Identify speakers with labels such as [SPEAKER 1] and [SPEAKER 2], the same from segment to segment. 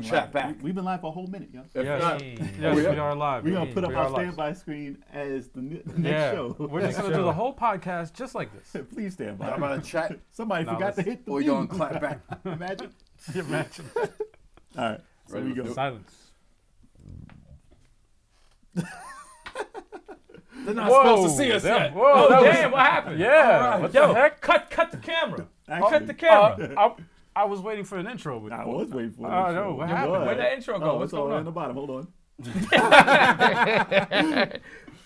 [SPEAKER 1] Chat back.
[SPEAKER 2] We've been live for a whole minute, yo.
[SPEAKER 1] If
[SPEAKER 3] Yes,
[SPEAKER 1] not-
[SPEAKER 3] yes,
[SPEAKER 1] we
[SPEAKER 3] we
[SPEAKER 1] are-
[SPEAKER 3] are live.
[SPEAKER 2] We're gonna put up
[SPEAKER 3] We
[SPEAKER 2] our
[SPEAKER 3] are live.
[SPEAKER 2] standby screen as the, ne- the next
[SPEAKER 3] Yeah,
[SPEAKER 2] show.
[SPEAKER 3] we're just gonna do the whole podcast just like this.
[SPEAKER 2] Please stand by.
[SPEAKER 1] I'm gonna chat.
[SPEAKER 2] Somebody
[SPEAKER 3] No,
[SPEAKER 2] forgot to
[SPEAKER 3] let's-
[SPEAKER 2] hit the
[SPEAKER 1] We're
[SPEAKER 2] mute.
[SPEAKER 1] gonna clap back.
[SPEAKER 2] Imagine.
[SPEAKER 3] Imagine
[SPEAKER 2] All right, so
[SPEAKER 1] Ready,
[SPEAKER 2] we go.
[SPEAKER 1] let's do
[SPEAKER 3] silence.
[SPEAKER 1] They're not
[SPEAKER 3] Whoa, that- whoa,
[SPEAKER 4] oh
[SPEAKER 3] that was-
[SPEAKER 4] damn! What happened?
[SPEAKER 3] Yeah,
[SPEAKER 4] All right.
[SPEAKER 3] what the
[SPEAKER 4] Yo,
[SPEAKER 3] heck?
[SPEAKER 4] Cut, cut the camera.
[SPEAKER 2] Actually,
[SPEAKER 4] cut the
[SPEAKER 3] Uh,
[SPEAKER 4] camera.
[SPEAKER 3] I, I was waiting for an intro with
[SPEAKER 2] I was waiting for.
[SPEAKER 3] I
[SPEAKER 2] it,
[SPEAKER 3] know,
[SPEAKER 2] so-
[SPEAKER 3] what
[SPEAKER 2] It
[SPEAKER 3] happened?
[SPEAKER 2] was.
[SPEAKER 4] Where'd that intro go?
[SPEAKER 2] Oh,
[SPEAKER 4] What's
[SPEAKER 2] it's all
[SPEAKER 4] going
[SPEAKER 2] in the
[SPEAKER 4] on?
[SPEAKER 2] bottom. Hold on.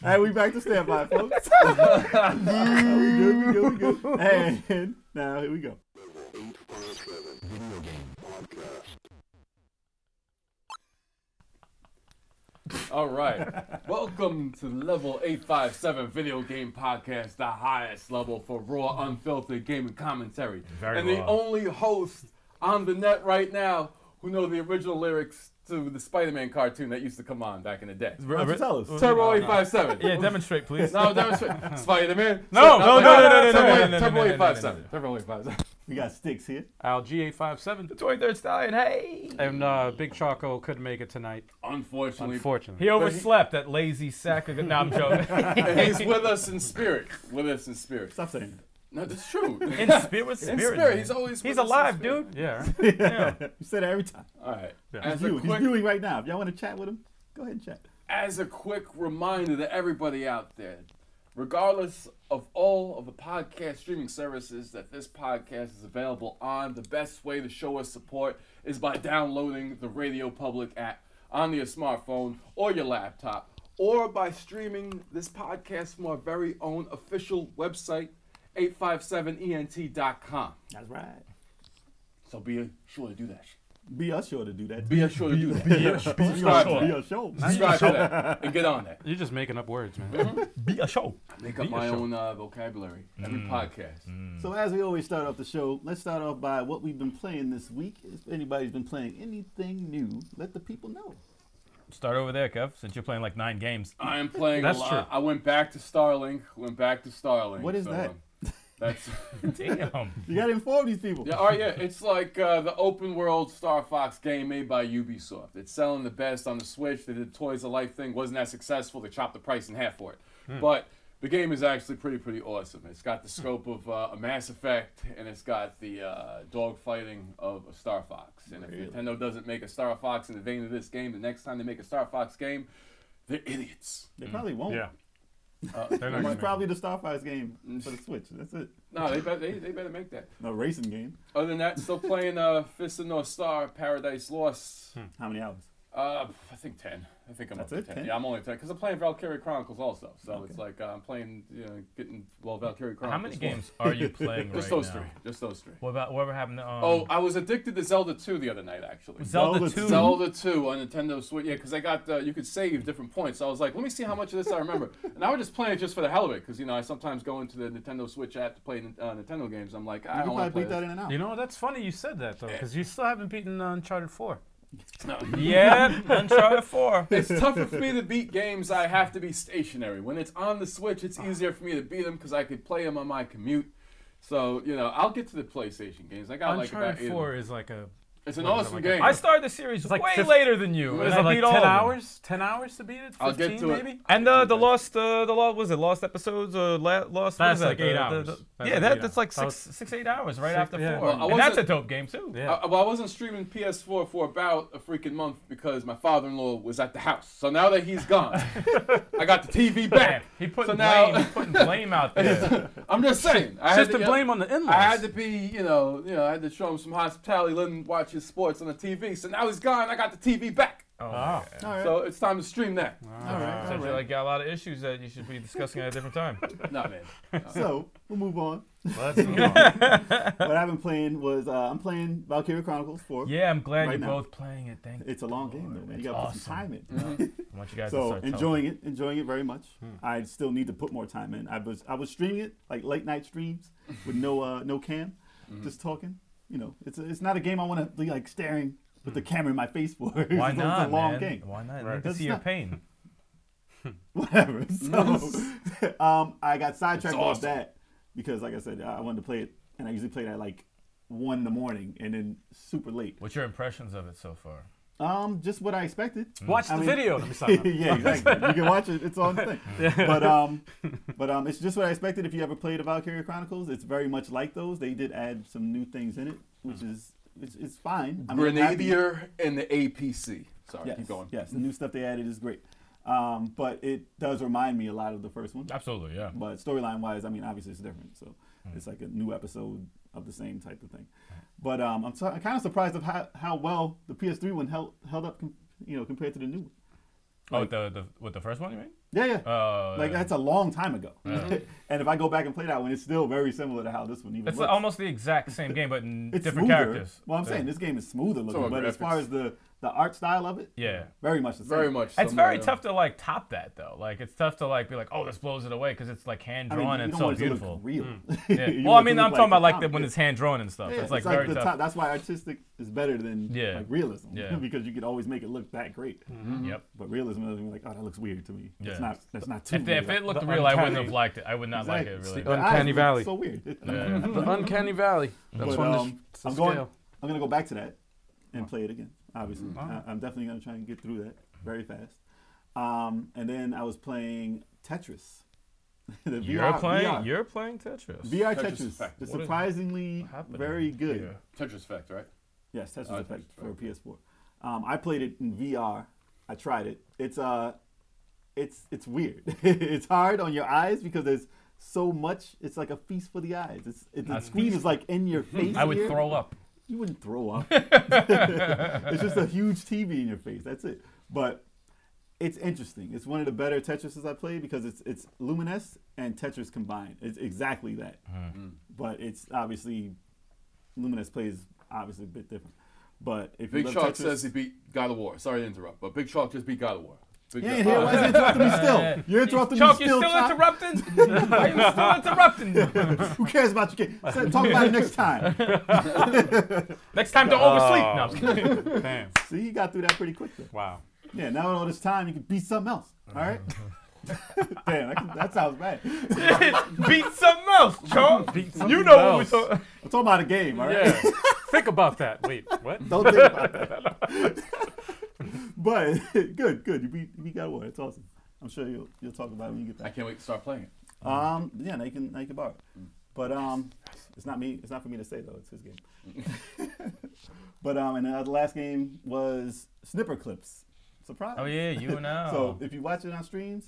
[SPEAKER 2] All right, we back to standby, folks. we good, we good, we good. And now here we go.
[SPEAKER 1] All right. Welcome to Level 857 Video Game Podcast, the highest level for raw, unfiltered gaming commentary.
[SPEAKER 3] Very
[SPEAKER 1] and the
[SPEAKER 3] raw.
[SPEAKER 1] only host on the net right now who know the original lyrics to the Spider-Man cartoon that used to come on back in the day.
[SPEAKER 2] Why don't you tell us?
[SPEAKER 1] Turbo 857.
[SPEAKER 3] Yeah, demonstrate, please.
[SPEAKER 1] No, demonstrate. Spider-Man.
[SPEAKER 3] No, no, no, no, no, no,
[SPEAKER 1] Turbo-
[SPEAKER 3] no, no, no,
[SPEAKER 1] Turbo
[SPEAKER 3] no, no, no,
[SPEAKER 1] 857. Turbo 857.
[SPEAKER 2] We got sticks here.
[SPEAKER 3] Al G857
[SPEAKER 4] 23rd Stallion. Hey.
[SPEAKER 3] and uh, Big Choco couldn't make it tonight,
[SPEAKER 1] Unfortunately,
[SPEAKER 3] unfortunately.
[SPEAKER 4] He overslept that lazy sack of. No, I'm joking.
[SPEAKER 1] he's with us in spirit. With us in spirit.
[SPEAKER 2] Stop saying that.
[SPEAKER 1] No, that's true.
[SPEAKER 4] In spirit,
[SPEAKER 1] In
[SPEAKER 4] spirit.
[SPEAKER 1] spirit, he's always.
[SPEAKER 4] He's
[SPEAKER 1] with us in
[SPEAKER 4] alive,
[SPEAKER 1] spirit.
[SPEAKER 4] dude.
[SPEAKER 3] Yeah, right?
[SPEAKER 2] You say that every time.
[SPEAKER 1] All right.
[SPEAKER 3] Yeah.
[SPEAKER 1] As a
[SPEAKER 2] View, he's
[SPEAKER 1] quick-
[SPEAKER 2] viewing right now. If y'all want to chat with him, go ahead and chat.
[SPEAKER 1] as a quick reminder to everybody out there, regardless of all of the podcast streaming services that this podcast is available on, the best way to show us support is by downloading the Radio Public app on your smartphone or your laptop, or by streaming this podcast from our very own official website, E 857ent.com.
[SPEAKER 2] That's right.
[SPEAKER 1] So be sure to do that.
[SPEAKER 2] Be us sure to do that.
[SPEAKER 1] Be sure to do that.
[SPEAKER 2] Be us be us sure. Mm. Be us sure.
[SPEAKER 1] Subscribe to that and get on that.
[SPEAKER 3] You're just making up words, man.
[SPEAKER 4] Be a show.
[SPEAKER 1] Make up
[SPEAKER 3] Be a
[SPEAKER 1] my
[SPEAKER 3] show.
[SPEAKER 1] own uh, vocabulary every
[SPEAKER 2] Mm.
[SPEAKER 1] podcast.
[SPEAKER 2] So as we always start off the show, let's start off by what we've been playing this week. If anybody's been playing anything new, let the people know.
[SPEAKER 4] Start over there, Kev. Since you're playing like nine games.
[SPEAKER 1] I am playing
[SPEAKER 3] That's
[SPEAKER 1] a lot.
[SPEAKER 3] true.
[SPEAKER 1] I went back to Starlink. Went back to Starlink.
[SPEAKER 2] What is
[SPEAKER 1] so,
[SPEAKER 2] that?
[SPEAKER 1] um, That's
[SPEAKER 4] Damn.
[SPEAKER 2] You gotta inform these people.
[SPEAKER 1] yeah. Oh yeah, it's like uh, the open world Star Fox game made by Ubisoft. It's selling the best on the Switch. They did Toys of Life thing wasn't that successful. They chopped the price in half for it,
[SPEAKER 3] Hmm.
[SPEAKER 1] but. The game is actually pretty pretty awesome. It's got the scope of uh, a Mass Effect, and it's got the uh, dogfighting of a Star Fox. And
[SPEAKER 2] Really?
[SPEAKER 1] if Nintendo doesn't make a Star Fox in the vein of this game, the next time they make a Star Fox game, they're idiots.
[SPEAKER 2] They probably won't.
[SPEAKER 3] Yeah.
[SPEAKER 1] Uh,
[SPEAKER 3] They're not
[SPEAKER 2] This
[SPEAKER 3] gonna
[SPEAKER 2] is
[SPEAKER 3] make
[SPEAKER 2] probably the Starfire's game for the Switch. That's it.
[SPEAKER 1] No, they better, they, they better make that.
[SPEAKER 2] No racing game.
[SPEAKER 1] Other than that, still playing uh, Fist of North Star, Paradise
[SPEAKER 3] Hmm.
[SPEAKER 1] Lost.
[SPEAKER 2] How many hours?
[SPEAKER 1] Uh, I think 10. I think I'm
[SPEAKER 2] That's
[SPEAKER 1] up
[SPEAKER 2] it,
[SPEAKER 1] to 10.
[SPEAKER 2] 10?
[SPEAKER 1] Yeah, I'm only 10. Because I'm playing Valkyrie Chronicles also. So it's like uh, I'm playing, you know, getting, well, Valkyrie Chronicles.
[SPEAKER 4] How many
[SPEAKER 1] four.
[SPEAKER 4] games are you playing right
[SPEAKER 1] Just those
[SPEAKER 4] now?
[SPEAKER 1] three. Just those three.
[SPEAKER 4] What about whatever happened to um,
[SPEAKER 1] Oh, I was addicted to Zelda 2 the other night, actually.
[SPEAKER 4] Zelda,
[SPEAKER 2] Zelda
[SPEAKER 4] 2?
[SPEAKER 1] Zelda 2 on Nintendo Switch. Yeah, because I got, uh, you could save different points. So I was like, let me see how much of this I remember. and I would just play it just for the hell of it. Because, you know, I sometimes go into the Nintendo Switch app to play uh, Nintendo games. I'm like,
[SPEAKER 2] You
[SPEAKER 1] I don't
[SPEAKER 2] can
[SPEAKER 1] want
[SPEAKER 2] probably
[SPEAKER 1] to play
[SPEAKER 2] beat that
[SPEAKER 1] this.
[SPEAKER 2] in an
[SPEAKER 3] You know,
[SPEAKER 2] hour.
[SPEAKER 3] that's funny you said that, though, because you still haven't beaten Uncharted 4.
[SPEAKER 1] No.
[SPEAKER 4] Yeah, Uncharted 4.
[SPEAKER 1] it's tougher for me to beat games I have to be stationary. When it's on the Switch, it's easier for me to beat them because I could play them on my commute. So, you know, I'll get to the PlayStation games. I got like about
[SPEAKER 3] Uncharted
[SPEAKER 1] eight. of
[SPEAKER 3] 4
[SPEAKER 1] them.
[SPEAKER 3] is like a.
[SPEAKER 1] It's an
[SPEAKER 3] what is it,
[SPEAKER 1] awesome
[SPEAKER 3] like a-
[SPEAKER 1] game.
[SPEAKER 4] I started the series
[SPEAKER 3] like
[SPEAKER 4] way
[SPEAKER 3] fif-
[SPEAKER 4] later than you.
[SPEAKER 1] What
[SPEAKER 4] and
[SPEAKER 3] Is
[SPEAKER 1] is
[SPEAKER 4] I
[SPEAKER 3] it like
[SPEAKER 4] beat
[SPEAKER 3] 10
[SPEAKER 4] all of them.
[SPEAKER 3] hours? 10 hours to beat it? 15
[SPEAKER 1] I'll get to it.
[SPEAKER 3] maybe?
[SPEAKER 4] And uh, the lost, uh, the lost, was it lost episodes? Uh, la- lost. what
[SPEAKER 3] That's
[SPEAKER 4] is that?
[SPEAKER 3] like eight
[SPEAKER 4] The- the-
[SPEAKER 3] hours.
[SPEAKER 4] the-
[SPEAKER 3] That's
[SPEAKER 4] yeah,
[SPEAKER 3] like
[SPEAKER 4] that,
[SPEAKER 3] eight
[SPEAKER 4] that's
[SPEAKER 3] hours.
[SPEAKER 4] like
[SPEAKER 3] That
[SPEAKER 4] six, six, eight hours right
[SPEAKER 3] Six-
[SPEAKER 4] after
[SPEAKER 3] yeah.
[SPEAKER 4] four.
[SPEAKER 3] Well, I
[SPEAKER 4] and that's a
[SPEAKER 1] wasn't-
[SPEAKER 4] dope game too.
[SPEAKER 3] Yeah.
[SPEAKER 1] I, Uh, well, I wasn't streaming PS4 for about a freaking month because my father-in-law was at the house. So now that he's gone, I got the
[SPEAKER 4] Man,
[SPEAKER 1] TV back.
[SPEAKER 4] he put
[SPEAKER 1] So
[SPEAKER 4] blame,
[SPEAKER 1] now-
[SPEAKER 4] he putting blame out there.
[SPEAKER 1] I'm just saying. I
[SPEAKER 3] It's
[SPEAKER 1] had
[SPEAKER 3] just to
[SPEAKER 1] you know,
[SPEAKER 3] blame on the in
[SPEAKER 1] I had to be, you know, you know, I had to show him some hospitality, let him watch his sports on the TV. So now he's gone. I got the TV back.
[SPEAKER 4] Oh,
[SPEAKER 3] Wow.
[SPEAKER 4] man.
[SPEAKER 2] All right.
[SPEAKER 1] So it's time to stream that.
[SPEAKER 2] all right.
[SPEAKER 4] Sounds
[SPEAKER 2] All right.
[SPEAKER 4] like you got a lot of issues that you should be discussing at a different time.
[SPEAKER 1] Nah, man.
[SPEAKER 2] So we'll move on.
[SPEAKER 3] Let's move on.
[SPEAKER 2] what I've been playing was uh, I'm playing Valkyria Chronicles 4.
[SPEAKER 4] Yeah, I'm glad
[SPEAKER 2] Right
[SPEAKER 4] you're
[SPEAKER 2] now.
[SPEAKER 4] both playing it. Thank you.
[SPEAKER 2] It's a long game though, man.
[SPEAKER 4] It's
[SPEAKER 2] You gotta put some
[SPEAKER 4] awesome.
[SPEAKER 2] time in.
[SPEAKER 4] I want you guys to
[SPEAKER 2] So
[SPEAKER 4] start telling-
[SPEAKER 2] enjoying it, enjoying it very much. I still need to put more time in. I was I was streaming it like late night streams with no uh, no cam, just talking. You know, it's a, it's not a game I want to be like staring with the camera in my face for.
[SPEAKER 4] Why
[SPEAKER 2] it's,
[SPEAKER 4] not,
[SPEAKER 2] It's a long
[SPEAKER 4] man?
[SPEAKER 2] game.
[SPEAKER 4] Why not?
[SPEAKER 3] Right.
[SPEAKER 4] Need to
[SPEAKER 2] That's
[SPEAKER 4] see your
[SPEAKER 2] not-
[SPEAKER 4] pain.
[SPEAKER 2] Whatever. So um, I got sidetracked off
[SPEAKER 1] awesome.
[SPEAKER 2] that because, like I said, I I wanted to play it, and I usually play it at like one in the morning and then super late.
[SPEAKER 4] What's your impressions of it so far? Hmm.
[SPEAKER 2] Um, just what I expected.
[SPEAKER 5] Hmm.
[SPEAKER 3] Watch the
[SPEAKER 2] I mean-
[SPEAKER 3] video. Let me stop.
[SPEAKER 2] yeah, exactly. you can watch it. It's on the thing. But um, but um, it's just what I expected. If you ever played Valkyria Chronicles, it's very much like those. They did add some new things in it, which is which is fine. I mean, I'm happy-
[SPEAKER 1] Grenadier and the APC. Sorry,
[SPEAKER 2] Yes,
[SPEAKER 1] keep going.
[SPEAKER 2] yes, the new stuff they added is great. Um, but it does remind me a lot of the first one.
[SPEAKER 4] Absolutely, yeah.
[SPEAKER 2] But storyline wise, I mean, obviously it's different. So it's like a new episode of the same type of thing. But um, I'm, so, I'm kind of surprised of how, how well the PS3 one held held up, com- you know, compared to the new one.
[SPEAKER 4] Oh, with the, the with the first one, you mean?
[SPEAKER 2] Yeah, yeah.
[SPEAKER 4] Uh,
[SPEAKER 2] like that's a long time ago.
[SPEAKER 4] Yeah.
[SPEAKER 2] and if I go back and play that one, it's still very similar to how this one even
[SPEAKER 4] it's
[SPEAKER 2] looks.
[SPEAKER 4] almost the exact same game, but in
[SPEAKER 2] It's
[SPEAKER 4] different
[SPEAKER 2] smoother.
[SPEAKER 4] characters.
[SPEAKER 2] Well, I'm
[SPEAKER 4] Yeah.
[SPEAKER 2] saying this game is smoother looking,
[SPEAKER 1] about
[SPEAKER 2] but as far
[SPEAKER 1] graphics.
[SPEAKER 2] as the the art style of it,
[SPEAKER 4] Yeah.
[SPEAKER 2] very much the same.
[SPEAKER 1] Very much.
[SPEAKER 4] It's
[SPEAKER 1] similar
[SPEAKER 4] very
[SPEAKER 1] to-
[SPEAKER 4] tough to like top that though. Like it's tough to like be like, oh, this blows it away because it's like hand
[SPEAKER 2] I mean,
[SPEAKER 4] drawn
[SPEAKER 2] you
[SPEAKER 4] and
[SPEAKER 2] don't
[SPEAKER 4] so
[SPEAKER 2] want it to look
[SPEAKER 4] beautiful. Hmm.
[SPEAKER 2] real.
[SPEAKER 4] Yeah.
[SPEAKER 2] You
[SPEAKER 4] Well, I
[SPEAKER 2] want it
[SPEAKER 4] mean,
[SPEAKER 2] to
[SPEAKER 4] I'm
[SPEAKER 2] look
[SPEAKER 4] talking about like the,
[SPEAKER 2] the
[SPEAKER 4] when
[SPEAKER 2] comic.
[SPEAKER 4] it's hand drawn and stuff.
[SPEAKER 2] Yeah,
[SPEAKER 4] it's like very
[SPEAKER 2] the
[SPEAKER 4] tough.
[SPEAKER 2] top- That's why artistic is better than
[SPEAKER 4] Yeah.
[SPEAKER 2] like, realism,
[SPEAKER 4] Yeah.
[SPEAKER 2] because you could always make it look that great.
[SPEAKER 4] Yep.
[SPEAKER 2] But realism is like, oh, that looks weird to me.
[SPEAKER 4] Yeah.
[SPEAKER 2] It's not. That's not too.
[SPEAKER 4] If, they,
[SPEAKER 2] weird.
[SPEAKER 4] if it looked
[SPEAKER 3] The
[SPEAKER 4] real, I wouldn't
[SPEAKER 3] uncanny-
[SPEAKER 4] have liked it. I would not like it
[SPEAKER 2] Exactly.
[SPEAKER 4] really.
[SPEAKER 2] The eyes
[SPEAKER 5] Uncanny
[SPEAKER 2] look
[SPEAKER 5] Valley.
[SPEAKER 2] "Ah, So weird.
[SPEAKER 4] Yeah.
[SPEAKER 5] The Uncanny Valley.
[SPEAKER 2] Mm.
[SPEAKER 5] That's
[SPEAKER 2] But,
[SPEAKER 5] one
[SPEAKER 2] um,
[SPEAKER 5] that's
[SPEAKER 2] I'm
[SPEAKER 5] the
[SPEAKER 2] going.
[SPEAKER 5] scale.
[SPEAKER 2] I'm gonna go back to that and play it again. Obviously, I, am definitely gonna try and get through that very fast. Um, and then I was playing Tetris. the
[SPEAKER 4] You're
[SPEAKER 2] VR,
[SPEAKER 4] playing.
[SPEAKER 2] VR,
[SPEAKER 4] You're playing Tetris.
[SPEAKER 2] VR
[SPEAKER 1] Tetris
[SPEAKER 2] Tetris.
[SPEAKER 1] Effect.
[SPEAKER 2] It's
[SPEAKER 4] What is
[SPEAKER 2] surprisingly
[SPEAKER 4] happening
[SPEAKER 2] very good.
[SPEAKER 4] here?
[SPEAKER 1] Tetris Effect, right?
[SPEAKER 2] Yes, Tetris
[SPEAKER 1] Oh,
[SPEAKER 2] Effect
[SPEAKER 1] Tetris
[SPEAKER 2] for
[SPEAKER 1] Effect.
[SPEAKER 2] PS4. Um, I played it in VR. I tried it. It's uh, it's it's weird. it's hard on your eyes because there's so much. It's like a feast for the eyes. It's it, the screen is like in your face.
[SPEAKER 4] I would
[SPEAKER 2] here.
[SPEAKER 4] throw up.
[SPEAKER 2] You wouldn't throw up. it's just a huge TV in your face. That's it. But it's interesting. It's one of the better Tetrises I played because it's it's Luminous and Tetris combined. It's exactly that.
[SPEAKER 4] Uh-huh.
[SPEAKER 1] Mm.
[SPEAKER 2] But it's obviously Luminous plays obviously a bit different. But if
[SPEAKER 1] Big
[SPEAKER 2] you love
[SPEAKER 1] Shark
[SPEAKER 2] Tetris,
[SPEAKER 1] says he beat God of War. Sorry to interrupt, but Big Shark just beat God of War. Big
[SPEAKER 2] yeah,
[SPEAKER 1] Shark-
[SPEAKER 2] here, why is he interrupting me still? You're interrupting
[SPEAKER 4] Chuck,
[SPEAKER 2] me
[SPEAKER 4] you're
[SPEAKER 2] still.
[SPEAKER 4] still
[SPEAKER 2] Chuck.
[SPEAKER 4] interrupting. Why you still interrupting.
[SPEAKER 2] Who cares about your game? Say- Talk about it next time.
[SPEAKER 4] Next time, don't oversleep. No, I'm just kidding.
[SPEAKER 3] Damn.
[SPEAKER 2] See, he got through that pretty quick though.
[SPEAKER 3] Wow.
[SPEAKER 2] Yeah, now with all this time, you can beat something else. All right. Damn, that, can- that sounds bad.
[SPEAKER 4] Beat something else, Chuck. you know what we talking.
[SPEAKER 2] I'm talking about a game, all right?
[SPEAKER 3] Yeah. Think about that. Wait, what?
[SPEAKER 2] Don't think about that. but good, good. You beat, you beat God of War. It's awesome. I'm sure you'll you'll talk about it when you get
[SPEAKER 1] I
[SPEAKER 2] back.
[SPEAKER 1] can't wait to start playing it.
[SPEAKER 2] Um, yeah, now you can now you can borrow. it. But um, it's not me. It's not for me to say though. It's his game. but um, and uh, the last game was Snipper Clips. Surprise.
[SPEAKER 4] Oh yeah, you and I.
[SPEAKER 2] So if you watch it on streams,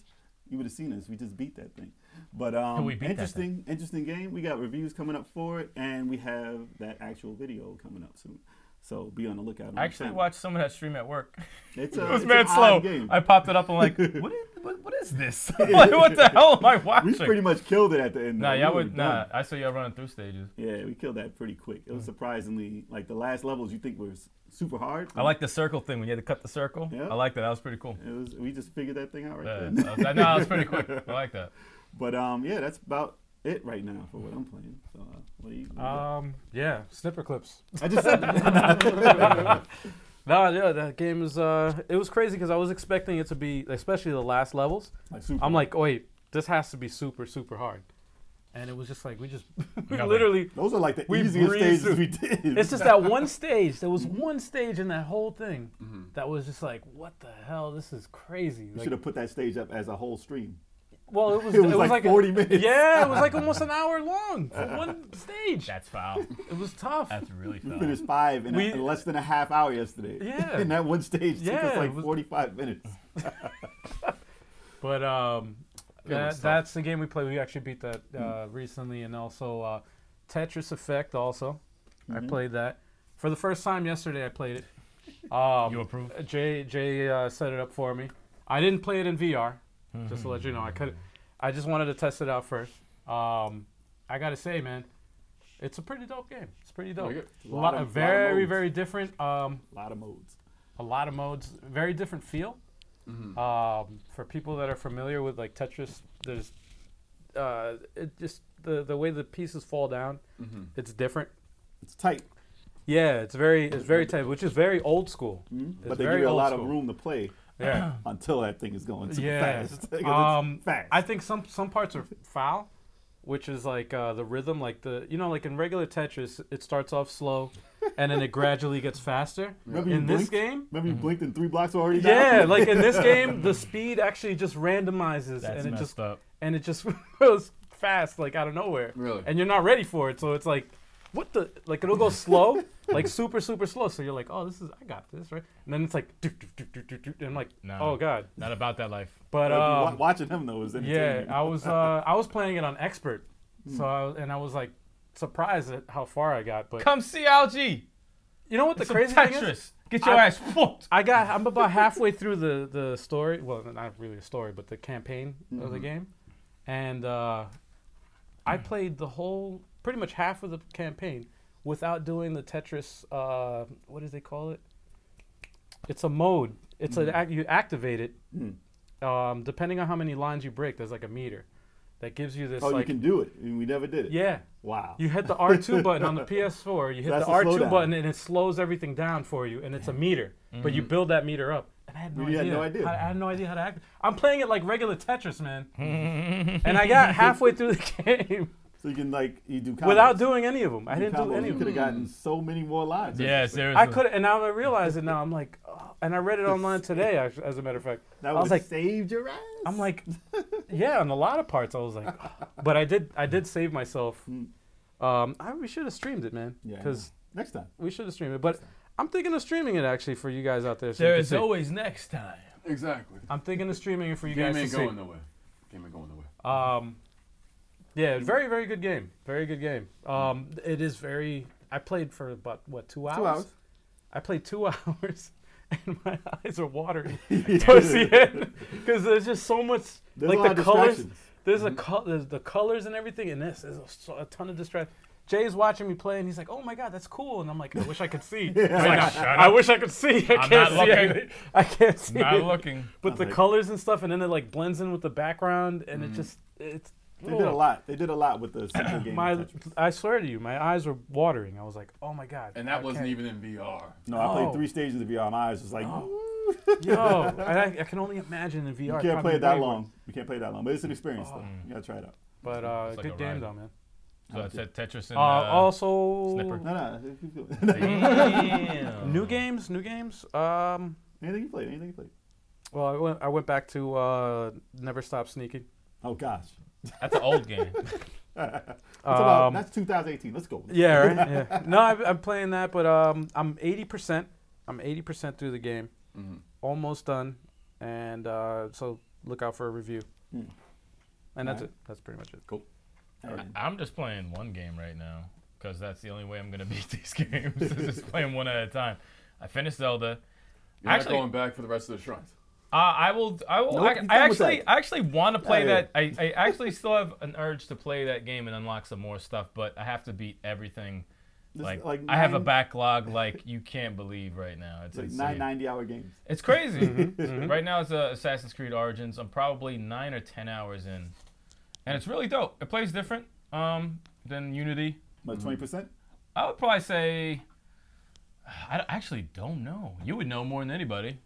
[SPEAKER 2] you would have seen us. We just beat that thing. But um,
[SPEAKER 4] We beat that
[SPEAKER 2] interesting, interesting game. We got reviews coming up for it, and we have that actual video coming up soon. So be on the lookout. On
[SPEAKER 4] I actually
[SPEAKER 2] the channel.
[SPEAKER 4] watched some of that stream at work.
[SPEAKER 2] It's a,
[SPEAKER 4] It was
[SPEAKER 2] it's
[SPEAKER 4] mad
[SPEAKER 2] an odd
[SPEAKER 4] slow.
[SPEAKER 2] game.
[SPEAKER 4] I popped it up. I'm like, what is, what, what is this? like, what the hell am I watching?
[SPEAKER 2] we pretty much killed it at the end.
[SPEAKER 4] nah,
[SPEAKER 2] though. We
[SPEAKER 4] y'all
[SPEAKER 2] were
[SPEAKER 4] would nah.
[SPEAKER 2] done.
[SPEAKER 4] I saw y'all running through stages.
[SPEAKER 2] Yeah, we killed that pretty quick. It was surprisingly like the last levels you think were s- super hard.
[SPEAKER 4] I like the circle thing when you had to cut the circle.
[SPEAKER 2] Yeah.
[SPEAKER 4] I like that. That was pretty cool.
[SPEAKER 2] It was we just figured that thing out right
[SPEAKER 4] Yeah,
[SPEAKER 2] there.
[SPEAKER 4] that was, no, that was pretty quick. I like that.
[SPEAKER 2] But um, yeah, that's about it right now for what I'm playing. So uh, what do you? what do you got?
[SPEAKER 3] Um. Yeah. Snipper clips.
[SPEAKER 2] I just said that.
[SPEAKER 5] No, yeah, that game is. Uh, it was crazy because I was expecting it to be, especially the last levels.
[SPEAKER 2] Like super.
[SPEAKER 5] I'm like, oh, wait, this has to be super, super hard. And it was just like we just we
[SPEAKER 4] Nothing.
[SPEAKER 5] literally.
[SPEAKER 2] Those are like the
[SPEAKER 5] We
[SPEAKER 2] easiest stages
[SPEAKER 5] breezed through.
[SPEAKER 2] we did.
[SPEAKER 5] It's just that one stage. There was one stage in that whole thing that was just like, what the hell? This is crazy.
[SPEAKER 2] you
[SPEAKER 5] Like,
[SPEAKER 2] should have put that stage up as a whole stream.
[SPEAKER 5] well, it was.
[SPEAKER 2] It was like 40 minutes.
[SPEAKER 5] Yeah, it was like almost an hour long for one stage.
[SPEAKER 4] That's foul.
[SPEAKER 5] It was tough.
[SPEAKER 4] That's really
[SPEAKER 2] We
[SPEAKER 4] foul.
[SPEAKER 2] finished five in, a-
[SPEAKER 5] We-
[SPEAKER 2] in less than a half hour yesterday.
[SPEAKER 5] Yeah.
[SPEAKER 2] and that one stage took us
[SPEAKER 5] Yeah,
[SPEAKER 2] like
[SPEAKER 5] it was-
[SPEAKER 2] 45 minutes.
[SPEAKER 5] But um, that-
[SPEAKER 1] was tough.
[SPEAKER 5] that's the game we played. We actually beat that uh, recently, and also uh, Tetris Effect. Also,
[SPEAKER 4] Mm-hmm.
[SPEAKER 5] I played that for the first time yesterday. I played it. Um,
[SPEAKER 4] You approve?
[SPEAKER 5] Jay Jay uh, set it up for me. I didn't play it in VR. Just to let you know, I could. I just wanted to test it out first. Um, I gotta say, man, it's a pretty dope game. It's pretty dope.
[SPEAKER 1] Like it.
[SPEAKER 5] A
[SPEAKER 2] Lot of- lot
[SPEAKER 5] lot of
[SPEAKER 2] of
[SPEAKER 5] very
[SPEAKER 2] modes.
[SPEAKER 5] very different. Um,
[SPEAKER 2] A lot of modes. Mm-hmm.
[SPEAKER 5] a lot of modes, very different feel. Um, for people that are familiar with like Tetris, there's uh, it just the the way the pieces fall down,
[SPEAKER 2] Mm-hmm.
[SPEAKER 5] it's different.
[SPEAKER 2] It's tight,
[SPEAKER 5] Yeah, it's very it's very tight, which is very old school. It's
[SPEAKER 2] but they give
[SPEAKER 5] very
[SPEAKER 2] you a
[SPEAKER 5] old
[SPEAKER 2] lot of
[SPEAKER 5] school.
[SPEAKER 2] room to play
[SPEAKER 5] Yeah,
[SPEAKER 2] until that thing is going super
[SPEAKER 5] yeah.
[SPEAKER 2] fast. 'Cause it's
[SPEAKER 5] Um,
[SPEAKER 2] fast.
[SPEAKER 5] I think some some parts are foul, which is like uh, the rhythm, like the you know, like in regular Tetris, it starts off slow, and then it gradually gets faster.
[SPEAKER 2] Remember you
[SPEAKER 5] In this
[SPEAKER 2] blinked?
[SPEAKER 5] game, Mm-hmm.
[SPEAKER 2] Remember you blinked and three blocks were already down?
[SPEAKER 5] yeah, like in this game, the speed actually just randomizes,
[SPEAKER 4] That's
[SPEAKER 5] and it
[SPEAKER 4] messed
[SPEAKER 5] just
[SPEAKER 4] up.
[SPEAKER 5] and it just goes fast, like out of nowhere.
[SPEAKER 1] Really?
[SPEAKER 5] And you're not ready for it, so it's like, what the? Like it'll go slow, like super super slow. So you're like, oh, this is I got this right, and then it's like, doot, doot, doot, doot, doot, doot, and I'm like,
[SPEAKER 4] No.
[SPEAKER 5] oh god.
[SPEAKER 4] Not about that life.
[SPEAKER 5] But
[SPEAKER 2] Like, wa-
[SPEAKER 5] um,
[SPEAKER 2] watching him though was
[SPEAKER 5] yeah,
[SPEAKER 2] entertaining.
[SPEAKER 5] I was uh, I was playing it on expert,
[SPEAKER 4] Hmm.
[SPEAKER 5] so I was, and I was like surprised at how far I got. But
[SPEAKER 4] Come see LG.
[SPEAKER 5] you know what the
[SPEAKER 4] It's
[SPEAKER 5] crazy
[SPEAKER 4] crazy
[SPEAKER 5] thing
[SPEAKER 4] Tetris.
[SPEAKER 5] is?
[SPEAKER 4] Get your
[SPEAKER 5] I-
[SPEAKER 4] ass whooped.
[SPEAKER 5] I got I'm about halfway through the the story. Well, not really a story, but the campaign of
[SPEAKER 2] Mm-hmm.
[SPEAKER 5] the game, and uh, I played the whole pretty much half of the campaign without doing the Tetris. Uh, what do they call it? It's a mode. It's
[SPEAKER 2] Mm-hmm.
[SPEAKER 5] an act you activate it.
[SPEAKER 2] Mm.
[SPEAKER 5] Um, depending on how many lines you break, there's like a meter that gives you this
[SPEAKER 2] Oh,
[SPEAKER 5] like
[SPEAKER 2] you can do it. And we never did it.
[SPEAKER 5] yeah.
[SPEAKER 2] Wow.
[SPEAKER 5] You hit the R2 button on the PS4. You hit
[SPEAKER 2] That's
[SPEAKER 5] the
[SPEAKER 2] a
[SPEAKER 5] R2
[SPEAKER 2] slowdown.
[SPEAKER 5] button and it slows everything down for you, and it's a meter. But you build that meter up. And I had no
[SPEAKER 2] You
[SPEAKER 5] idea.
[SPEAKER 2] had no idea.
[SPEAKER 5] I, I had no idea how to act. I'm playing it like regular Tetris, man. and I got halfway through the game
[SPEAKER 2] so you can like you do combos.
[SPEAKER 5] without doing any of them. I
[SPEAKER 2] You
[SPEAKER 5] didn't do
[SPEAKER 2] combos,
[SPEAKER 5] any
[SPEAKER 2] You
[SPEAKER 5] of
[SPEAKER 2] could have
[SPEAKER 5] them.
[SPEAKER 2] gotten so many more lives.
[SPEAKER 4] Yeah, seriously.
[SPEAKER 5] I could, and now I realize it. Now I'm like, oh, and I read it online today, actu- as a matter of fact.
[SPEAKER 2] That
[SPEAKER 5] I was
[SPEAKER 2] would've
[SPEAKER 5] like,
[SPEAKER 2] saved your ass.
[SPEAKER 5] I'm like, yeah, on a lot of parts, I was like, but I did, I did save myself. Um, I, we should have streamed it, man,
[SPEAKER 2] Hmm. Yeah, I know.
[SPEAKER 5] because
[SPEAKER 2] next time.
[SPEAKER 5] we should have streamed it. But I'm thinking of streaming it actually for you guys out there. So
[SPEAKER 4] There
[SPEAKER 5] you can
[SPEAKER 4] is
[SPEAKER 5] see.
[SPEAKER 4] always next time.
[SPEAKER 1] Exactly.
[SPEAKER 5] I'm thinking of streaming it for you
[SPEAKER 1] Game
[SPEAKER 5] guys
[SPEAKER 1] ain't
[SPEAKER 5] to
[SPEAKER 1] going nowhere. Game ain't going nowhere.
[SPEAKER 5] see. Um, yeah, very very good game. Very good game. Um, it is very. I played for about what two hours?
[SPEAKER 2] hours.
[SPEAKER 5] I played two hours, and my eyes are watering towards the end because there's just so much
[SPEAKER 2] There's a lot
[SPEAKER 5] like the
[SPEAKER 2] of
[SPEAKER 5] colors.
[SPEAKER 2] distractions.
[SPEAKER 5] There's a col- there's the colors and everything, and this is a, so- a ton of distraction. Jay's watching me play, and he's like, "Oh my god, that's cool!" And I'm like, "I wish I could see." He's like,
[SPEAKER 4] Shut up.
[SPEAKER 5] I wish I could see. I
[SPEAKER 4] I'm
[SPEAKER 5] can't
[SPEAKER 4] not
[SPEAKER 5] see.
[SPEAKER 4] looking.
[SPEAKER 5] anything. I can't see.
[SPEAKER 4] Not
[SPEAKER 5] it.
[SPEAKER 4] looking.
[SPEAKER 5] But the
[SPEAKER 2] like- Mm-hmm.
[SPEAKER 5] colors and stuff, and then it like blends in with the background, and it just it's.
[SPEAKER 2] They did a
[SPEAKER 5] oh,
[SPEAKER 2] lot. They did a lot with the simple game. of
[SPEAKER 5] My,
[SPEAKER 2] Tetris.
[SPEAKER 5] I swear to you, my eyes were watering. I was like, "Oh my god!"
[SPEAKER 1] And that
[SPEAKER 5] I
[SPEAKER 1] wasn't
[SPEAKER 5] can't-
[SPEAKER 1] even in VR.
[SPEAKER 2] No, I played
[SPEAKER 5] No.
[SPEAKER 2] three stages of VR. My eyes was like,
[SPEAKER 5] Oh. Yo, and I, I can only imagine in VR.
[SPEAKER 2] you can't
[SPEAKER 5] it's
[SPEAKER 2] play
[SPEAKER 5] probably
[SPEAKER 2] it that
[SPEAKER 5] way worse.
[SPEAKER 2] long. You can't play it that long, but it's an experience
[SPEAKER 5] Oh,
[SPEAKER 2] though. You gotta try it out.
[SPEAKER 5] But uh,
[SPEAKER 4] It's like
[SPEAKER 5] good
[SPEAKER 4] a
[SPEAKER 5] game
[SPEAKER 4] ride.
[SPEAKER 5] though, man.
[SPEAKER 4] Mm. So that's it, Tetris and.
[SPEAKER 5] Uh, also,
[SPEAKER 4] Snipper.
[SPEAKER 2] No, no.
[SPEAKER 4] Damn.
[SPEAKER 5] new games, new games. Um,
[SPEAKER 2] anything you played, anything you played.
[SPEAKER 5] well, I went, I went back to uh, Never Stop Sneaking.
[SPEAKER 2] Oh gosh,
[SPEAKER 4] That's an old game.
[SPEAKER 2] that's, about,
[SPEAKER 5] Um,
[SPEAKER 2] that's 2018. Let's go.
[SPEAKER 5] Yeah, right. Yeah. No, I, I'm playing that, but um, I'm 80%. I'm 80% through the game,
[SPEAKER 4] Mm-hmm.
[SPEAKER 5] almost done, and uh, so look out for a review.
[SPEAKER 2] Hmm.
[SPEAKER 5] And that's
[SPEAKER 2] Alright.
[SPEAKER 5] it. That's pretty much it.
[SPEAKER 2] Alright.
[SPEAKER 4] I'm just playing one game right now because that's the only way I'm gonna beat these games. is just playing one at a time. I finished Zelda.
[SPEAKER 1] You're
[SPEAKER 4] Actually-
[SPEAKER 1] not going back for the rest of the shrines.
[SPEAKER 4] Uh, I will. I will.
[SPEAKER 2] Nope,
[SPEAKER 4] I,
[SPEAKER 2] you done
[SPEAKER 4] I
[SPEAKER 2] with
[SPEAKER 4] actually.
[SPEAKER 2] that.
[SPEAKER 4] I actually want to play
[SPEAKER 2] Yeah,
[SPEAKER 4] that. I, I actually still have an urge to play that game and unlock some more stuff, but I have to beat everything.
[SPEAKER 2] This-
[SPEAKER 4] Like,
[SPEAKER 2] like
[SPEAKER 4] I have a
[SPEAKER 2] nine-
[SPEAKER 4] backlog like you can't believe right now. It's
[SPEAKER 2] It's like
[SPEAKER 4] insane.
[SPEAKER 2] nine 90 hour games.
[SPEAKER 4] It's crazy. Right now it's uh, Assassin's Creed Origins. I'm probably nine or ten hours in, and it's really dope. It plays different um, than Unity.
[SPEAKER 2] About 20 percent.
[SPEAKER 4] I would probably say. I d- actually don't know. You would know more than anybody.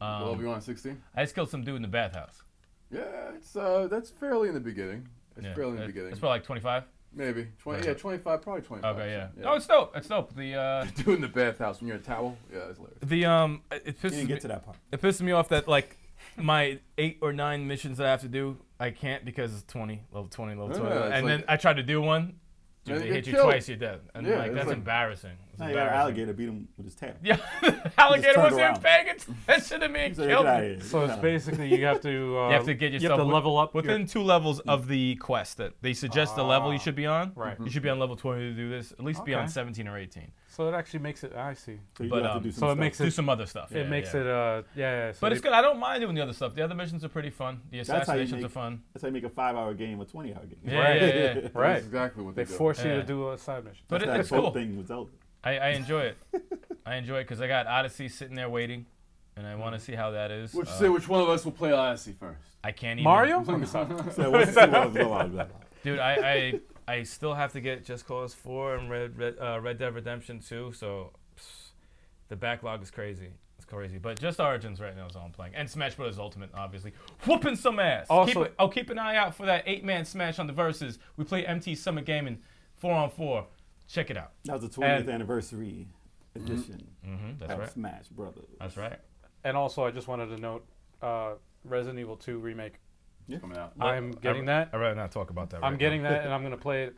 [SPEAKER 1] well, we on 16?
[SPEAKER 4] I just killed some dude in the bathhouse.
[SPEAKER 1] Yeah, it's, uh, that's fairly in the beginning. It's
[SPEAKER 4] Yeah,
[SPEAKER 1] fairly in
[SPEAKER 4] that-
[SPEAKER 1] the beginning.
[SPEAKER 4] That's probably like 25.
[SPEAKER 1] Maybe. 20, yeah, 25, probably 25.
[SPEAKER 4] Okay, yeah.
[SPEAKER 1] yeah.
[SPEAKER 4] No, it's dope. It's dope. The uh,
[SPEAKER 1] Doing the bathhouse when you're a towel. Yeah, that's hilarious.
[SPEAKER 4] the um, it
[SPEAKER 2] You
[SPEAKER 4] pisses
[SPEAKER 2] didn't
[SPEAKER 4] me,
[SPEAKER 2] get to that part.
[SPEAKER 4] it pisses me off that like my eight or nine missions that I have to do, I can't because it's 20, level 20, level 20,
[SPEAKER 1] Yeah, it's
[SPEAKER 4] and then
[SPEAKER 1] like-
[SPEAKER 4] I try to do one, dude,
[SPEAKER 1] And
[SPEAKER 4] they
[SPEAKER 1] you
[SPEAKER 4] hit
[SPEAKER 1] get
[SPEAKER 4] you
[SPEAKER 1] killed.
[SPEAKER 4] twice, you're dead, and
[SPEAKER 1] Yeah,
[SPEAKER 4] like
[SPEAKER 1] it's
[SPEAKER 4] that's
[SPEAKER 1] like-
[SPEAKER 4] embarrassing. It's
[SPEAKER 2] Now you got an
[SPEAKER 4] embarrassing.
[SPEAKER 2] alligator beat him with his tail.
[SPEAKER 4] Yeah, alligator
[SPEAKER 2] turned
[SPEAKER 4] wasn't
[SPEAKER 2] around.
[SPEAKER 4] paying attention to me and
[SPEAKER 2] So
[SPEAKER 4] killed
[SPEAKER 2] get out of
[SPEAKER 4] me.
[SPEAKER 2] here.
[SPEAKER 5] So it's basically you have to uh,
[SPEAKER 4] You have to get yourself
[SPEAKER 5] to
[SPEAKER 4] wi-
[SPEAKER 5] level up your-
[SPEAKER 4] within two levels of the quest that they suggest the level you should be on.
[SPEAKER 5] Right.
[SPEAKER 4] You should be on level 20 to do this. At least be on
[SPEAKER 5] Okay.
[SPEAKER 4] 17 or 18.
[SPEAKER 5] So it actually makes it. I see.
[SPEAKER 2] So you
[SPEAKER 4] But,
[SPEAKER 2] do have
[SPEAKER 4] um,
[SPEAKER 2] to do some
[SPEAKER 5] so it
[SPEAKER 2] stuff.
[SPEAKER 5] makes
[SPEAKER 4] Do
[SPEAKER 5] it-
[SPEAKER 4] some other stuff.
[SPEAKER 5] It
[SPEAKER 4] Yeah,
[SPEAKER 5] makes
[SPEAKER 4] yeah.
[SPEAKER 5] it. Uh, yeah. yeah so
[SPEAKER 4] But
[SPEAKER 5] they-
[SPEAKER 4] it's good. I don't mind doing the other stuff. The other missions are pretty fun. The
[SPEAKER 2] how you
[SPEAKER 4] assassinations
[SPEAKER 2] make-
[SPEAKER 4] are fun.
[SPEAKER 2] That's how you make a five hour game a 20 hour game.
[SPEAKER 4] Yeah, yeah, yeah.
[SPEAKER 5] Right.
[SPEAKER 1] That's exactly what
[SPEAKER 5] They
[SPEAKER 1] they,
[SPEAKER 5] force you
[SPEAKER 4] Yeah.
[SPEAKER 5] to do a side mission.
[SPEAKER 4] But it,
[SPEAKER 2] That
[SPEAKER 4] it's
[SPEAKER 2] boat
[SPEAKER 4] cool.
[SPEAKER 2] thing with Zelda.
[SPEAKER 4] I, I enjoy it. I enjoy it because I got Odyssey sitting there waiting, and I want to see how that is.
[SPEAKER 1] do. Which,
[SPEAKER 4] Uh,
[SPEAKER 1] say which one of us will play Odyssey first?
[SPEAKER 4] I can't even.
[SPEAKER 5] Mario?
[SPEAKER 2] So what's the world of Zelda? Blah, blah, blah.
[SPEAKER 4] Dude, I, I I still have to get Just Cause 4 and Red Red, uh, Red Dead Redemption 2, so pss, the backlog is crazy. It's crazy. But just Origins right now is all I'm playing, and Smash Brothers Ultimate, obviously, whooping some ass.
[SPEAKER 5] Also-
[SPEAKER 4] keep, I'll keep an eye out for that eight-man Smash on the verses. We play MT Summer Gaming four on four. Check it out.
[SPEAKER 2] That was the 20th
[SPEAKER 5] And-
[SPEAKER 2] anniversary edition
[SPEAKER 4] Mm-hmm, that's
[SPEAKER 2] of
[SPEAKER 4] right.
[SPEAKER 2] Smash Brothers.
[SPEAKER 4] That's right.
[SPEAKER 5] And also, I just wanted to note uh, Resident Evil 2 remake.
[SPEAKER 1] coming out.
[SPEAKER 5] I'm getting that.
[SPEAKER 4] I'd rather not talk about that.
[SPEAKER 5] I'm
[SPEAKER 4] right
[SPEAKER 5] getting that, and I'm gonna play it.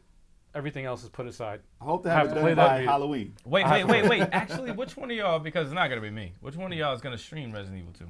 [SPEAKER 5] Everything else is put aside.
[SPEAKER 2] I hope that
[SPEAKER 5] Have
[SPEAKER 2] happens
[SPEAKER 5] to play
[SPEAKER 2] by
[SPEAKER 5] that game.
[SPEAKER 2] Halloween.
[SPEAKER 4] Now. Wait, wait, wait, wait. Actually, which one of y'all? Because it's not gonna be me. Which one of y'all is gonna stream Resident Evil 2?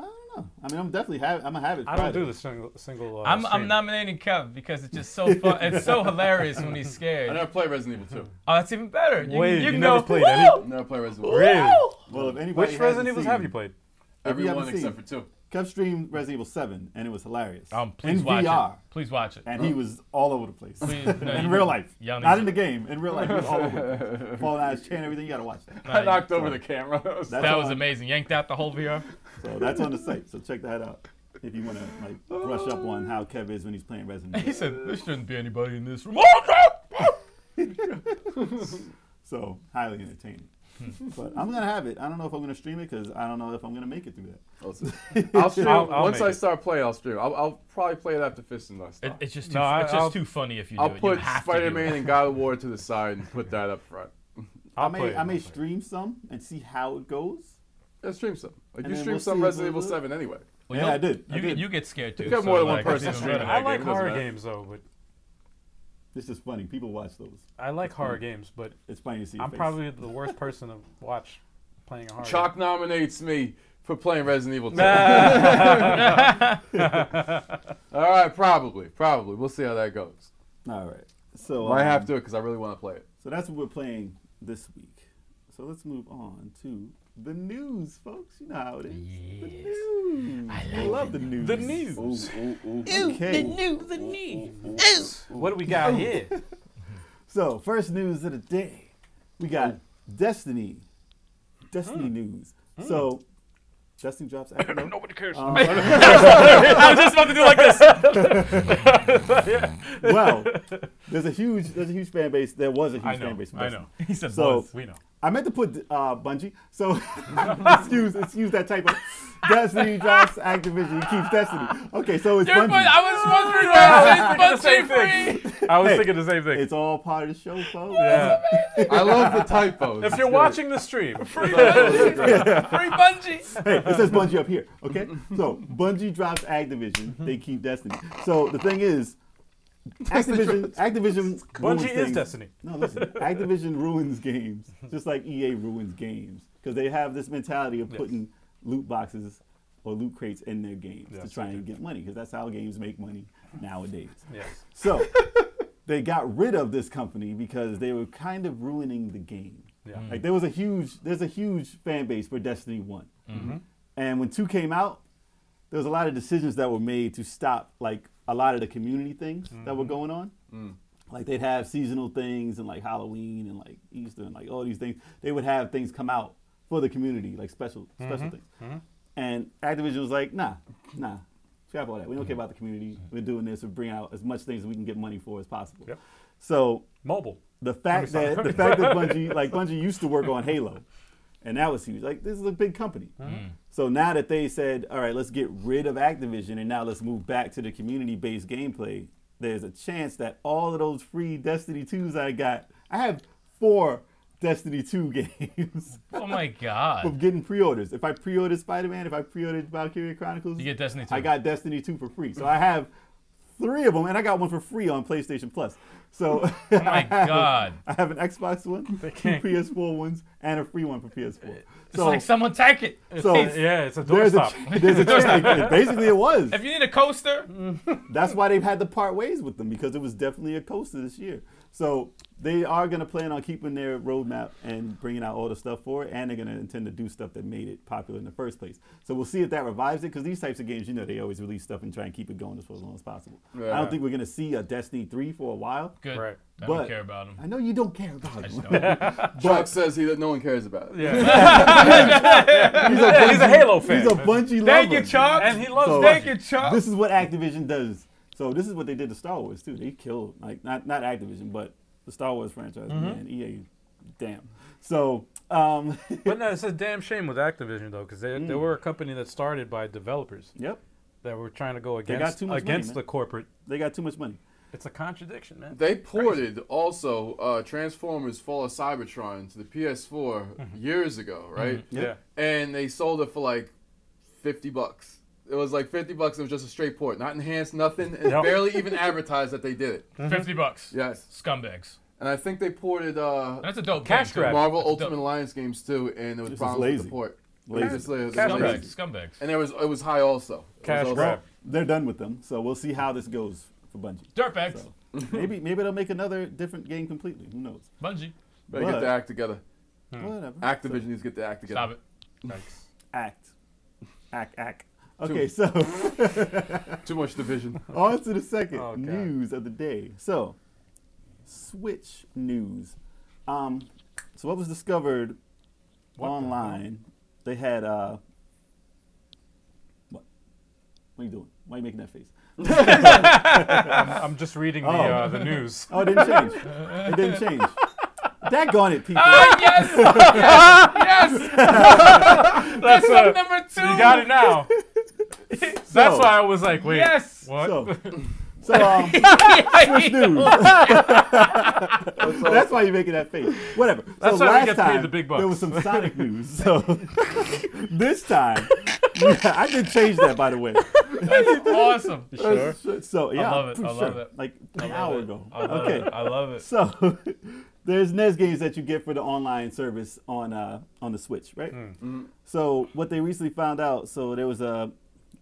[SPEAKER 2] I don't know. I mean, I'm definitely have. I'm gonna have it.
[SPEAKER 5] I
[SPEAKER 2] Friday.
[SPEAKER 5] don't do the single single. Uh,
[SPEAKER 4] I'm, I'm
[SPEAKER 5] stream.
[SPEAKER 4] nominating Kev because it's just so fun. it's so hilarious when he's
[SPEAKER 1] I
[SPEAKER 4] scared.
[SPEAKER 1] never played Resident Evil 2.
[SPEAKER 4] Oh, that's even better. You,
[SPEAKER 3] Wait,
[SPEAKER 4] you,
[SPEAKER 3] you
[SPEAKER 4] can
[SPEAKER 3] never
[SPEAKER 4] go,
[SPEAKER 3] played
[SPEAKER 4] "Woo!"
[SPEAKER 3] any?
[SPEAKER 1] Never played Resident Evil.
[SPEAKER 3] Really?
[SPEAKER 2] Well, if anybody
[SPEAKER 5] Which
[SPEAKER 2] hasn't
[SPEAKER 5] Resident Evils have
[SPEAKER 2] seen-
[SPEAKER 5] you played?
[SPEAKER 2] you
[SPEAKER 1] Everyone
[SPEAKER 2] haven't
[SPEAKER 1] except for
[SPEAKER 2] seen-
[SPEAKER 1] 2.
[SPEAKER 2] Kev streamed Resident Evil 7, and it was hilarious.
[SPEAKER 4] Um, please
[SPEAKER 2] in
[SPEAKER 4] watch
[SPEAKER 2] VR,
[SPEAKER 4] it. Please watch it.
[SPEAKER 2] and he was all over the place.
[SPEAKER 4] Please, no,
[SPEAKER 2] in
[SPEAKER 4] you-
[SPEAKER 2] real life,
[SPEAKER 4] y'all need
[SPEAKER 2] not
[SPEAKER 4] to-
[SPEAKER 2] in the game. In real life, he was all over. the place. Falling out of his chain, everything. You gotta watch that.
[SPEAKER 4] Nah,
[SPEAKER 1] I
[SPEAKER 4] you-
[SPEAKER 1] knocked over the camera. That was-
[SPEAKER 2] That's
[SPEAKER 4] That
[SPEAKER 2] all
[SPEAKER 4] was
[SPEAKER 2] I-
[SPEAKER 4] amazing. Yanked out the whole VR.
[SPEAKER 2] So that's on the site. So check that out if you wanna like brush up on how Kev is when he's playing Resident
[SPEAKER 4] He
[SPEAKER 2] Evil.
[SPEAKER 4] said, "There shouldn't be anybody in this room." Oh, no!
[SPEAKER 2] So highly entertaining. but I'm gonna have it. I don't know if I'm gonna stream it because I don't know if I'm gonna make it through that.
[SPEAKER 1] I'll stream.
[SPEAKER 5] I'll- I'll
[SPEAKER 1] once
[SPEAKER 5] make
[SPEAKER 1] I
[SPEAKER 5] it.
[SPEAKER 1] start playing, I'll stream. I'll, I'll probably play it after Fist and Lust.
[SPEAKER 4] It, it's just too,
[SPEAKER 5] No, I-
[SPEAKER 4] it's just
[SPEAKER 5] I'll-
[SPEAKER 4] too funny if you do
[SPEAKER 1] I'll
[SPEAKER 4] it. You
[SPEAKER 1] put
[SPEAKER 4] have to do
[SPEAKER 1] Spider Man
[SPEAKER 4] it.
[SPEAKER 1] and God of War to the side and put that up front.
[SPEAKER 5] I'll
[SPEAKER 2] I may
[SPEAKER 5] play it.
[SPEAKER 2] I may stream some and see how it goes.
[SPEAKER 1] Yeah, stream some. Like
[SPEAKER 2] And
[SPEAKER 1] you
[SPEAKER 2] then
[SPEAKER 1] stream
[SPEAKER 2] we'll
[SPEAKER 1] some
[SPEAKER 2] see.
[SPEAKER 1] Resident Evil
[SPEAKER 2] We'll-
[SPEAKER 1] Seven anyway.
[SPEAKER 4] Well,
[SPEAKER 2] Yeah,
[SPEAKER 4] you'll-
[SPEAKER 2] I did. I
[SPEAKER 4] You,
[SPEAKER 2] did.
[SPEAKER 4] you get scared too.
[SPEAKER 1] You got
[SPEAKER 4] so,
[SPEAKER 1] more than one
[SPEAKER 4] like,
[SPEAKER 1] person
[SPEAKER 4] it's even
[SPEAKER 1] streaming.
[SPEAKER 4] better.
[SPEAKER 5] I
[SPEAKER 1] That
[SPEAKER 5] like
[SPEAKER 1] game, it doesn't
[SPEAKER 5] horror
[SPEAKER 1] matter.
[SPEAKER 5] games though, but
[SPEAKER 2] This is funny. People watch those.
[SPEAKER 5] I like horror games, but
[SPEAKER 2] It's funny to see. Hmm. your
[SPEAKER 5] I'm
[SPEAKER 2] face.
[SPEAKER 5] probably the worst person to watch playing a horror.
[SPEAKER 1] Chalk nominates me for playing Resident Evil Two. All right, probably, probably. We'll see how that goes.
[SPEAKER 2] all right. So
[SPEAKER 1] Might
[SPEAKER 2] um,
[SPEAKER 1] have to because I really want to play it.
[SPEAKER 2] So that's what we're playing this week. So let's move on to the news, folks. You know how it is. The news. I, love the news.
[SPEAKER 5] The news.
[SPEAKER 2] Okay.
[SPEAKER 5] game. What do we
[SPEAKER 4] Oh.
[SPEAKER 5] got here?
[SPEAKER 2] So first news of the day, we
[SPEAKER 4] Oh.
[SPEAKER 2] got Destiny. Destiny news.
[SPEAKER 4] Hmm.
[SPEAKER 2] So Destiny drops. Um, Nobody cares.
[SPEAKER 4] I was just about to do like this.
[SPEAKER 2] well, there's a huge, there's a huge fan base. There was a huge fan base. for
[SPEAKER 4] I
[SPEAKER 2] Destiny.
[SPEAKER 4] know. He said,
[SPEAKER 2] So-
[SPEAKER 4] "Buzz." We know.
[SPEAKER 2] I meant to put uh, Bungie, so excuse excuse that typo. Destiny drops Activision keeps Destiny. Okay, so it's
[SPEAKER 4] But
[SPEAKER 2] Bungie.
[SPEAKER 4] I was wondering why
[SPEAKER 5] I
[SPEAKER 4] I
[SPEAKER 5] was
[SPEAKER 4] said
[SPEAKER 5] thinking the
[SPEAKER 4] Bungie free.
[SPEAKER 5] I was
[SPEAKER 2] Hey,
[SPEAKER 5] thinking the same thing.
[SPEAKER 2] It's all part of the show, folks.
[SPEAKER 5] yeah.
[SPEAKER 1] I love the typos.
[SPEAKER 5] If you're watching the stream,
[SPEAKER 4] Free Bungie.
[SPEAKER 2] Hey, it says Bungie up here. Okay, so Bungie drops Activision.
[SPEAKER 5] Mm-hmm.
[SPEAKER 2] They keep Destiny. So the thing is, Activision, Activision, ruins
[SPEAKER 5] Bungie is
[SPEAKER 2] things.
[SPEAKER 5] Destiny.
[SPEAKER 2] No, listen. Activision ruins games, just like EA ruins games, because they have this mentality of putting loot boxes or loot crates in their games to try and get money, because that's how games make money nowadays.
[SPEAKER 5] Yes.
[SPEAKER 2] So they got rid of this company because they were kind of ruining the game.
[SPEAKER 5] Yeah.
[SPEAKER 2] Like there was a huge, there's a huge fan base for Destiny One, and when two came out, there was a lot of decisions that were made to stop like a lot of the community things that were going on. Like they'd have seasonal things and like Halloween and like Easter and like all these things. They would have things come out for the community, like special special things. And Activision was like, nah, nah, scrap all that. We don't
[SPEAKER 5] Mm-hmm.
[SPEAKER 2] care about the community. We're doing this. We're bringing out as much things as we can get money for as possible.
[SPEAKER 5] Yep.
[SPEAKER 2] So
[SPEAKER 5] Mobile.
[SPEAKER 2] the fact
[SPEAKER 5] Let me
[SPEAKER 2] that the fact that Bungie like Bungie used to work on Halo, and that was huge. Like this is a big company.
[SPEAKER 5] Mm-hmm.
[SPEAKER 2] Mm-hmm. So now that they said, all right, let's get rid of Activision and now let's move back to the community-based gameplay. There's a chance that all of those free Destiny twos I got, I have four Destiny two games
[SPEAKER 4] Oh my
[SPEAKER 2] of
[SPEAKER 4] God.
[SPEAKER 2] getting pre-orders. If I pre-ordered Spider-Man, if I pre-ordered Valkyria Chronicles,
[SPEAKER 4] You get Destiny 2.
[SPEAKER 2] I got Destiny 2 for free. So I have three of them, and I got one for free on PlayStation Plus. So oh
[SPEAKER 4] my God.
[SPEAKER 2] I have an Xbox one, two PS4 ones, and a free one for PS4.
[SPEAKER 4] It's
[SPEAKER 2] So,
[SPEAKER 4] like someone take it.
[SPEAKER 2] so
[SPEAKER 5] Yeah, it's a
[SPEAKER 2] there's a
[SPEAKER 5] doorstop.
[SPEAKER 2] ch- there's a chance. Basically, it was.
[SPEAKER 4] If you need a coaster,
[SPEAKER 2] That's why they've had to part ways with them because it was definitely a coaster this year. So they are going to plan on keeping their roadmap and bringing out all the stuff for it, and they're going to intend to do stuff that made it popular in the first place. So we'll see if that revives it because these types of games, you know, they always release stuff and try and keep it going as for as long as possible. I
[SPEAKER 1] Yeah.
[SPEAKER 2] don't think we're going to see a Destiny 3 for a while.
[SPEAKER 4] good.
[SPEAKER 5] Right.
[SPEAKER 4] I
[SPEAKER 2] But-
[SPEAKER 4] don't care about him.
[SPEAKER 2] I know you don't care about it.
[SPEAKER 4] just don't.
[SPEAKER 1] Chalk says he that no one cares about it.
[SPEAKER 5] Yeah.
[SPEAKER 2] He's a, Bungie,
[SPEAKER 5] He's a Halo fan.
[SPEAKER 2] he's a Bungie lover.
[SPEAKER 4] Thank you, Chuck.
[SPEAKER 5] and he loves
[SPEAKER 2] So-
[SPEAKER 4] Thank you, Chuck.
[SPEAKER 2] This is what Activision does. So this is what they did to Star Wars too. They killed like not not Activision, but the Star Wars franchise. Man, EA, damn. E So Um,
[SPEAKER 5] but no, it's a damn shame with Activision though, because they,
[SPEAKER 2] Mm.
[SPEAKER 5] they were a company that started by developers
[SPEAKER 2] yep,
[SPEAKER 5] that were trying to go
[SPEAKER 2] got
[SPEAKER 5] against
[SPEAKER 2] too much money,
[SPEAKER 5] against
[SPEAKER 2] man.
[SPEAKER 5] the corporate.
[SPEAKER 2] they got too much money.
[SPEAKER 5] It's a contradiction, man.
[SPEAKER 1] They ported also uh, Transformers Fall of Cybertron to the PS4
[SPEAKER 5] Mm-hmm.
[SPEAKER 1] years ago, right?
[SPEAKER 5] Yeah.
[SPEAKER 1] And they sold it for like 50 bucks. It was like 50 bucks. It was just a straight port, not enhanced, nothing. and
[SPEAKER 5] Yep.
[SPEAKER 1] barely even advertised that they did it.
[SPEAKER 4] Fifty bucks.
[SPEAKER 1] Yes.
[SPEAKER 4] Scumbags.
[SPEAKER 1] And I think they ported uh,
[SPEAKER 4] That's a dope.
[SPEAKER 5] Cash
[SPEAKER 4] game, too.
[SPEAKER 5] grab.
[SPEAKER 1] Marvel
[SPEAKER 4] That's
[SPEAKER 1] Ultimate
[SPEAKER 4] dope.
[SPEAKER 1] Alliance games too, and there was
[SPEAKER 2] This is
[SPEAKER 1] problems with
[SPEAKER 2] lazy.
[SPEAKER 1] the port.
[SPEAKER 2] Lazy.
[SPEAKER 1] Just lazy. It was
[SPEAKER 5] Cash grab.
[SPEAKER 1] lazy.
[SPEAKER 4] Scumbags. Scumbags.
[SPEAKER 1] And there was it was high also. It was
[SPEAKER 5] Cash
[SPEAKER 1] also-
[SPEAKER 5] grab.
[SPEAKER 2] They're done with them, so we'll see how this goes for Bungie.
[SPEAKER 4] Dirtbags.
[SPEAKER 2] So, maybe maybe they'll make another different game completely. Who knows?
[SPEAKER 4] Bungie.
[SPEAKER 1] Better get
[SPEAKER 2] But-
[SPEAKER 1] the act together.
[SPEAKER 2] Whatever.
[SPEAKER 1] Activision needs to get the act together.
[SPEAKER 4] Stop it.
[SPEAKER 2] Act. Act. Act. Okay, so
[SPEAKER 1] Too much division.
[SPEAKER 2] on to the second
[SPEAKER 5] Oh, God.
[SPEAKER 2] news of the day. So, Switch news. Um, so what was discovered online? they had uh, what? What are you doing? Why are you making that face?
[SPEAKER 5] I'm just reading the
[SPEAKER 2] Oh.
[SPEAKER 5] uh, the news.
[SPEAKER 2] Oh, it didn't change. it didn't change. Daggone it, people.
[SPEAKER 4] Ah! yes! Yes! Yes!
[SPEAKER 5] That's uh,
[SPEAKER 4] number two!
[SPEAKER 5] you got it now. That's
[SPEAKER 2] So-
[SPEAKER 5] why I was like, wait,
[SPEAKER 4] Yes!
[SPEAKER 5] what?
[SPEAKER 2] So, so um, Switch news. That's why you're making that face. Whatever.
[SPEAKER 5] That's
[SPEAKER 2] so
[SPEAKER 5] why we
[SPEAKER 2] last
[SPEAKER 5] get paid
[SPEAKER 2] time,
[SPEAKER 5] the big
[SPEAKER 2] There was
[SPEAKER 5] bucks.
[SPEAKER 2] some Sonic news. So this time, I did change that by the way.
[SPEAKER 4] That's awesome.
[SPEAKER 5] Sure.
[SPEAKER 2] So yeah,
[SPEAKER 4] love it.
[SPEAKER 2] for
[SPEAKER 4] I love
[SPEAKER 2] sure.
[SPEAKER 4] it.
[SPEAKER 2] Like
[SPEAKER 4] I
[SPEAKER 2] an
[SPEAKER 4] love
[SPEAKER 2] hour
[SPEAKER 4] it.
[SPEAKER 2] ago.
[SPEAKER 4] I love
[SPEAKER 2] okay.
[SPEAKER 4] it. I love it.
[SPEAKER 2] So there's NES games that you get for the online service on uh, on the Switch, right?
[SPEAKER 4] Hmm.
[SPEAKER 2] So what they recently found out, so there was a,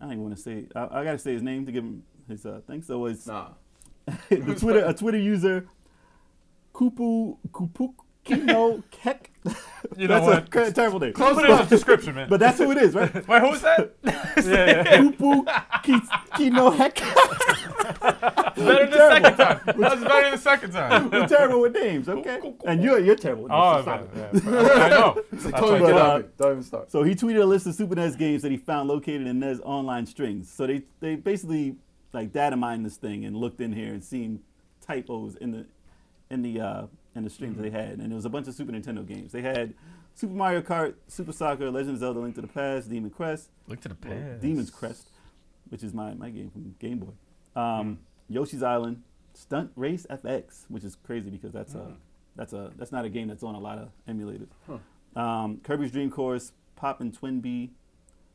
[SPEAKER 2] I don't even want to say, I, I gotta say his name to give him his uh, thing. So it's
[SPEAKER 1] Nah.
[SPEAKER 2] the Twitter a Twitter user, Kupu Kupukino Kek.
[SPEAKER 5] You know
[SPEAKER 2] that's a
[SPEAKER 5] what?
[SPEAKER 2] cr- terrible name.
[SPEAKER 5] Put it in the description, man.
[SPEAKER 2] But that's who it is, right?
[SPEAKER 4] Wait, who was that?
[SPEAKER 5] yeah, yeah, yeah.
[SPEAKER 2] Kupu Kino Hek.
[SPEAKER 4] better than the second time. That was better than the second time.
[SPEAKER 2] We're terrible with names, okay? And you're you're terrible. With names,
[SPEAKER 5] Oh,
[SPEAKER 2] so stop
[SPEAKER 5] man,
[SPEAKER 2] it.
[SPEAKER 5] yeah. I know.
[SPEAKER 1] Don't even
[SPEAKER 2] But,
[SPEAKER 1] get
[SPEAKER 2] uh,
[SPEAKER 1] up. Don't even start.
[SPEAKER 2] So he tweeted a list of Super NES games that he found located in NES online strings. So they, they basically like data mined this thing and looked in here and seen typos in the in the uh, in the streams they had. And it was a bunch of Super Nintendo games. They had Super Mario Kart, Super Soccer, Legend of Zelda: Link to the Past, Demon Crest,
[SPEAKER 4] Look to the
[SPEAKER 2] or Demon's Crest, which is my my game from Game Boy. Um, Yoshi's Island, Stunt Race FX, which is crazy because that's a that's a that's not a game that's on a lot of emulators. Um, Kirby's Dream Course, Pop and Twin B,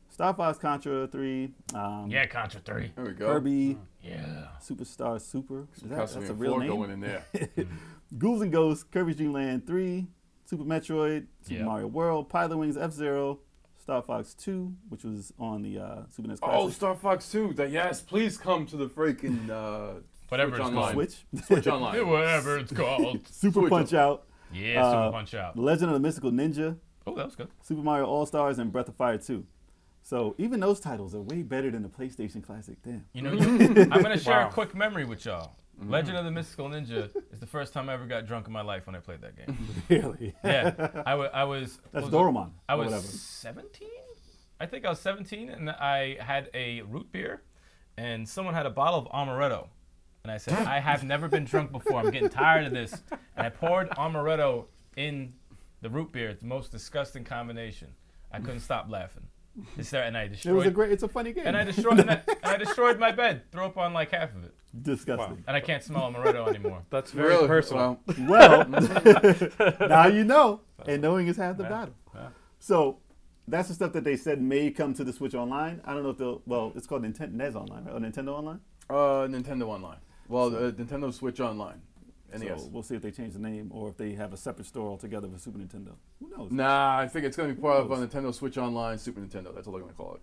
[SPEAKER 2] Star Fox Contra Three, um,
[SPEAKER 4] Yeah, Contra 3.
[SPEAKER 1] There we go.
[SPEAKER 2] Kirby
[SPEAKER 4] Yeah.
[SPEAKER 2] Superstar Super. Is that,
[SPEAKER 1] Castlevania
[SPEAKER 2] that's a real
[SPEAKER 1] 4
[SPEAKER 2] name.
[SPEAKER 1] going in there.
[SPEAKER 2] Ghouls and Ghosts, Kirby's Dream Land 3, Super Metroid, Super
[SPEAKER 4] Yep.
[SPEAKER 2] Mario World, Pilot Wings F Zero, Star Fox 2, which was on the uh, Super NES
[SPEAKER 1] Oh,
[SPEAKER 2] Classic
[SPEAKER 1] Star Fox 2. That, yes, please come to the freaking uh,
[SPEAKER 4] Whatever
[SPEAKER 1] Switch
[SPEAKER 4] it's
[SPEAKER 1] Online.
[SPEAKER 4] called.
[SPEAKER 2] Switch,
[SPEAKER 1] Switch Online.
[SPEAKER 4] Yeah, Whatever it's called.
[SPEAKER 2] Super
[SPEAKER 1] Switch
[SPEAKER 2] Punch Out,
[SPEAKER 4] Yeah,
[SPEAKER 2] Uh,
[SPEAKER 4] Super Punch Out.
[SPEAKER 2] The Legend of the Mystical Ninja,
[SPEAKER 4] Oh, that was good.
[SPEAKER 2] Super Mario All Stars, and Breath of Fire 2. So even those titles are way better than the PlayStation Classic. Damn.
[SPEAKER 4] You know, I'm gonna share
[SPEAKER 5] Wow.
[SPEAKER 4] a quick memory with y'all. Legend of the Mystical Ninja is the first time I ever got drunk in my life when I played that game.
[SPEAKER 2] Really?
[SPEAKER 4] Yeah, I wa- I was.
[SPEAKER 2] That's
[SPEAKER 4] was it?
[SPEAKER 2] Doromon.
[SPEAKER 4] I
[SPEAKER 2] or
[SPEAKER 4] was
[SPEAKER 2] whatever.
[SPEAKER 4] 17. I think I was 17, and I had a root beer, and someone had a bottle of amaretto, and I said, "I have never been drunk before. I'm getting tired of this." And I poured amaretto in the root beer. It's the most disgusting combination. I couldn't stop laughing. It's there, and I
[SPEAKER 2] It was
[SPEAKER 4] destroyed.
[SPEAKER 2] a great. It's a funny game.
[SPEAKER 4] and I destroyed. and, I, and I destroyed my bed. Threw up on like half of it,
[SPEAKER 2] Disgusting.
[SPEAKER 4] and I can't smell amaretto anymore.
[SPEAKER 5] That's very
[SPEAKER 1] Really?
[SPEAKER 5] personal.
[SPEAKER 1] Well,
[SPEAKER 2] Well, now you know, and knowing is half the battle. So that's the stuff that they said may come to the Switch Online. I don't know if they'll. Well, it's called Nintendo NES Online, right? Or Nintendo Online.
[SPEAKER 1] uh, Nintendo Online. Well, uh, Nintendo Switch Online.
[SPEAKER 4] E
[SPEAKER 1] E NES.
[SPEAKER 2] So we'll see if they change the name or if they have a separate store altogether for Super Nintendo. Who knows?
[SPEAKER 1] Nah, I think it's going to be part of a
[SPEAKER 2] knows?
[SPEAKER 1] Nintendo Switch Online, Super Nintendo. That's all they're going to call it.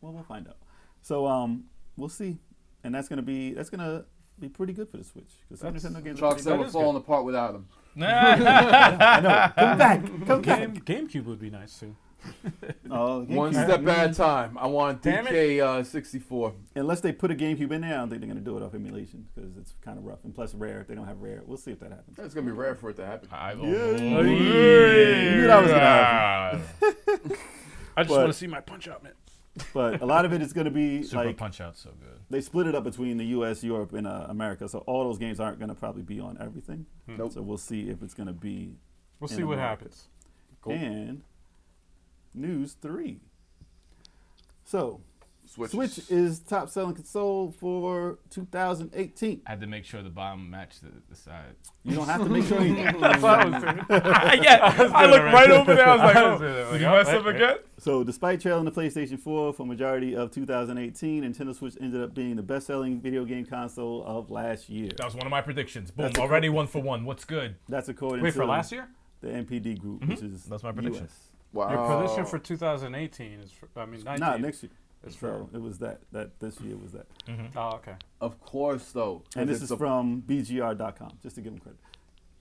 [SPEAKER 2] Well, we'll find out. So um, we'll see, and that's gonna be that's gonna be pretty good for the Switch because Super Nintendo games. Are
[SPEAKER 1] Chalk
[SPEAKER 2] pretty
[SPEAKER 1] said we're
[SPEAKER 2] good.
[SPEAKER 1] falling apart without them.
[SPEAKER 2] I know. Come back. Come back.
[SPEAKER 5] Game, GameCube would be nice too.
[SPEAKER 2] Oh,
[SPEAKER 1] One
[SPEAKER 2] GameCube.
[SPEAKER 1] step at a time. I want
[SPEAKER 5] Damn it.
[SPEAKER 1] DK uh, 64.
[SPEAKER 2] Unless they put a GameCube in there, I don't think they're gonna do it off emulation because it's kind of rough. And plus, rare. If they don't have rare, we'll see if that happens.
[SPEAKER 1] It's going to be rare for it to happen.
[SPEAKER 4] I
[SPEAKER 2] knew that was gonna
[SPEAKER 5] I
[SPEAKER 2] But-
[SPEAKER 5] just want to see my punch out, man.
[SPEAKER 2] But a lot of it is gonna be
[SPEAKER 4] Super
[SPEAKER 2] like
[SPEAKER 4] Punch Out's so good.
[SPEAKER 2] they split it up between the U.S., Europe, and uh, America. So all those games
[SPEAKER 1] Hmm.
[SPEAKER 2] aren't gonna probably be on everything.
[SPEAKER 1] Nope.
[SPEAKER 2] So we'll see if it's gonna be
[SPEAKER 5] We'll
[SPEAKER 2] In
[SPEAKER 5] see what
[SPEAKER 2] America.
[SPEAKER 5] happens.
[SPEAKER 2] and News 3. So,
[SPEAKER 1] Switch.
[SPEAKER 2] Switch is top selling console for 2018.
[SPEAKER 4] I had to make sure the bottom matched the, the side.
[SPEAKER 2] You don't have to make sure anything.
[SPEAKER 4] yeah, I looked right over there. I was like, oh, did you mess up again?
[SPEAKER 2] So, despite trailing the PlayStation 4 for majority of 2018, Nintendo Switch ended up being the best-selling video game console of last year.
[SPEAKER 4] That was one of my predictions. Boom, already one for one. What's good?
[SPEAKER 2] That's according
[SPEAKER 5] Wait
[SPEAKER 2] to
[SPEAKER 5] for last year?
[SPEAKER 2] the NPD group, which is
[SPEAKER 4] That's my prediction.
[SPEAKER 2] US.
[SPEAKER 1] Wow.
[SPEAKER 5] Your prediction for 2018 is, for, I mean, 19.
[SPEAKER 2] Uh, Nah, next year.
[SPEAKER 5] It's
[SPEAKER 2] So it was that. That this year was that.
[SPEAKER 5] Oh, okay.
[SPEAKER 1] Of course, though.
[SPEAKER 2] And
[SPEAKER 1] 'cause
[SPEAKER 2] this
[SPEAKER 1] it's
[SPEAKER 2] is
[SPEAKER 1] a-
[SPEAKER 2] from BGR.com, just to give them credit.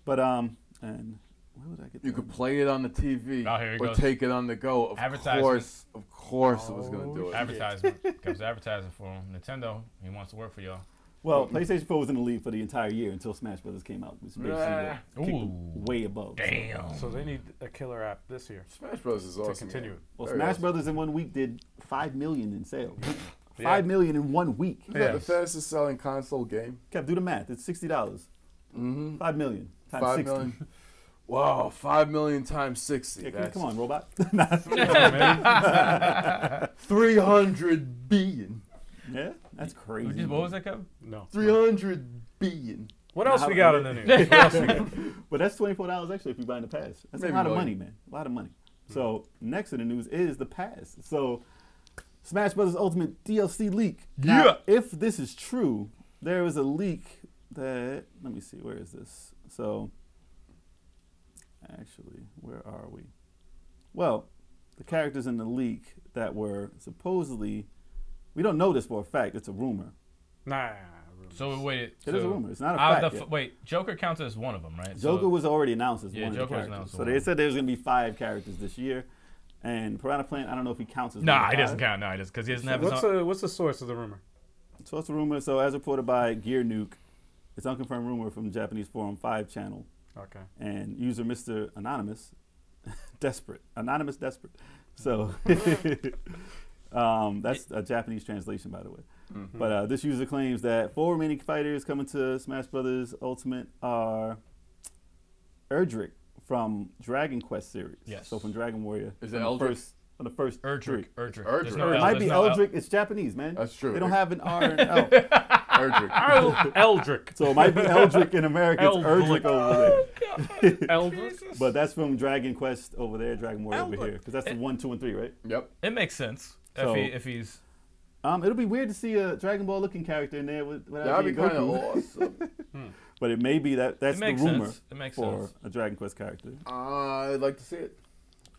[SPEAKER 2] But um, and where would I get?
[SPEAKER 1] You
[SPEAKER 2] that?
[SPEAKER 1] could play it on the TV
[SPEAKER 4] Oh, here he
[SPEAKER 1] or
[SPEAKER 4] goes.
[SPEAKER 1] take it on the go. Of
[SPEAKER 4] Advertising.
[SPEAKER 1] course, of course, it was gonna
[SPEAKER 2] Oh,
[SPEAKER 1] do it.
[SPEAKER 4] Advertisement comes advertising for him. Nintendo, he wants to work for y'all.
[SPEAKER 2] Well, PlayStation 4 was in the lead for the entire year until Smash Brothers came out, which basically
[SPEAKER 1] Ah.
[SPEAKER 2] what kicked them
[SPEAKER 4] Ooh.
[SPEAKER 2] way above. So-
[SPEAKER 4] Damn.
[SPEAKER 5] So they need a killer app this year
[SPEAKER 1] Smash Bros is
[SPEAKER 5] to
[SPEAKER 1] awesome.
[SPEAKER 5] continue
[SPEAKER 1] man.
[SPEAKER 5] it.
[SPEAKER 2] Well,
[SPEAKER 1] Very
[SPEAKER 2] Smash
[SPEAKER 1] awesome.
[SPEAKER 2] Brothers in one week did five million in sales.
[SPEAKER 5] Yeah.
[SPEAKER 2] Five million in one week.
[SPEAKER 1] Isn't that the
[SPEAKER 4] Yes.
[SPEAKER 1] fastest selling console game?
[SPEAKER 2] Kev, do the math. It's sixty dollars.
[SPEAKER 1] Mm-hmm.
[SPEAKER 2] Five million times
[SPEAKER 1] Five
[SPEAKER 2] sixty.
[SPEAKER 1] million. Wow, five million times sixty.
[SPEAKER 2] Yeah, come-
[SPEAKER 1] that's
[SPEAKER 2] come on, robot. Nah,
[SPEAKER 1] Three hundred billion.
[SPEAKER 2] yeah, that's crazy.
[SPEAKER 4] Who just- What was that, Kev?
[SPEAKER 5] No.
[SPEAKER 1] Three hundred billion.
[SPEAKER 5] What
[SPEAKER 2] Nah,
[SPEAKER 5] else we
[SPEAKER 2] how-
[SPEAKER 5] got in the news? What else we got?
[SPEAKER 2] But that's twenty four dollars actually if you buy in the pass. That's
[SPEAKER 1] Maybe
[SPEAKER 2] a lot of
[SPEAKER 1] more.
[SPEAKER 2] money, man. A lot of money.
[SPEAKER 4] Hmm.
[SPEAKER 2] So next in the news is the pass. So Smash Brothers Ultimate DLC leak. Now,
[SPEAKER 4] Yeah.
[SPEAKER 2] if this is true, there was a leak that let me see, where is this? So actually, where are we? Well, the characters in the leak that were supposedly we don't know this for a fact, it's a rumor.
[SPEAKER 5] Nah.
[SPEAKER 4] So wait.
[SPEAKER 2] It
[SPEAKER 4] so
[SPEAKER 2] is a rumor, it's not a
[SPEAKER 4] out of
[SPEAKER 2] fact
[SPEAKER 4] the
[SPEAKER 2] yet.
[SPEAKER 4] f- wait, Joker counts as one of them, right? So-
[SPEAKER 2] Joker was already announced as
[SPEAKER 4] Yeah,
[SPEAKER 2] one
[SPEAKER 4] Joker
[SPEAKER 2] of the
[SPEAKER 4] was
[SPEAKER 2] characters.
[SPEAKER 4] announced as
[SPEAKER 2] So
[SPEAKER 4] one.
[SPEAKER 2] they said there's gonna be five characters this year, and Piranha Plant. I don't know if he counts as. one
[SPEAKER 4] Nah,
[SPEAKER 2] of
[SPEAKER 4] he doesn't
[SPEAKER 2] five.
[SPEAKER 4] count. No, he doesn't because he doesn't have his
[SPEAKER 5] What's
[SPEAKER 4] own.
[SPEAKER 5] the, what's the source of the rumor?
[SPEAKER 2] So it's a rumor. So as reported by Gear Nuke, it's unconfirmed rumor from the Japanese forum Five Channel
[SPEAKER 5] Okay.
[SPEAKER 2] and user Mr. Anonymous, desperate anonymous desperate. So um, that's a Japanese translation, by the way. But uh, this user claims that four remaining fighters coming to Smash Brothers Ultimate are Erdrick from Dragon Quest series.
[SPEAKER 4] Yes.
[SPEAKER 2] So from Dragon Warrior.
[SPEAKER 1] Is
[SPEAKER 2] from the
[SPEAKER 1] it Eldrick?
[SPEAKER 2] First, from the first three.
[SPEAKER 4] Erdrick. Erdrick.
[SPEAKER 1] Erdrick.
[SPEAKER 4] There's
[SPEAKER 1] Or
[SPEAKER 4] no
[SPEAKER 2] Or it
[SPEAKER 4] L,
[SPEAKER 2] might
[SPEAKER 4] there's
[SPEAKER 2] be
[SPEAKER 4] no L.
[SPEAKER 2] Eldrick. It's Japanese, man.
[SPEAKER 1] That's true.
[SPEAKER 2] They don't have an R and an L.
[SPEAKER 1] Erdrick.
[SPEAKER 5] Eldrick.
[SPEAKER 2] So it might be Eldrick in America. It's
[SPEAKER 5] Eldrick.
[SPEAKER 2] Erdrick over there.
[SPEAKER 5] Eldrick?
[SPEAKER 2] But that's from Dragon Quest over there, Dragon Warrior over
[SPEAKER 4] Eldrick.
[SPEAKER 2] here. Because
[SPEAKER 4] Eh.
[SPEAKER 2] that's the one, two, and three, right?
[SPEAKER 1] yep.
[SPEAKER 4] It makes sense
[SPEAKER 2] So-
[SPEAKER 4] if, he, if he's.
[SPEAKER 2] Um, it'll be weird to see a Dragon Ball looking character in there with, without
[SPEAKER 1] That'd be
[SPEAKER 2] being
[SPEAKER 1] kind of
[SPEAKER 2] Goku.
[SPEAKER 1] awesome.
[SPEAKER 2] But it may be that that's
[SPEAKER 4] It
[SPEAKER 2] the
[SPEAKER 4] makes
[SPEAKER 2] rumor
[SPEAKER 4] sense. It makes
[SPEAKER 2] for
[SPEAKER 4] sense.
[SPEAKER 2] a Dragon Quest character.
[SPEAKER 1] I'd like to see it.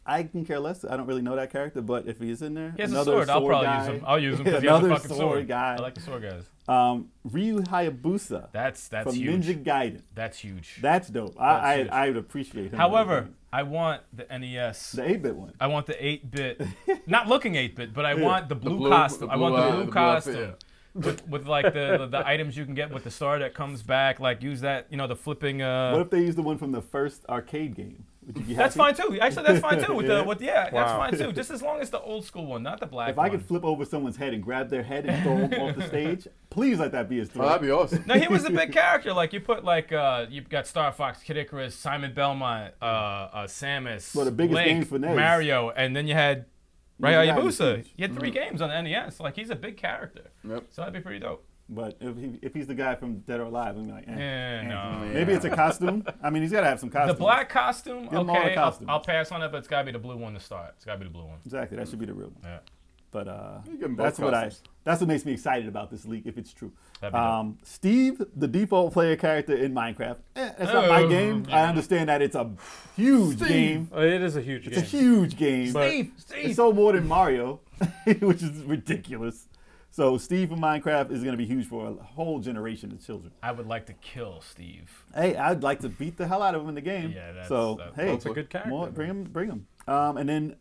[SPEAKER 2] I can care less. I don't really know that character, but if he's in there,
[SPEAKER 4] He has
[SPEAKER 2] another
[SPEAKER 4] a sword. I'll probably use
[SPEAKER 2] guy,
[SPEAKER 4] him. I'll use him because he has a
[SPEAKER 2] another
[SPEAKER 4] fucking sword.
[SPEAKER 2] sword guy.
[SPEAKER 4] I like the sword guys.
[SPEAKER 2] um, Ryu Hayabusa
[SPEAKER 4] That's that's
[SPEAKER 2] from
[SPEAKER 4] huge.
[SPEAKER 2] Ninja Gaiden.
[SPEAKER 4] That's huge.
[SPEAKER 2] That's dope. I,
[SPEAKER 4] That's
[SPEAKER 2] I I would appreciate him.
[SPEAKER 4] However, I want the NES.
[SPEAKER 2] the eight bit one.
[SPEAKER 4] I want the eight bit, not looking eight bit, but I want the blue,
[SPEAKER 1] blue-
[SPEAKER 4] costume.
[SPEAKER 1] the
[SPEAKER 4] I want
[SPEAKER 1] blue
[SPEAKER 4] the
[SPEAKER 1] eye-
[SPEAKER 4] blue
[SPEAKER 1] the blue outfit,
[SPEAKER 4] costume with, with like the, the the items you can get with the star that comes back. Like use that, you know, the flipping.
[SPEAKER 2] What
[SPEAKER 4] Uh,
[SPEAKER 2] if they use the one from the first arcade game? Would you be
[SPEAKER 4] that's
[SPEAKER 2] happy?
[SPEAKER 4] fine too. Actually, that's fine too. With the
[SPEAKER 2] Yeah.
[SPEAKER 4] with yeah, that's
[SPEAKER 5] Wow.
[SPEAKER 4] fine too. Just as long as the old school one, not the black.
[SPEAKER 2] If I could
[SPEAKER 4] one.
[SPEAKER 2] flip over someone's head and grab their head and throw them off the stage, please let that be his
[SPEAKER 1] Oh,
[SPEAKER 2] throw.
[SPEAKER 1] that'd be awesome.
[SPEAKER 4] No, he was a big character. Like you put like uh, you've got Star Fox, Kid Icarus, Simon Belmont, uh, uh, Samus,
[SPEAKER 2] Well, the biggest
[SPEAKER 4] Link,
[SPEAKER 2] games for NES.
[SPEAKER 4] Mario, and then you had Ray
[SPEAKER 2] Ninja Gaiden was
[SPEAKER 4] Hayabusa.
[SPEAKER 2] huge.
[SPEAKER 4] You had 3
[SPEAKER 2] Mm-hmm.
[SPEAKER 4] games on NES. Like he's a big character.
[SPEAKER 1] Yep.
[SPEAKER 4] So that'd be pretty dope.
[SPEAKER 2] but if, he, if he's the guy from Dead or Alive, I'm like, eh.
[SPEAKER 4] Yeah, no.
[SPEAKER 2] Maybe it's a costume. I mean, he's got to have some
[SPEAKER 4] The
[SPEAKER 2] costume.
[SPEAKER 4] black costume,
[SPEAKER 2] them all the
[SPEAKER 4] okay, I'll,
[SPEAKER 2] costumes.
[SPEAKER 4] I'll pass on it, but it's gotta be the blue one to start. It's gotta be the blue one.
[SPEAKER 2] Exactly. That should be the real one.
[SPEAKER 4] Yeah.
[SPEAKER 2] But uh,
[SPEAKER 1] You give 'em both
[SPEAKER 2] that's what I.
[SPEAKER 1] costumes.
[SPEAKER 2] That's what makes me excited about this leak, if it's true.
[SPEAKER 4] That'd be dope.
[SPEAKER 2] Um, Steve, the default player character in Minecraft. Eh, that's not my
[SPEAKER 4] Oh,
[SPEAKER 2] game. I understand that it's a huge
[SPEAKER 1] Steve.
[SPEAKER 2] game.
[SPEAKER 5] Oh, it is a huge
[SPEAKER 2] It's a
[SPEAKER 5] game.
[SPEAKER 2] huge game.
[SPEAKER 4] Steve,
[SPEAKER 2] It's
[SPEAKER 4] Steve.
[SPEAKER 2] so more than Mario, which is ridiculous. So Steve from Minecraft is going to be huge for a whole generation of children.
[SPEAKER 4] I would like to kill Steve.
[SPEAKER 2] Hey, I'd like to beat the hell out of him in the game.
[SPEAKER 4] Yeah, that's-
[SPEAKER 2] so
[SPEAKER 4] that's-
[SPEAKER 2] hey,
[SPEAKER 1] that's a
[SPEAKER 5] good character,
[SPEAKER 2] more- bring him, bring him. Um, and then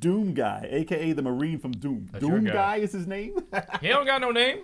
[SPEAKER 2] Doom guy, aka the Marine from Doom.
[SPEAKER 4] That's your
[SPEAKER 2] Doom
[SPEAKER 4] guy.
[SPEAKER 2] guy is his name.
[SPEAKER 4] He don't got no name.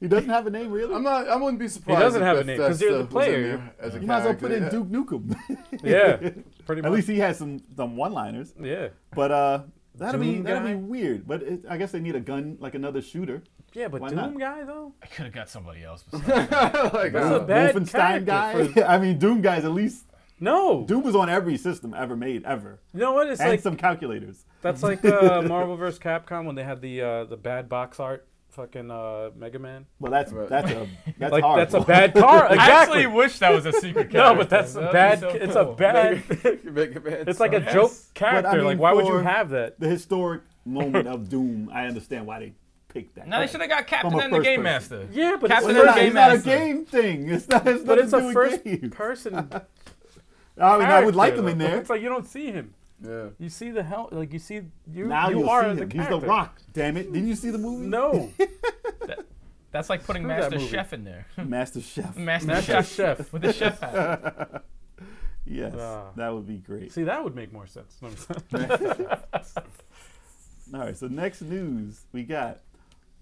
[SPEAKER 2] he doesn't have a name really.
[SPEAKER 1] I'm not. I wouldn't be surprised.
[SPEAKER 5] doesn't
[SPEAKER 1] if
[SPEAKER 5] have a
[SPEAKER 1] that's-
[SPEAKER 5] name, 'cause
[SPEAKER 1] that's,
[SPEAKER 5] you're
[SPEAKER 1] uh,
[SPEAKER 5] the
[SPEAKER 1] who's in
[SPEAKER 5] player.
[SPEAKER 1] there as a
[SPEAKER 2] you might as well
[SPEAKER 1] character,
[SPEAKER 2] put in
[SPEAKER 1] yeah.
[SPEAKER 2] Duke Nukem.
[SPEAKER 5] Yeah. Pretty much.
[SPEAKER 2] At least he has some some one-liners.
[SPEAKER 5] yeah.
[SPEAKER 2] But uh, that'll be
[SPEAKER 5] Doom
[SPEAKER 2] that'll
[SPEAKER 5] guy?
[SPEAKER 2] be weird. But it, I guess they need a gun, like another shooter.
[SPEAKER 5] Yeah, but
[SPEAKER 2] Why
[SPEAKER 5] Doom
[SPEAKER 2] not?
[SPEAKER 5] guy, though?
[SPEAKER 4] I could have got somebody else. Besides.
[SPEAKER 1] like,
[SPEAKER 5] That's
[SPEAKER 1] uh,
[SPEAKER 5] a bad
[SPEAKER 2] Wolfenstein
[SPEAKER 5] character
[SPEAKER 2] guy. I mean, Doom guy's at least
[SPEAKER 5] No.
[SPEAKER 2] Doom was on every system ever made ever,
[SPEAKER 5] You know what? It's
[SPEAKER 2] and
[SPEAKER 5] like
[SPEAKER 2] some calculators.
[SPEAKER 5] that's like uh, Marvel vs. Capcom when they had the uh, the bad box art fucking uh, Mega Man.
[SPEAKER 2] Well, that's
[SPEAKER 1] Right.
[SPEAKER 2] that's a that's
[SPEAKER 5] like
[SPEAKER 2] hard.
[SPEAKER 5] that's a bad car.
[SPEAKER 4] I
[SPEAKER 5] Exactly.
[SPEAKER 4] actually wish that was a secret character.
[SPEAKER 5] no, but that's a
[SPEAKER 4] That'd be
[SPEAKER 5] bad.
[SPEAKER 4] so
[SPEAKER 5] It's
[SPEAKER 4] cool.
[SPEAKER 5] a bad.
[SPEAKER 1] Mega Man
[SPEAKER 5] It's like a
[SPEAKER 4] Yes.
[SPEAKER 5] joke
[SPEAKER 4] But
[SPEAKER 5] character.
[SPEAKER 2] mean,
[SPEAKER 5] like, why would you
[SPEAKER 2] for-
[SPEAKER 5] have that?
[SPEAKER 2] the historic moment of Doom. I understand why they picked that.
[SPEAKER 4] Now they should have got
[SPEAKER 2] From
[SPEAKER 4] Captain
[SPEAKER 2] a
[SPEAKER 4] and the
[SPEAKER 2] first
[SPEAKER 4] Game
[SPEAKER 2] person.
[SPEAKER 4] Master.
[SPEAKER 5] Yeah, but
[SPEAKER 4] Captain
[SPEAKER 2] Well,
[SPEAKER 5] it's,
[SPEAKER 2] it's
[SPEAKER 4] and Game
[SPEAKER 2] not, it's not a
[SPEAKER 4] Master.
[SPEAKER 2] game thing. It's not. It's
[SPEAKER 5] but
[SPEAKER 2] nothing
[SPEAKER 5] it's
[SPEAKER 2] to
[SPEAKER 5] a
[SPEAKER 2] do
[SPEAKER 5] first
[SPEAKER 2] with games.
[SPEAKER 5] person.
[SPEAKER 2] I mean, I would
[SPEAKER 5] character,
[SPEAKER 2] like him in
[SPEAKER 5] though.
[SPEAKER 2] there.
[SPEAKER 5] It's like you don't see him.
[SPEAKER 1] yeah.
[SPEAKER 5] You see the hell. Like you see you.
[SPEAKER 2] Now
[SPEAKER 5] you
[SPEAKER 2] you will
[SPEAKER 5] are
[SPEAKER 2] see
[SPEAKER 5] the
[SPEAKER 2] him. He's the
[SPEAKER 5] character.
[SPEAKER 2] Rock. Damn it! Didn't you see the movie?
[SPEAKER 5] No,
[SPEAKER 4] That's like putting
[SPEAKER 5] Screw that
[SPEAKER 4] Master
[SPEAKER 5] movie.
[SPEAKER 4] Chef in there.
[SPEAKER 2] Master Chef.
[SPEAKER 4] Master,
[SPEAKER 5] Master
[SPEAKER 4] Chef.
[SPEAKER 5] Chef.
[SPEAKER 4] With the chef hat.
[SPEAKER 2] yes,
[SPEAKER 5] Ah.
[SPEAKER 2] that would be great.
[SPEAKER 5] See, that would make more sense. No, I'm sorry.
[SPEAKER 2] All right. So next news we got.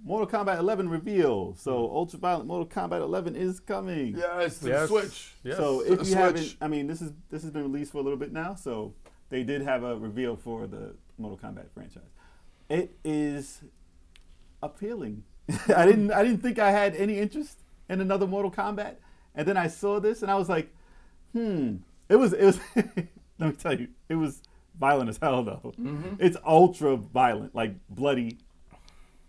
[SPEAKER 2] Mortal Kombat 11 reveal. So, Ultraviolet Mortal Kombat 11 is coming.
[SPEAKER 1] Yes, the
[SPEAKER 5] Yes.
[SPEAKER 1] Switch.
[SPEAKER 2] So
[SPEAKER 1] The
[SPEAKER 2] if you
[SPEAKER 1] Switch.
[SPEAKER 2] haven't, I mean, this is this has been released for a little bit now. So they did have a reveal for the Mortal Kombat franchise. It is appealing. I didn't I didn't think I had any interest in another Mortal Kombat, and then I saw this and I was like, hmm. It was it was. let me tell you, it was violent as hell though. It's ultra violent, like bloody.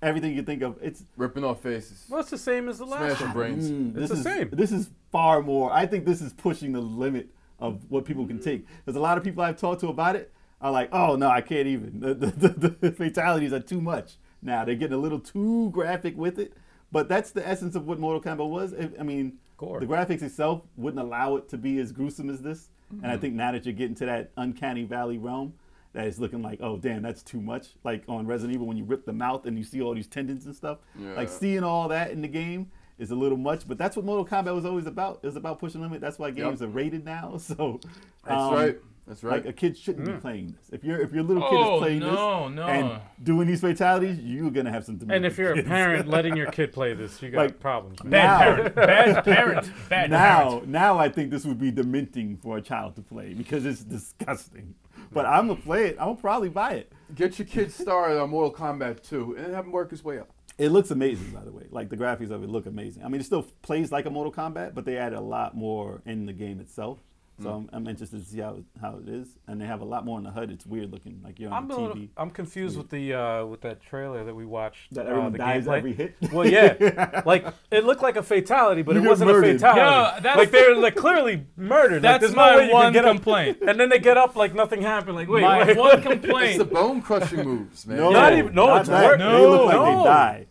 [SPEAKER 2] Everything you think of, it's
[SPEAKER 1] Ripping off faces.
[SPEAKER 5] well, it's the same as the last.
[SPEAKER 1] Smashing
[SPEAKER 5] one.
[SPEAKER 1] brains.
[SPEAKER 2] Mm,
[SPEAKER 5] It's
[SPEAKER 2] this
[SPEAKER 5] the
[SPEAKER 2] is,
[SPEAKER 5] same.
[SPEAKER 2] This is far more. I think this is pushing the limit of what people can take. There's a lot of people I've talked to about it are like, oh no, I can't even. The, the- the- the fatalities are too much. Now they're getting a little too graphic with it, but that's the essence of what Mortal Kombat was. I- I mean,
[SPEAKER 4] Gore.
[SPEAKER 2] the graphics itself wouldn't allow it to be as gruesome as this. And I
[SPEAKER 5] Mm-hmm.
[SPEAKER 2] think now that you're getting to that uncanny valley realm, that it's looking like, oh damn, that's too much. Like on Resident Evil when you rip the mouth and you see all these tendons and stuff.
[SPEAKER 1] Yeah.
[SPEAKER 2] Like seeing all that in the game is a little much, but that's what Mortal Kombat was always about. It was about pushing limit. That's why games are rated now. So
[SPEAKER 1] That's
[SPEAKER 2] um,
[SPEAKER 1] right. That's right.
[SPEAKER 2] Like a kid shouldn't be playing this. If you're if your little kid
[SPEAKER 4] Mm. Oh,
[SPEAKER 2] is playing
[SPEAKER 4] no,
[SPEAKER 2] this
[SPEAKER 4] no.
[SPEAKER 2] and doing these fatalities, you're gonna have some.
[SPEAKER 5] And if you're a
[SPEAKER 2] kids.
[SPEAKER 5] parent letting your kid play this, you got
[SPEAKER 2] Like,
[SPEAKER 5] problems. man.
[SPEAKER 2] now,
[SPEAKER 4] Bad parent. Bad parent. Bad parent.
[SPEAKER 2] now, now I think this would be dementing for a child to play because it's disgusting. But I'm gonna play it. I'm gonna probably buy it.
[SPEAKER 1] Get your kids started on Mortal Kombat 2 and then have him work his way up.
[SPEAKER 2] It looks amazing, by the way. Like the graphics of it look amazing. I mean, it still plays like a Mortal Kombat, but they add a lot more in the game itself. So I'm, I'm interested to see how, how it is, and they have a lot more in the HUD. It's weird looking, like you're on
[SPEAKER 5] I'm
[SPEAKER 2] the
[SPEAKER 5] a
[SPEAKER 2] TV.
[SPEAKER 5] little, I'm confused with the uh, with that trailer that we watched.
[SPEAKER 2] That
[SPEAKER 5] uh,
[SPEAKER 2] everyone
[SPEAKER 5] the
[SPEAKER 2] dies
[SPEAKER 5] gameplay.
[SPEAKER 2] every hit?
[SPEAKER 5] Well, yeah, like it looked like a fatality, but
[SPEAKER 2] You
[SPEAKER 5] it
[SPEAKER 2] get
[SPEAKER 5] wasn't a
[SPEAKER 2] murdered.
[SPEAKER 5] fatality.
[SPEAKER 4] Yeah, that's-
[SPEAKER 5] like they're like clearly murdered.
[SPEAKER 4] That's
[SPEAKER 5] like, there's no
[SPEAKER 4] my
[SPEAKER 5] way you
[SPEAKER 4] one
[SPEAKER 5] can get up-
[SPEAKER 4] complaint.
[SPEAKER 5] and then they get up like nothing happened. Like wait,
[SPEAKER 4] My
[SPEAKER 5] wait,
[SPEAKER 4] one
[SPEAKER 1] It's the
[SPEAKER 4] complaint.
[SPEAKER 1] bone crushing moves, man.
[SPEAKER 5] Not even- no, it's
[SPEAKER 2] that.
[SPEAKER 5] worse.
[SPEAKER 2] They look like
[SPEAKER 5] No.
[SPEAKER 2] they die.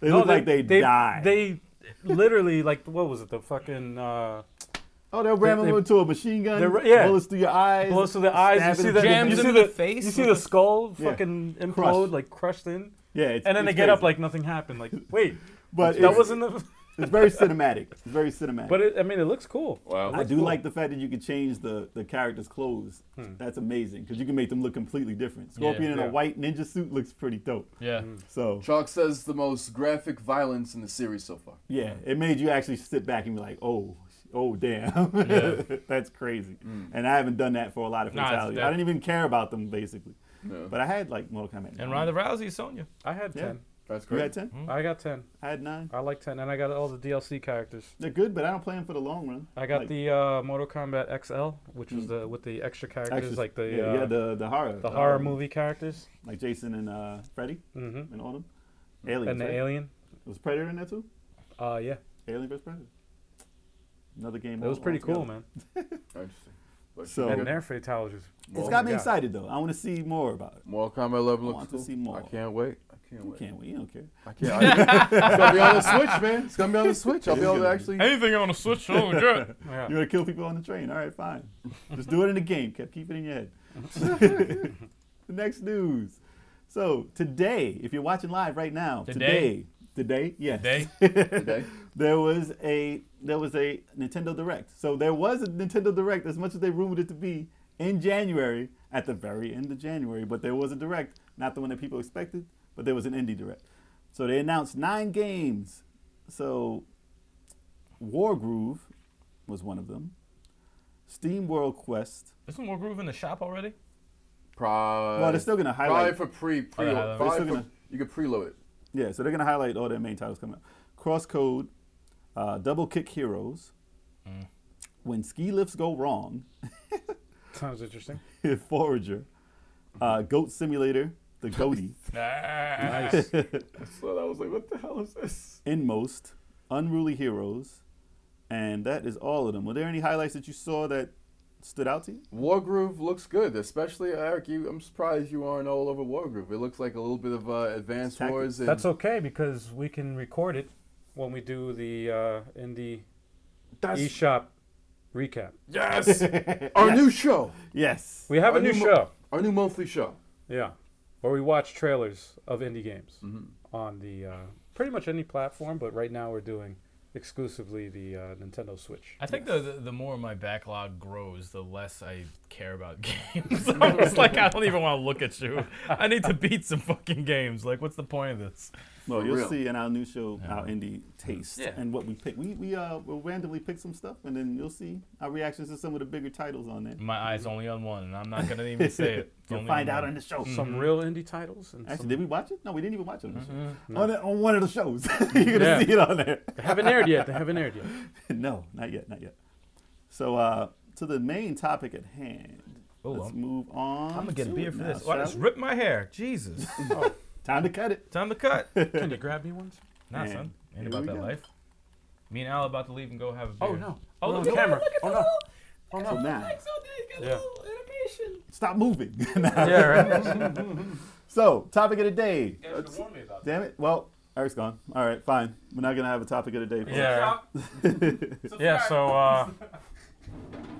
[SPEAKER 2] They
[SPEAKER 5] no,
[SPEAKER 2] look like they, die.
[SPEAKER 5] They literally like what was it? The fucking uh,
[SPEAKER 2] oh, they'll ram
[SPEAKER 5] they-
[SPEAKER 2] them into a machine gun.
[SPEAKER 5] they're- yeah.
[SPEAKER 2] bullets through your eyes.
[SPEAKER 5] blows through the eyes. You
[SPEAKER 2] stabbing
[SPEAKER 5] see
[SPEAKER 2] them.
[SPEAKER 5] the
[SPEAKER 4] Jams
[SPEAKER 5] you see
[SPEAKER 4] in
[SPEAKER 5] the,
[SPEAKER 4] the face
[SPEAKER 5] You see
[SPEAKER 4] with
[SPEAKER 5] the
[SPEAKER 4] the-
[SPEAKER 5] skull
[SPEAKER 2] Yeah.
[SPEAKER 5] fucking implode
[SPEAKER 2] Crushed.
[SPEAKER 5] like crushed in,
[SPEAKER 2] Yeah, it's,
[SPEAKER 5] and then they
[SPEAKER 2] it's
[SPEAKER 5] get up
[SPEAKER 2] crazy.
[SPEAKER 5] like nothing happened. Like wait,
[SPEAKER 2] But
[SPEAKER 5] that
[SPEAKER 2] it's,
[SPEAKER 5] wasn't the.
[SPEAKER 2] it's very cinematic. It's very cinematic.
[SPEAKER 5] But it, I mean, it looks Oh, cool. Hmm.
[SPEAKER 1] Wow.
[SPEAKER 2] I do like the fact that you can change the, the character's clothes. That's amazing because you can make them look completely different. Scorpion in
[SPEAKER 5] yeah.
[SPEAKER 2] a white ninja suit looks pretty dope.
[SPEAKER 4] Yeah.
[SPEAKER 5] Mm.
[SPEAKER 2] So
[SPEAKER 1] Chalk says the most graphic violence in the series so far.
[SPEAKER 2] yeah,
[SPEAKER 5] Hmm.
[SPEAKER 2] it made you actually sit back and be like, oh, oh damn, that's crazy. And I haven't done that for a lot of
[SPEAKER 4] Nah, it's
[SPEAKER 2] fatalities.
[SPEAKER 4] def-
[SPEAKER 2] I didn't even care about them basically.
[SPEAKER 1] Yeah.
[SPEAKER 2] But I had like Mortal Kombat.
[SPEAKER 4] And
[SPEAKER 2] nine.
[SPEAKER 4] Ronda Rousey is Sonya.
[SPEAKER 5] I had
[SPEAKER 2] Yeah.
[SPEAKER 5] ten.
[SPEAKER 1] That's great.
[SPEAKER 2] you had ten.
[SPEAKER 5] I got ten.
[SPEAKER 2] I had nine.
[SPEAKER 5] I like ten, and I got all the DLC characters.
[SPEAKER 2] They're good, but I don't play them for the long run.
[SPEAKER 5] I got
[SPEAKER 2] Like,
[SPEAKER 5] the uh, Mortal Kombat XL, which was the with the extra characters,
[SPEAKER 2] extras.
[SPEAKER 5] like the
[SPEAKER 2] yeah,
[SPEAKER 5] uh,
[SPEAKER 2] yeah, the the horror
[SPEAKER 5] the horror
[SPEAKER 2] um,
[SPEAKER 5] movie characters,
[SPEAKER 2] like Jason and uh, Freddy
[SPEAKER 5] hmm
[SPEAKER 2] and Autumn. Aliens.
[SPEAKER 5] and the
[SPEAKER 2] right?
[SPEAKER 5] alien.
[SPEAKER 2] Was Predator in there too?
[SPEAKER 5] Uh, yeah,
[SPEAKER 2] Alien vs Predator. Another game.
[SPEAKER 5] that was
[SPEAKER 2] all-
[SPEAKER 5] pretty
[SPEAKER 2] altogether.
[SPEAKER 5] cool, man.
[SPEAKER 1] Interesting. But
[SPEAKER 2] So-
[SPEAKER 1] you
[SPEAKER 5] And
[SPEAKER 1] got
[SPEAKER 5] their fatalities.
[SPEAKER 2] It's
[SPEAKER 1] Oh
[SPEAKER 2] got me
[SPEAKER 5] my God.
[SPEAKER 2] excited though. I want to see more about it.
[SPEAKER 1] Mortal Kombat 11 looks
[SPEAKER 2] want to
[SPEAKER 1] cool.
[SPEAKER 2] see more.
[SPEAKER 1] I can't wait. I can't
[SPEAKER 2] You
[SPEAKER 1] wait.
[SPEAKER 2] can't. You don't care.
[SPEAKER 1] I can't. I, it's gonna be on the Switch, man. It's gonna be on the Switch. I'll be
[SPEAKER 2] It is
[SPEAKER 1] able to
[SPEAKER 2] gonna be.
[SPEAKER 1] actually.
[SPEAKER 4] Anything on the Switch, oh, yeah.
[SPEAKER 5] Yeah.
[SPEAKER 2] You want to kill people on the train? All right, fine. Just do it in the game. Kept keep it in your head. the next news. So today, if you're watching live right now,
[SPEAKER 4] Today?
[SPEAKER 2] today, today, yes,
[SPEAKER 4] Today?
[SPEAKER 1] Today.
[SPEAKER 2] there was a there was a Nintendo Direct. So there was a Nintendo Direct, as much as they rumored it to be in January, at the very end of January. But there was a Direct, not the one that people expected, but there was an indie Direct. So they announced nine games. So Wargroove was one of them. Steam World Quest.
[SPEAKER 4] Isn't more groove in the shop already?
[SPEAKER 1] Probably.
[SPEAKER 2] Well, they're still gonna
[SPEAKER 1] probably
[SPEAKER 2] highlight.
[SPEAKER 1] for pre pre.
[SPEAKER 4] Oh, yeah,
[SPEAKER 1] probably
[SPEAKER 4] they're
[SPEAKER 2] still
[SPEAKER 1] for-
[SPEAKER 2] gonna-
[SPEAKER 1] You can preload it.
[SPEAKER 2] Yeah, so they're gonna highlight
[SPEAKER 5] Mm.
[SPEAKER 2] all their main titles coming up. Crosscode, uh, Double Kick Heroes, when ski lifts go wrong,
[SPEAKER 5] Sounds interesting.
[SPEAKER 2] Forager, uh, Goat Simulator, the Goaty,
[SPEAKER 5] Nice.
[SPEAKER 1] So I was like, what the hell is this?
[SPEAKER 2] Inmost, Unruly Heroes, and that is all of them. Were there any highlights that you saw that stood out to you?
[SPEAKER 1] Wargroove looks good, especially Eric. You, I'm surprised you aren't all over Wargroove. It looks like a little bit of uh, Advanced
[SPEAKER 2] Tactics.
[SPEAKER 1] Wars. And
[SPEAKER 5] That's okay because we can record it when we do the uh, indie eShop recap.
[SPEAKER 1] yes, our new show,
[SPEAKER 2] Yes.
[SPEAKER 5] We have
[SPEAKER 1] Our
[SPEAKER 5] a new
[SPEAKER 1] new mo-
[SPEAKER 5] show.
[SPEAKER 1] our new monthly show.
[SPEAKER 5] Yeah, where we watch trailers of indie games on the uh, pretty much any platform, but right now we're doing exclusively the uh, Nintendo Switch.
[SPEAKER 4] I think the, the the more my backlog grows, the less I care about games. I was like, I don't even want to look at you. I need to beat some fucking games. Like, what's the point of this?
[SPEAKER 2] No,
[SPEAKER 1] For
[SPEAKER 2] you'll
[SPEAKER 1] real.
[SPEAKER 2] see in our new show our indie taste
[SPEAKER 4] Yeah.
[SPEAKER 2] and what we pick. We we uh will randomly pick some stuff and then you'll see our reactions to some of the bigger titles on there.
[SPEAKER 4] My eyes only on one, and I'm not gonna even say it. It's
[SPEAKER 2] Mm-hmm. You'll
[SPEAKER 4] only
[SPEAKER 2] find
[SPEAKER 4] on Mm-hmm.
[SPEAKER 2] out
[SPEAKER 4] one.
[SPEAKER 2] on the show.
[SPEAKER 5] Some real indie titles and
[SPEAKER 2] Actually,
[SPEAKER 5] some
[SPEAKER 2] did we watch it? No, we didn't even watch it on the
[SPEAKER 4] Mm-hmm.
[SPEAKER 2] show. On, the- on one of the shows, you're gonna
[SPEAKER 5] Yeah.
[SPEAKER 2] see it on there.
[SPEAKER 5] they haven't aired yet. They haven't aired yet.
[SPEAKER 2] no, not yet, not yet. So uh, to the main topic at hand.
[SPEAKER 4] Oh,
[SPEAKER 2] Let's
[SPEAKER 4] I'm-
[SPEAKER 2] move on.
[SPEAKER 4] I'm gonna get a
[SPEAKER 2] to
[SPEAKER 4] beer
[SPEAKER 2] it
[SPEAKER 4] for
[SPEAKER 2] now,
[SPEAKER 4] this. Oh, I
[SPEAKER 2] shall
[SPEAKER 4] just
[SPEAKER 2] we?
[SPEAKER 4] ripped my hair. Jesus.
[SPEAKER 2] Time to cut it.
[SPEAKER 4] Time to cut.
[SPEAKER 5] Can you grab me once?
[SPEAKER 4] Nah,
[SPEAKER 2] And
[SPEAKER 4] son.
[SPEAKER 2] here
[SPEAKER 4] Ain't about
[SPEAKER 2] we
[SPEAKER 4] that
[SPEAKER 2] go.
[SPEAKER 4] life. Me and Al about to leave and go have a beer.
[SPEAKER 5] Oh no!
[SPEAKER 4] Oh,
[SPEAKER 5] We're
[SPEAKER 4] look
[SPEAKER 5] on
[SPEAKER 4] at-
[SPEAKER 5] camera.
[SPEAKER 4] look at
[SPEAKER 5] oh
[SPEAKER 4] the
[SPEAKER 5] no!
[SPEAKER 4] little-
[SPEAKER 5] Oh
[SPEAKER 2] So
[SPEAKER 5] no!
[SPEAKER 2] now,
[SPEAKER 4] got
[SPEAKER 5] a Yeah. little
[SPEAKER 4] animation.
[SPEAKER 2] stop moving.
[SPEAKER 5] Yeah, right.
[SPEAKER 2] so topic of the day.
[SPEAKER 4] warn me about
[SPEAKER 2] Damn it. Well, Eric's gone. All right, fine. We're not gonna have a topic of the day. folks.
[SPEAKER 5] Yeah. Yeah. So uh,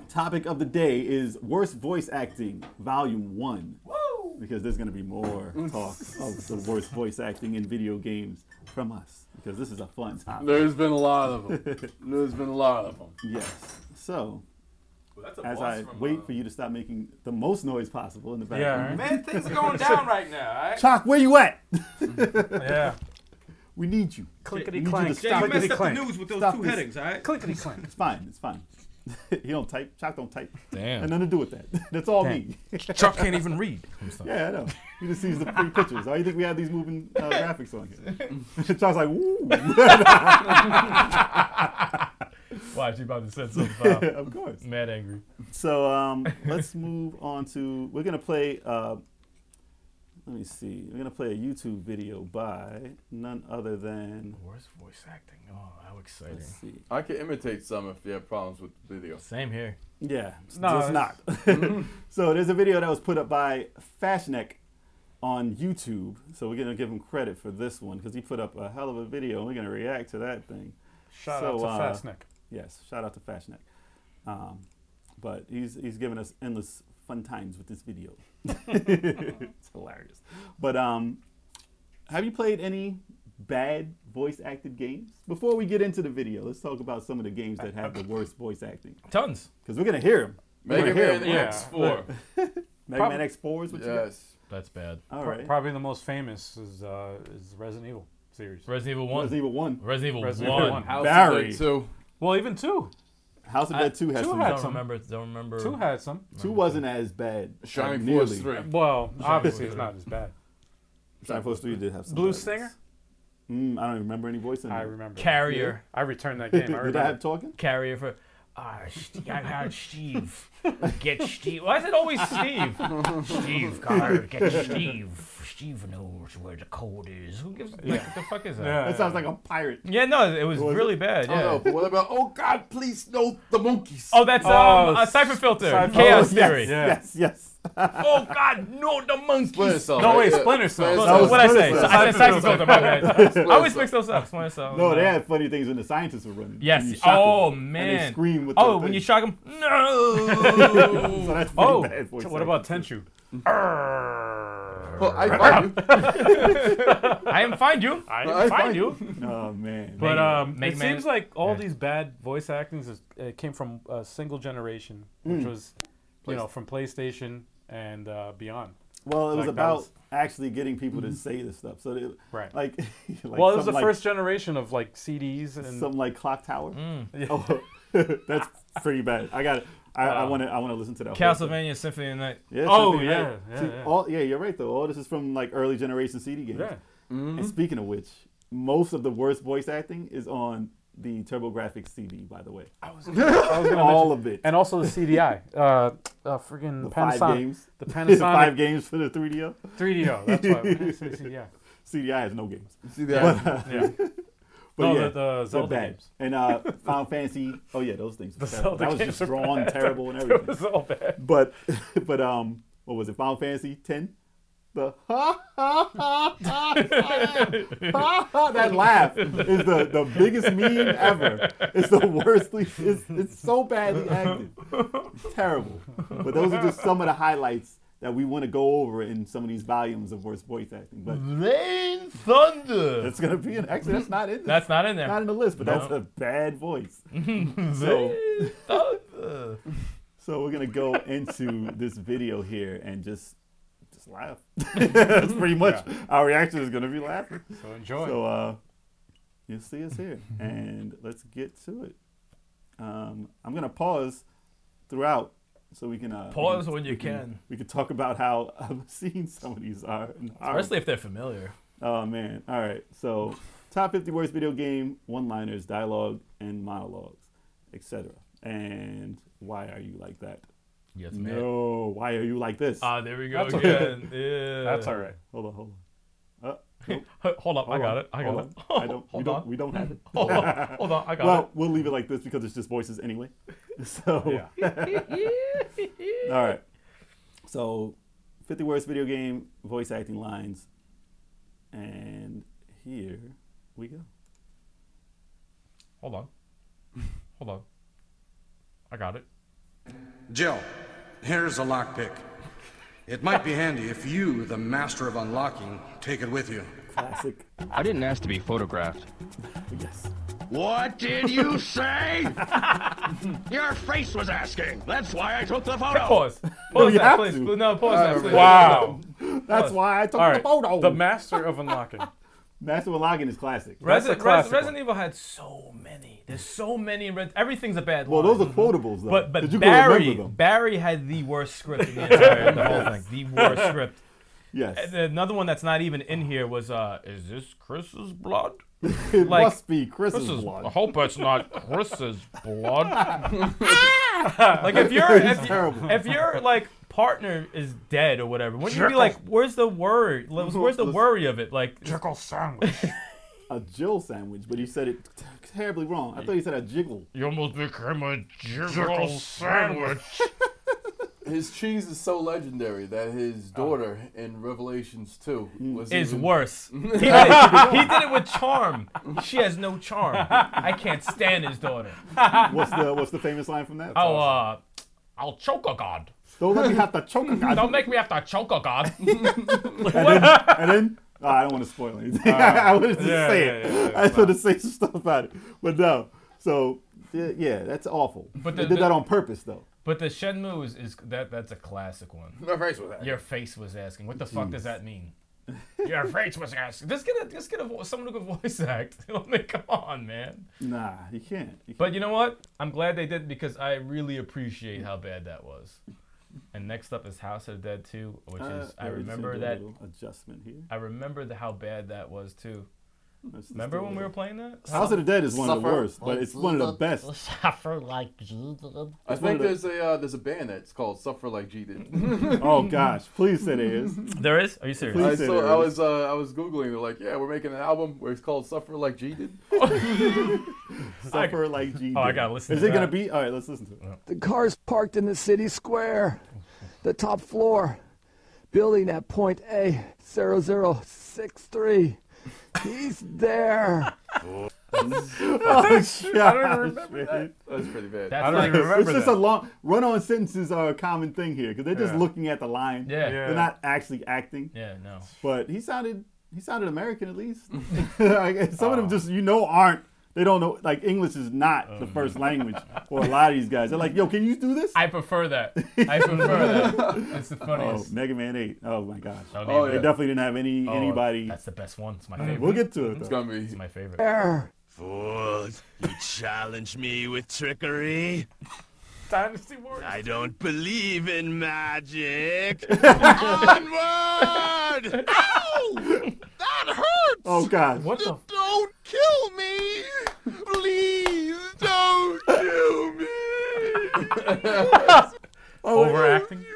[SPEAKER 2] Topic of the day is worst voice acting, volume one. Woo! Because there's gonna be more talk of the worst voice acting in video games from us. Because this is a fun topic.
[SPEAKER 1] There's been a lot of them. There's been a lot of them.
[SPEAKER 2] Yes. So
[SPEAKER 4] That's a uh,
[SPEAKER 2] as I wait for you to stop making the most noise possible in the
[SPEAKER 5] uh, yeah,
[SPEAKER 2] background.
[SPEAKER 5] right.
[SPEAKER 4] Man, things are going down right now. All right?
[SPEAKER 2] Chalk, where you at?
[SPEAKER 5] Mm-hmm. yeah.
[SPEAKER 2] We need you. We
[SPEAKER 5] Clickety
[SPEAKER 2] need you to
[SPEAKER 5] clank.
[SPEAKER 2] stop
[SPEAKER 4] you
[SPEAKER 5] Clickety
[SPEAKER 4] messed up the
[SPEAKER 5] clank.
[SPEAKER 4] news with those
[SPEAKER 2] Stop
[SPEAKER 4] two
[SPEAKER 2] this.
[SPEAKER 4] headings, all right?
[SPEAKER 5] Clickety clank.
[SPEAKER 2] It's fine. It's fine. he don't type. Chalk don't type. And
[SPEAKER 4] Damn.
[SPEAKER 2] nothing to do with that. That's all me.
[SPEAKER 4] Chuck can't even read. I'm sorry.
[SPEAKER 2] Yeah, I know. He just sees the pretty pictures. Why do you think we have these moving uh, graphics on here? Charles like, woo.
[SPEAKER 4] Why? She about to said something.
[SPEAKER 2] of course.
[SPEAKER 4] Mad angry.
[SPEAKER 2] So um, let's move on to. We're gonna play. Uh, let me see. We're gonna play a YouTube video by none other than.
[SPEAKER 4] Worst voice acting. Oh, how exciting.
[SPEAKER 2] Let's see.
[SPEAKER 1] I can imitate some if you have problems with the video.
[SPEAKER 4] Same here.
[SPEAKER 2] Yeah,
[SPEAKER 5] No,
[SPEAKER 2] it's not. so there's a video that was put up by Fashneck on YouTube. So we're gonna give him credit for this one because he put up a hell of a video, and we're gonna react to that thing.
[SPEAKER 5] Shout
[SPEAKER 2] So, uh,
[SPEAKER 5] out to Fastneck.
[SPEAKER 2] Yes, shout out to Fashneck. Um, but he's he's giving us endless fun times with this video. it's hilarious. But um, have you played any bad voice acted games? Before we get into the video, let's talk about some of the games that have the worst voice acting
[SPEAKER 4] Tons.
[SPEAKER 2] because we're gonna hear them.
[SPEAKER 1] Mega Man
[SPEAKER 5] Yeah.
[SPEAKER 1] X4.
[SPEAKER 2] Mega Man
[SPEAKER 5] Probably-
[SPEAKER 2] X4 is what you got.
[SPEAKER 1] Yes.
[SPEAKER 4] That's bad.
[SPEAKER 2] All
[SPEAKER 5] Pro-
[SPEAKER 2] right.
[SPEAKER 5] Probably the most famous is uh, is Resident Evil series.
[SPEAKER 4] Resident Evil 1.
[SPEAKER 2] Resident Evil One,
[SPEAKER 4] Resident Evil
[SPEAKER 5] Resident
[SPEAKER 4] 1.
[SPEAKER 5] Evil 1.
[SPEAKER 1] House
[SPEAKER 2] Barry.
[SPEAKER 1] of Dead 2.
[SPEAKER 5] Well, even two.
[SPEAKER 2] House of
[SPEAKER 4] I-
[SPEAKER 2] Dead Two has
[SPEAKER 5] two
[SPEAKER 2] some.
[SPEAKER 5] had-
[SPEAKER 4] Don't
[SPEAKER 5] some-
[SPEAKER 4] remember. Don't remember.
[SPEAKER 5] Two had some.
[SPEAKER 2] Two wasn't as bad.
[SPEAKER 1] Shining
[SPEAKER 2] nearly.
[SPEAKER 1] Force 3.
[SPEAKER 5] Well, obviously it's not as bad.
[SPEAKER 2] Shining Force Three did have some.
[SPEAKER 5] Blue
[SPEAKER 2] bad ones.
[SPEAKER 5] Singer?
[SPEAKER 2] Mm, I don't even remember any voice in it.
[SPEAKER 5] I remember.
[SPEAKER 4] Carrier.
[SPEAKER 5] I returned that game. I
[SPEAKER 2] Did I have
[SPEAKER 5] remember.
[SPEAKER 2] talking?
[SPEAKER 4] Carrier for. Ah, Steve, I got Steve. Get Steve. Why is it always Steve? Steve, Carter, get Steve. Steve knows where the code is. Who gives? Like, what the fuck is that?
[SPEAKER 5] Yeah.
[SPEAKER 2] That sounds like a pirate.
[SPEAKER 4] Yeah, no, it was,
[SPEAKER 2] Was
[SPEAKER 4] really bad.
[SPEAKER 1] I don't
[SPEAKER 4] Yeah.
[SPEAKER 1] know, but what about, oh God, please, no, the monkeys.
[SPEAKER 4] Oh, that's um,
[SPEAKER 5] Oh,
[SPEAKER 4] a cipher filter.
[SPEAKER 5] Cypher-
[SPEAKER 4] Chaos
[SPEAKER 2] oh,
[SPEAKER 4] theory.
[SPEAKER 2] Yes,
[SPEAKER 5] Yeah.
[SPEAKER 2] yes, yes.
[SPEAKER 4] Oh God, no, the monkeys.
[SPEAKER 1] Splinter Cell.
[SPEAKER 5] No,
[SPEAKER 1] right?
[SPEAKER 5] wait,
[SPEAKER 1] Yeah.
[SPEAKER 5] Splinter Cell.
[SPEAKER 1] Cell.
[SPEAKER 2] That was
[SPEAKER 4] what I say?
[SPEAKER 2] Splinter
[SPEAKER 4] So
[SPEAKER 2] Cell.
[SPEAKER 4] I said cipher filter. My bad. I always mix those up. Splinter Cell.
[SPEAKER 2] No, they had funny things when the scientists were running.
[SPEAKER 4] Yes.
[SPEAKER 2] and you shot
[SPEAKER 4] Oh
[SPEAKER 2] them,
[SPEAKER 4] man.
[SPEAKER 2] And they scream with.
[SPEAKER 4] Oh,
[SPEAKER 2] the
[SPEAKER 4] when
[SPEAKER 2] thing.
[SPEAKER 4] you shock him. No.
[SPEAKER 2] So that's pretty
[SPEAKER 5] Oh,
[SPEAKER 2] bad voice
[SPEAKER 5] so what about Tenchu?
[SPEAKER 1] Well, I find you.
[SPEAKER 4] I am find you.
[SPEAKER 5] I
[SPEAKER 1] I
[SPEAKER 5] didn't
[SPEAKER 1] find-
[SPEAKER 5] find you.
[SPEAKER 2] acting. Oh man.
[SPEAKER 5] But um,
[SPEAKER 4] Mega
[SPEAKER 5] it
[SPEAKER 4] Man-
[SPEAKER 5] seems like all
[SPEAKER 4] Yeah.
[SPEAKER 5] these bad voice actings is, uh, came from a single generation,
[SPEAKER 2] Hmm.
[SPEAKER 5] which was, you know, from PlayStation and uh, beyond.
[SPEAKER 2] well, it was
[SPEAKER 5] like, that
[SPEAKER 2] about
[SPEAKER 5] was-
[SPEAKER 2] actually getting people to say this stuff. So they,
[SPEAKER 5] Right.
[SPEAKER 2] like, like
[SPEAKER 5] well, it was
[SPEAKER 2] some,
[SPEAKER 5] the
[SPEAKER 2] like,
[SPEAKER 5] first generation of like CDs and Mm.
[SPEAKER 2] some like clock tower. Oh, that's pretty bad. I got. I, I want to. I want to listen to that. whole thing.
[SPEAKER 4] Castlevania Symphony of the Night.
[SPEAKER 2] Yeah,
[SPEAKER 5] Oh,
[SPEAKER 2] something,
[SPEAKER 5] yeah,
[SPEAKER 2] right?
[SPEAKER 5] yeah,
[SPEAKER 2] See,
[SPEAKER 5] yeah.
[SPEAKER 2] All, yeah, you're right though. All this is from like early generation CD games.
[SPEAKER 5] yeah.
[SPEAKER 2] And speaking of which, most of the worst voice acting is on the TurboGrafx CD, by the way.
[SPEAKER 5] I was gonna
[SPEAKER 2] All
[SPEAKER 5] mention-
[SPEAKER 2] of it.
[SPEAKER 5] And also the CDI, uh, uh, friggin'
[SPEAKER 2] the
[SPEAKER 5] Panasonic,
[SPEAKER 2] five games.
[SPEAKER 5] the
[SPEAKER 2] The
[SPEAKER 5] Panasonic
[SPEAKER 2] five games for the 3DO.
[SPEAKER 5] 3DO. That's why I said CDI.
[SPEAKER 2] CDI has no games. uh,
[SPEAKER 1] See that?
[SPEAKER 5] Yeah.
[SPEAKER 2] But
[SPEAKER 5] No,
[SPEAKER 2] yeah,
[SPEAKER 5] the, the
[SPEAKER 2] they're
[SPEAKER 5] Zelda
[SPEAKER 2] bad.
[SPEAKER 5] games.
[SPEAKER 2] And uh, Final Fantasy. Oh yeah, those things. Were terrible.
[SPEAKER 5] Zelda
[SPEAKER 2] that was
[SPEAKER 5] games
[SPEAKER 2] just
[SPEAKER 5] are
[SPEAKER 2] drawn terrible and
[SPEAKER 5] It
[SPEAKER 2] everything.
[SPEAKER 5] was all bad.
[SPEAKER 2] But but um, what was it? Final Fantasy ten. The ha ha ha ha ha ha that laugh is the, the biggest meme ever. It's the worstly. It's, it's so badly acted, terrible. But those are just some of the highlights that we want to go over in some of these volumes of worst voice acting. But
[SPEAKER 4] Rain thunder.
[SPEAKER 2] that's gonna be an actually that's not in there.
[SPEAKER 4] That's not in there.
[SPEAKER 2] not in the list, but
[SPEAKER 4] No.
[SPEAKER 2] that's a bad voice. so
[SPEAKER 4] thunder.
[SPEAKER 2] so we're gonna go into this video here and just just laugh. that's pretty much our reaction is gonna be laughing.
[SPEAKER 5] So enjoy.
[SPEAKER 2] So uh you'll see us here. and let's get to it. Um I'm gonna pause throughout so we can uh we
[SPEAKER 4] Pause when you can.
[SPEAKER 2] we can talk about how obscene some of these are. and horrible.
[SPEAKER 4] Especially if they're familiar.
[SPEAKER 2] Oh man. All right. So, top 50 worst video game one-liners, dialogue and monologues, etc. And why are you like that?
[SPEAKER 4] Yes, man.
[SPEAKER 2] no. Why are you like this?
[SPEAKER 4] Ah, there we go
[SPEAKER 5] That's okay.
[SPEAKER 4] again. Yeah.
[SPEAKER 5] That's all right.
[SPEAKER 2] hold on. Hold on.
[SPEAKER 4] H- Hold up, I
[SPEAKER 2] Hold
[SPEAKER 4] got
[SPEAKER 2] on,
[SPEAKER 4] it. I got
[SPEAKER 2] hold
[SPEAKER 4] it.
[SPEAKER 2] on. I don't. we
[SPEAKER 4] Hold
[SPEAKER 2] don't.
[SPEAKER 4] on.
[SPEAKER 2] We don't have it.
[SPEAKER 4] Hold on, hold on, I got
[SPEAKER 2] well, we'll leave it like this because it's just voices anyway. So. All right. So, 50 worst video game voice acting lines. And here we go.
[SPEAKER 4] it. Hold on, hold on. I got it.
[SPEAKER 6] Jill, here's a lockpick. It might be handy if you, the master of unlocking, take it with you.
[SPEAKER 2] Classic.
[SPEAKER 7] I didn't ask to be photographed.
[SPEAKER 2] yes.
[SPEAKER 7] What did you say? Your face was asking. That's why I took the photo.
[SPEAKER 4] Pause. Pause
[SPEAKER 2] you
[SPEAKER 4] that,
[SPEAKER 2] have
[SPEAKER 4] please.
[SPEAKER 2] to. Ah,
[SPEAKER 4] No, pause that, please.
[SPEAKER 5] Wow.
[SPEAKER 2] That's why I took
[SPEAKER 5] All
[SPEAKER 2] the
[SPEAKER 5] right.
[SPEAKER 2] photo.
[SPEAKER 5] The master of unlocking.
[SPEAKER 2] Master of Logging is classic.
[SPEAKER 4] Resi-
[SPEAKER 5] That's a
[SPEAKER 4] Res-
[SPEAKER 5] classic
[SPEAKER 4] Resident Evil had so many. There's so many. Res- Everything's a bad
[SPEAKER 2] Well,
[SPEAKER 4] line.
[SPEAKER 2] those are quotables though.
[SPEAKER 4] But but
[SPEAKER 2] Did you go
[SPEAKER 4] Barry
[SPEAKER 2] remember them?
[SPEAKER 4] Barry had the worst script in the entire the whole thing. The worst script.
[SPEAKER 2] Yes.
[SPEAKER 4] And another one that's not even in here was uh, is this Chris's blood?
[SPEAKER 2] it
[SPEAKER 4] like,
[SPEAKER 2] must be Chris's
[SPEAKER 4] Chris's blood. I
[SPEAKER 2] blood.
[SPEAKER 4] hope it's not Chris's blood. like if you're if, you,
[SPEAKER 2] terrible.
[SPEAKER 4] if your like partner is dead or whatever, wouldn't you be like, where's the worry? Like, Where's the worry of it? Like
[SPEAKER 5] Pickle sandwich.
[SPEAKER 2] A Jill sandwich, but he said it t- terribly wrong. I thought he said a jiggle.
[SPEAKER 4] you almost became a jiggle sandwich.
[SPEAKER 1] His cheese is so legendary that his daughter in Revelations 2 was
[SPEAKER 4] Is
[SPEAKER 1] even-
[SPEAKER 4] worse. He did, it, he did it with charm. She has no charm. I can't stand his daughter.
[SPEAKER 2] What's the What's the famous line from that?
[SPEAKER 4] Oh, uh, I'll choke a god.
[SPEAKER 2] Don't let me have to choke a guy.
[SPEAKER 4] Don't make me have to choke a god.
[SPEAKER 2] And then oh, I don't want to spoil
[SPEAKER 4] Oh,
[SPEAKER 2] anything. I wanted to
[SPEAKER 5] yeah,
[SPEAKER 2] say
[SPEAKER 5] yeah,
[SPEAKER 2] it.
[SPEAKER 5] yeah, yeah,
[SPEAKER 2] I just wanted to say some stuff about it, but no. So yeah, yeah that's awful. But
[SPEAKER 4] But the-
[SPEAKER 2] they did
[SPEAKER 4] the-
[SPEAKER 2] that on purpose though.
[SPEAKER 4] But the Shenmue is, is that that's a classic one.
[SPEAKER 1] My face was that.
[SPEAKER 4] Your face was asking. What the fuck does that mean? Your face was asking. Just get a just get a vo- someone who can voice act. I mean, come on, man.
[SPEAKER 2] Nah, you can't. You
[SPEAKER 4] But you know what? I'm glad they did because I really appreciate how bad that was. And next up is House of the Dead 2, which
[SPEAKER 2] can't.
[SPEAKER 4] is
[SPEAKER 2] Uh,
[SPEAKER 4] I
[SPEAKER 2] we're just gonna
[SPEAKER 4] remember
[SPEAKER 2] do a
[SPEAKER 4] that
[SPEAKER 2] little adjustment here.
[SPEAKER 4] I remember the, how bad that was too.
[SPEAKER 2] Let's just
[SPEAKER 4] Remember
[SPEAKER 2] do a
[SPEAKER 4] when we were
[SPEAKER 2] little-
[SPEAKER 4] playing that?
[SPEAKER 2] House of the Dead is one of the
[SPEAKER 1] Suffer
[SPEAKER 2] worst, but it's one of the best.
[SPEAKER 8] Suffer like Jesus.
[SPEAKER 1] I
[SPEAKER 2] one of
[SPEAKER 1] think
[SPEAKER 2] the-
[SPEAKER 1] there's a uh, there's a band that's called Suffer Like G Did.
[SPEAKER 2] Oh gosh, please say it is.
[SPEAKER 4] There is? Are you serious?
[SPEAKER 1] I,
[SPEAKER 2] said
[SPEAKER 1] saw,
[SPEAKER 2] it
[SPEAKER 1] I
[SPEAKER 2] is.
[SPEAKER 1] was uh, I was googling. They're like, yeah, we're making an album where it's called Suffer Like G Did.
[SPEAKER 2] Suffer like G.
[SPEAKER 4] Oh, I
[SPEAKER 2] did.
[SPEAKER 4] gotta listen
[SPEAKER 2] Is
[SPEAKER 4] to
[SPEAKER 2] it gonna
[SPEAKER 4] that.
[SPEAKER 2] be? All right, let's listen to it.
[SPEAKER 9] The cars parked in the city square, the top floor, building at point A 0063. He's there.
[SPEAKER 2] I don't remember
[SPEAKER 1] That's pretty bad.
[SPEAKER 4] That's
[SPEAKER 5] I don't
[SPEAKER 4] like-
[SPEAKER 5] even remember
[SPEAKER 2] it's just a
[SPEAKER 5] that.
[SPEAKER 2] long run-on sentences are a common thing here because they're just looking at the line.
[SPEAKER 4] Yeah.
[SPEAKER 2] They're not actually acting.
[SPEAKER 4] Yeah, no.
[SPEAKER 2] But he sounded he sounded American at least. Like, Some of them just you know aren't. They don't know like English is not the first language for a lot of these guys. They're like, yo, can you do this?
[SPEAKER 4] I prefer that. I prefer that. It's the
[SPEAKER 2] oh,
[SPEAKER 4] funniest.
[SPEAKER 2] Mega Man Eight. Oh my gosh.
[SPEAKER 4] I'll leave
[SPEAKER 1] Oh,
[SPEAKER 2] They
[SPEAKER 1] yeah.
[SPEAKER 4] it.
[SPEAKER 2] definitely didn't have any
[SPEAKER 4] Oh,
[SPEAKER 2] anybody.
[SPEAKER 4] That's the best one. It's my
[SPEAKER 5] Mm.
[SPEAKER 4] favorite.
[SPEAKER 2] We'll get to it.
[SPEAKER 1] It's
[SPEAKER 2] Though.
[SPEAKER 1] gonna be.
[SPEAKER 4] It's my favorite.
[SPEAKER 9] There.
[SPEAKER 10] Fools, you challenge me with trickery?
[SPEAKER 5] Dynasty Warriors.
[SPEAKER 10] I don't believe in magic. Onward! Ow! That hurts!
[SPEAKER 2] Oh gosh.
[SPEAKER 5] What the?
[SPEAKER 10] Don't kill me! Leave
[SPEAKER 3] Overacting.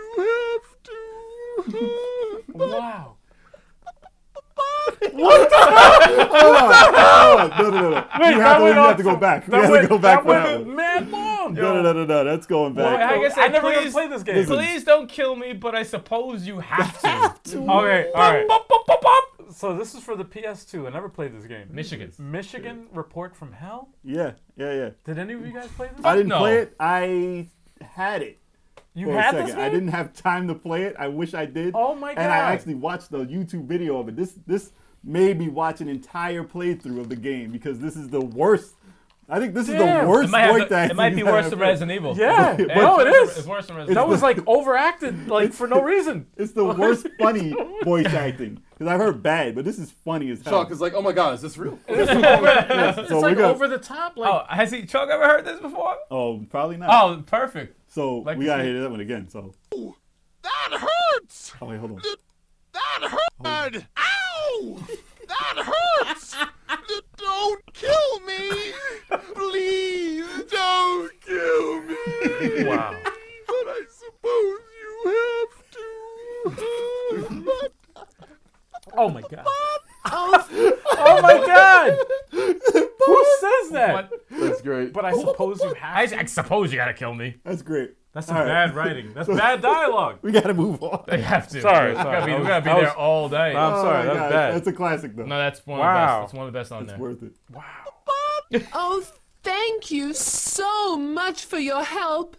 [SPEAKER 5] Wow.
[SPEAKER 2] no, no, no, no. you
[SPEAKER 3] that
[SPEAKER 2] have to,
[SPEAKER 3] went
[SPEAKER 2] you
[SPEAKER 3] on
[SPEAKER 2] have to go
[SPEAKER 3] for-
[SPEAKER 2] back. You
[SPEAKER 3] that
[SPEAKER 2] have to
[SPEAKER 3] went-
[SPEAKER 2] go back
[SPEAKER 3] that
[SPEAKER 2] for
[SPEAKER 3] went
[SPEAKER 2] that one.
[SPEAKER 5] Man, long.
[SPEAKER 2] No, no, no, no, no. That's going back.
[SPEAKER 4] I guess I,
[SPEAKER 3] I never
[SPEAKER 4] please,
[SPEAKER 3] even played this game.
[SPEAKER 4] Please don't kill me, but I suppose you have to.
[SPEAKER 5] Okay, all right.
[SPEAKER 4] Bop, bop, bop, bop.
[SPEAKER 5] So this is for the PS2. I never played this game.
[SPEAKER 4] Michigan.
[SPEAKER 5] Michigan Report from Hell.
[SPEAKER 2] Yeah, yeah, yeah.
[SPEAKER 5] Did any of you guys play this?
[SPEAKER 2] I didn't
[SPEAKER 4] no.
[SPEAKER 2] play it. I had it.
[SPEAKER 5] you
[SPEAKER 2] For
[SPEAKER 5] had
[SPEAKER 2] a
[SPEAKER 5] this
[SPEAKER 2] second. I
[SPEAKER 5] game?
[SPEAKER 2] didn't have time to play it. I wish I did.
[SPEAKER 5] Oh my
[SPEAKER 2] And I
[SPEAKER 5] God.
[SPEAKER 2] actually watched the YouTube video of it. This this made me watch an entire playthrough of the game because this is the worst. I think this is the
[SPEAKER 5] Damn. It
[SPEAKER 2] worst
[SPEAKER 4] It might, have
[SPEAKER 2] voice
[SPEAKER 4] to- it
[SPEAKER 2] acting
[SPEAKER 4] might be
[SPEAKER 2] I've
[SPEAKER 4] worse
[SPEAKER 2] ever
[SPEAKER 4] than
[SPEAKER 2] heard.
[SPEAKER 4] Resident Evil.
[SPEAKER 5] Yeah.
[SPEAKER 4] It's
[SPEAKER 5] no, it
[SPEAKER 4] worse-
[SPEAKER 5] is.
[SPEAKER 4] It's worse than
[SPEAKER 5] That
[SPEAKER 4] Resident
[SPEAKER 5] was like overacted, like for no reason.
[SPEAKER 2] It's the worst funny voice acting because I've heard bad, but this is funny as hell.
[SPEAKER 1] Chuck is like, oh my god, is this real?
[SPEAKER 2] it's so
[SPEAKER 5] It's
[SPEAKER 2] we
[SPEAKER 5] like
[SPEAKER 2] got,
[SPEAKER 5] over the top. Like
[SPEAKER 4] Oh, has he Chuck ever heard this before?
[SPEAKER 2] oh, probably not.
[SPEAKER 4] Oh, perfect.
[SPEAKER 2] so
[SPEAKER 4] like
[SPEAKER 2] we
[SPEAKER 4] to
[SPEAKER 2] gotta
[SPEAKER 4] see-
[SPEAKER 2] hear that one again. So
[SPEAKER 10] That hurts!
[SPEAKER 2] oh wait, hold on.
[SPEAKER 10] That hurt! Ow! That hurts! D- don't kill me! Please don't kill me!
[SPEAKER 3] Wow.
[SPEAKER 10] But I suppose you have to.
[SPEAKER 5] oh my god. oh my god. Who says that?
[SPEAKER 1] That's great.
[SPEAKER 5] But I suppose you have.
[SPEAKER 4] I, I suppose you gotta kill me.
[SPEAKER 2] That's great.
[SPEAKER 5] That's some
[SPEAKER 2] All right.
[SPEAKER 5] bad writing. That's bad dialogue.
[SPEAKER 2] We gotta move on.
[SPEAKER 4] You have to.
[SPEAKER 5] Sorry,
[SPEAKER 4] We're
[SPEAKER 5] sorry.
[SPEAKER 4] gonna be,
[SPEAKER 5] I
[SPEAKER 4] we're
[SPEAKER 5] was-
[SPEAKER 4] gonna be
[SPEAKER 5] I
[SPEAKER 4] there
[SPEAKER 5] was-
[SPEAKER 4] all day.
[SPEAKER 5] I'm
[SPEAKER 2] Oh
[SPEAKER 5] sorry,
[SPEAKER 2] my
[SPEAKER 5] that was
[SPEAKER 2] gosh,
[SPEAKER 5] bad.
[SPEAKER 2] That's a classic though.
[SPEAKER 4] no, that's one
[SPEAKER 5] Wow.
[SPEAKER 4] of the best. That's one of the best on there.
[SPEAKER 2] Worth it.
[SPEAKER 11] Oh, thank you so much for your help.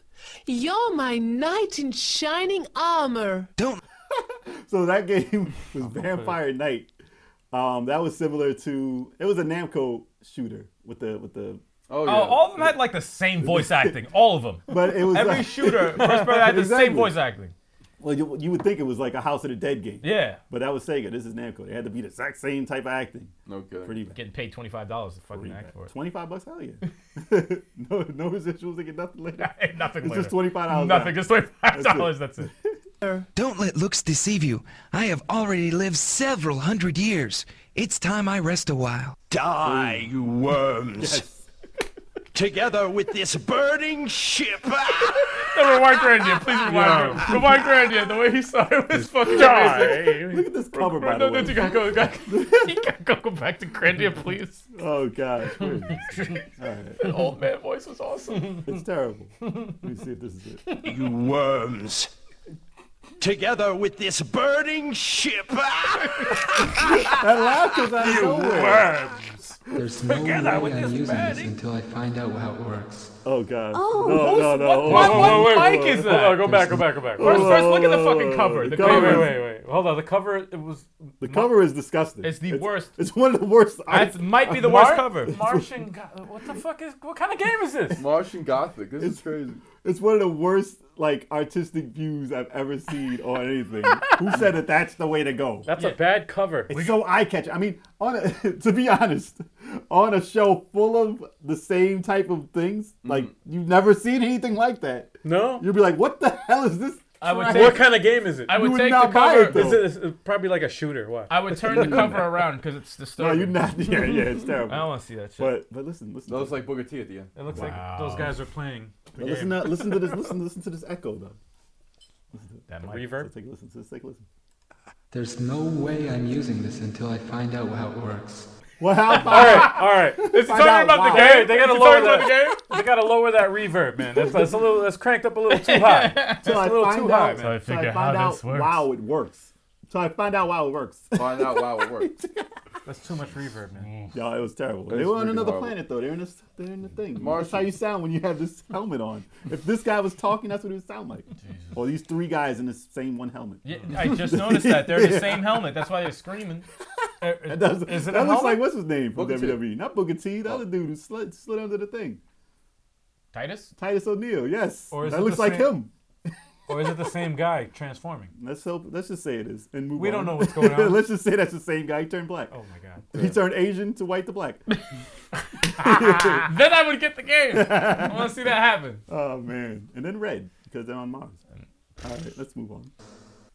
[SPEAKER 11] You're my knight in shining armor.
[SPEAKER 2] So that game was Vampire Knight. Um, that was similar to it was a Namco shooter with the with the,
[SPEAKER 1] oh
[SPEAKER 4] Oh,
[SPEAKER 1] yeah.
[SPEAKER 4] all of them had like the same voice acting. All of them.
[SPEAKER 2] but it was
[SPEAKER 4] Every
[SPEAKER 2] like-
[SPEAKER 4] shooter, first brother had the
[SPEAKER 2] Exactly.
[SPEAKER 4] same voice acting.
[SPEAKER 2] Well, you, you would think it was like a House of the Dead game.
[SPEAKER 4] Yeah.
[SPEAKER 2] But that was Sega. This is Namco. They had to be the exact same type of acting.
[SPEAKER 1] no kidding.
[SPEAKER 2] Pretty bad.
[SPEAKER 4] Getting paid twenty five dollars to fucking act for it.
[SPEAKER 2] Twenty five bucks. Hell yeah. no no residuals. They get nothing later.
[SPEAKER 4] Hey, nothing
[SPEAKER 2] It's
[SPEAKER 4] later.
[SPEAKER 2] just twenty five dollars.
[SPEAKER 4] Nothing. Just twenty five
[SPEAKER 2] That's it.
[SPEAKER 4] dollars. That's it.
[SPEAKER 12] Don't let looks deceive you. I have already lived several hundred years. It's time I rest a while.
[SPEAKER 10] Die, you worms! Together with this burning ship!
[SPEAKER 4] No, rewind Grandia, please rewind. Grandia. Rewind Grandia. The way he saw it was fucking amazing.
[SPEAKER 2] Look at this cover by
[SPEAKER 4] No,
[SPEAKER 2] the
[SPEAKER 4] no, you
[SPEAKER 2] way.
[SPEAKER 4] gotta go. You gotta, you gotta go, go back to Grandia, please.
[SPEAKER 2] Oh gosh. Wait. All right.
[SPEAKER 4] The old man voice was awesome.
[SPEAKER 2] It's terrible. Let me see if this is it.
[SPEAKER 10] you worms! Together with this burning ship!
[SPEAKER 2] That laugh comes out of nowhere.
[SPEAKER 12] There's no way I'm using this until I find out how it works.
[SPEAKER 2] Oh god.
[SPEAKER 11] Oh,
[SPEAKER 2] no, no, no. Oh, Hold
[SPEAKER 4] What,
[SPEAKER 2] on,
[SPEAKER 4] what
[SPEAKER 2] hold on,
[SPEAKER 4] mic
[SPEAKER 2] hold on.
[SPEAKER 4] is
[SPEAKER 3] Hold on,
[SPEAKER 4] that?
[SPEAKER 3] go back, go back, go back.
[SPEAKER 4] First, first, look at the fucking cover. The
[SPEAKER 2] The cover.
[SPEAKER 4] cover.
[SPEAKER 5] Wait, wait, wait, wait. Hold on. The cover. It was
[SPEAKER 2] The cover is disgusting.
[SPEAKER 4] It's the worst.
[SPEAKER 2] It's one of the worst. I,
[SPEAKER 4] That might be the worst
[SPEAKER 5] Mar-
[SPEAKER 4] cover.
[SPEAKER 5] Martian. Go- what the fuck is? What kind of game is this?
[SPEAKER 1] Martian Gothic. This is
[SPEAKER 2] It's-
[SPEAKER 1] crazy.
[SPEAKER 2] it's one of the worst like artistic views I've ever seen on anything. Who said that that's the way to go?
[SPEAKER 5] That's a bad cover.
[SPEAKER 2] It's so eye catching. I mean, on a, to be honest, on a show full of the same type of things,
[SPEAKER 4] Mm.
[SPEAKER 2] like you've never seen anything like that.
[SPEAKER 5] No.
[SPEAKER 2] You'll be like, what the hell is this?
[SPEAKER 4] I would
[SPEAKER 2] trash?"
[SPEAKER 4] take-
[SPEAKER 5] What kind of game is it?
[SPEAKER 4] I
[SPEAKER 2] You
[SPEAKER 4] would
[SPEAKER 2] would
[SPEAKER 4] take the
[SPEAKER 2] not buy it,
[SPEAKER 4] cover.
[SPEAKER 2] though.
[SPEAKER 5] Is it is it probably like a shooter? What?
[SPEAKER 4] I would turn the cover around because it's
[SPEAKER 2] No,
[SPEAKER 4] disturbing.
[SPEAKER 2] you're not. Yeah, yeah, it's terrible.
[SPEAKER 4] I don't want to see that shit.
[SPEAKER 2] But but listen, listen.
[SPEAKER 1] That
[SPEAKER 2] to
[SPEAKER 1] was like Booker T at the end.
[SPEAKER 5] it looks like those guys are playing.
[SPEAKER 2] Now listen, to, listen to this. Listen, listen to this echo though.
[SPEAKER 4] that might.
[SPEAKER 2] Reverb. Take a listen. Just take a listen.
[SPEAKER 12] There's no way I'm using this until I find out how it works.
[SPEAKER 2] Well, how far?
[SPEAKER 5] All right.
[SPEAKER 4] It's
[SPEAKER 2] Find out
[SPEAKER 4] talking about the
[SPEAKER 2] why.
[SPEAKER 4] game.
[SPEAKER 5] They gotta
[SPEAKER 4] It's
[SPEAKER 5] lower
[SPEAKER 4] talking about
[SPEAKER 5] that.
[SPEAKER 4] the game.
[SPEAKER 5] They gotta lower that reverb, man. That's, that's a little. That's cranked up a little too high.
[SPEAKER 2] Till I
[SPEAKER 5] little
[SPEAKER 2] find
[SPEAKER 5] too high,
[SPEAKER 2] out.
[SPEAKER 5] man.
[SPEAKER 2] Till
[SPEAKER 4] Till
[SPEAKER 2] I
[SPEAKER 4] I figure
[SPEAKER 2] find
[SPEAKER 4] how
[SPEAKER 2] out
[SPEAKER 4] this works.
[SPEAKER 2] wow it works. So I find out wow it works.
[SPEAKER 1] Find out wow it works.
[SPEAKER 5] That's too much reverb, man.
[SPEAKER 2] Yo, it was terrible. they were on
[SPEAKER 1] freaking
[SPEAKER 2] another
[SPEAKER 1] horrible.
[SPEAKER 2] planet though. They're in this. They're in the thing. That's how you sound when you have this helmet on. If this guy was talking, that's what he would sound like. Or these three guys in the same one helmet.
[SPEAKER 4] Yeah, Mm. I just noticed that they're the same helmet. That's why they're screaming.
[SPEAKER 2] That, does,
[SPEAKER 5] Is it
[SPEAKER 2] that
[SPEAKER 5] a
[SPEAKER 2] looks
[SPEAKER 5] helmet?
[SPEAKER 2] like what's his name from
[SPEAKER 1] Booker T.
[SPEAKER 2] WWE? Not Booker T. The other dude who slid, slid under the thing.
[SPEAKER 4] Titus.
[SPEAKER 2] Titus O'Neil. Yes.
[SPEAKER 5] Or is
[SPEAKER 2] that
[SPEAKER 5] it
[SPEAKER 2] looks
[SPEAKER 5] the
[SPEAKER 2] like
[SPEAKER 5] same-
[SPEAKER 2] him.
[SPEAKER 5] Or is it the same guy transforming?
[SPEAKER 2] Let's hope. Let's just say it is and move
[SPEAKER 5] We
[SPEAKER 2] on.
[SPEAKER 5] don't know what's going on.
[SPEAKER 2] let's just say that's the same guy. He turned black.
[SPEAKER 5] Oh my god.
[SPEAKER 2] He turned Asian to white to black.
[SPEAKER 4] Then I would get the game. I want to see that happen.
[SPEAKER 2] oh man, and then red because they're on Mars. All right, let's move on.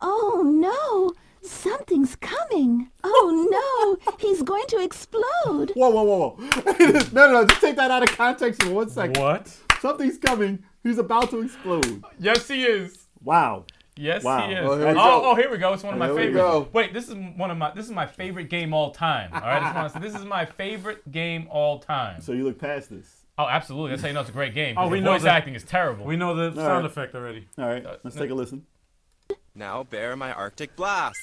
[SPEAKER 11] Oh no! Something's coming! Oh no! He's going to explode!
[SPEAKER 2] Whoa, whoa, whoa, whoa! no, no, no! Just take that out of context for one second.
[SPEAKER 5] What?
[SPEAKER 2] Something's coming. He's about to explode.
[SPEAKER 4] Yes, he is.
[SPEAKER 2] Wow.
[SPEAKER 4] Yes,
[SPEAKER 2] Wow.
[SPEAKER 4] he is.
[SPEAKER 2] Oh,
[SPEAKER 4] Oh
[SPEAKER 2] here
[SPEAKER 4] here,
[SPEAKER 2] we
[SPEAKER 4] oh,
[SPEAKER 2] go.
[SPEAKER 4] here we go. It's one of my
[SPEAKER 2] Here we
[SPEAKER 4] favorites.
[SPEAKER 2] go.
[SPEAKER 4] Wait, this is one of my this is my favorite game all time. All right, I just want to say this is my favorite game all time.
[SPEAKER 2] So you look past this.
[SPEAKER 4] Oh, absolutely. That's how you know it's a great game.
[SPEAKER 2] Oh,
[SPEAKER 4] 'cause
[SPEAKER 2] we
[SPEAKER 4] the
[SPEAKER 2] know
[SPEAKER 4] voice
[SPEAKER 2] the-
[SPEAKER 4] acting is terrible.
[SPEAKER 5] we know the
[SPEAKER 2] All right.
[SPEAKER 5] sound effect already.
[SPEAKER 2] All right, let's take a listen.
[SPEAKER 13] Now bear my Arctic blast.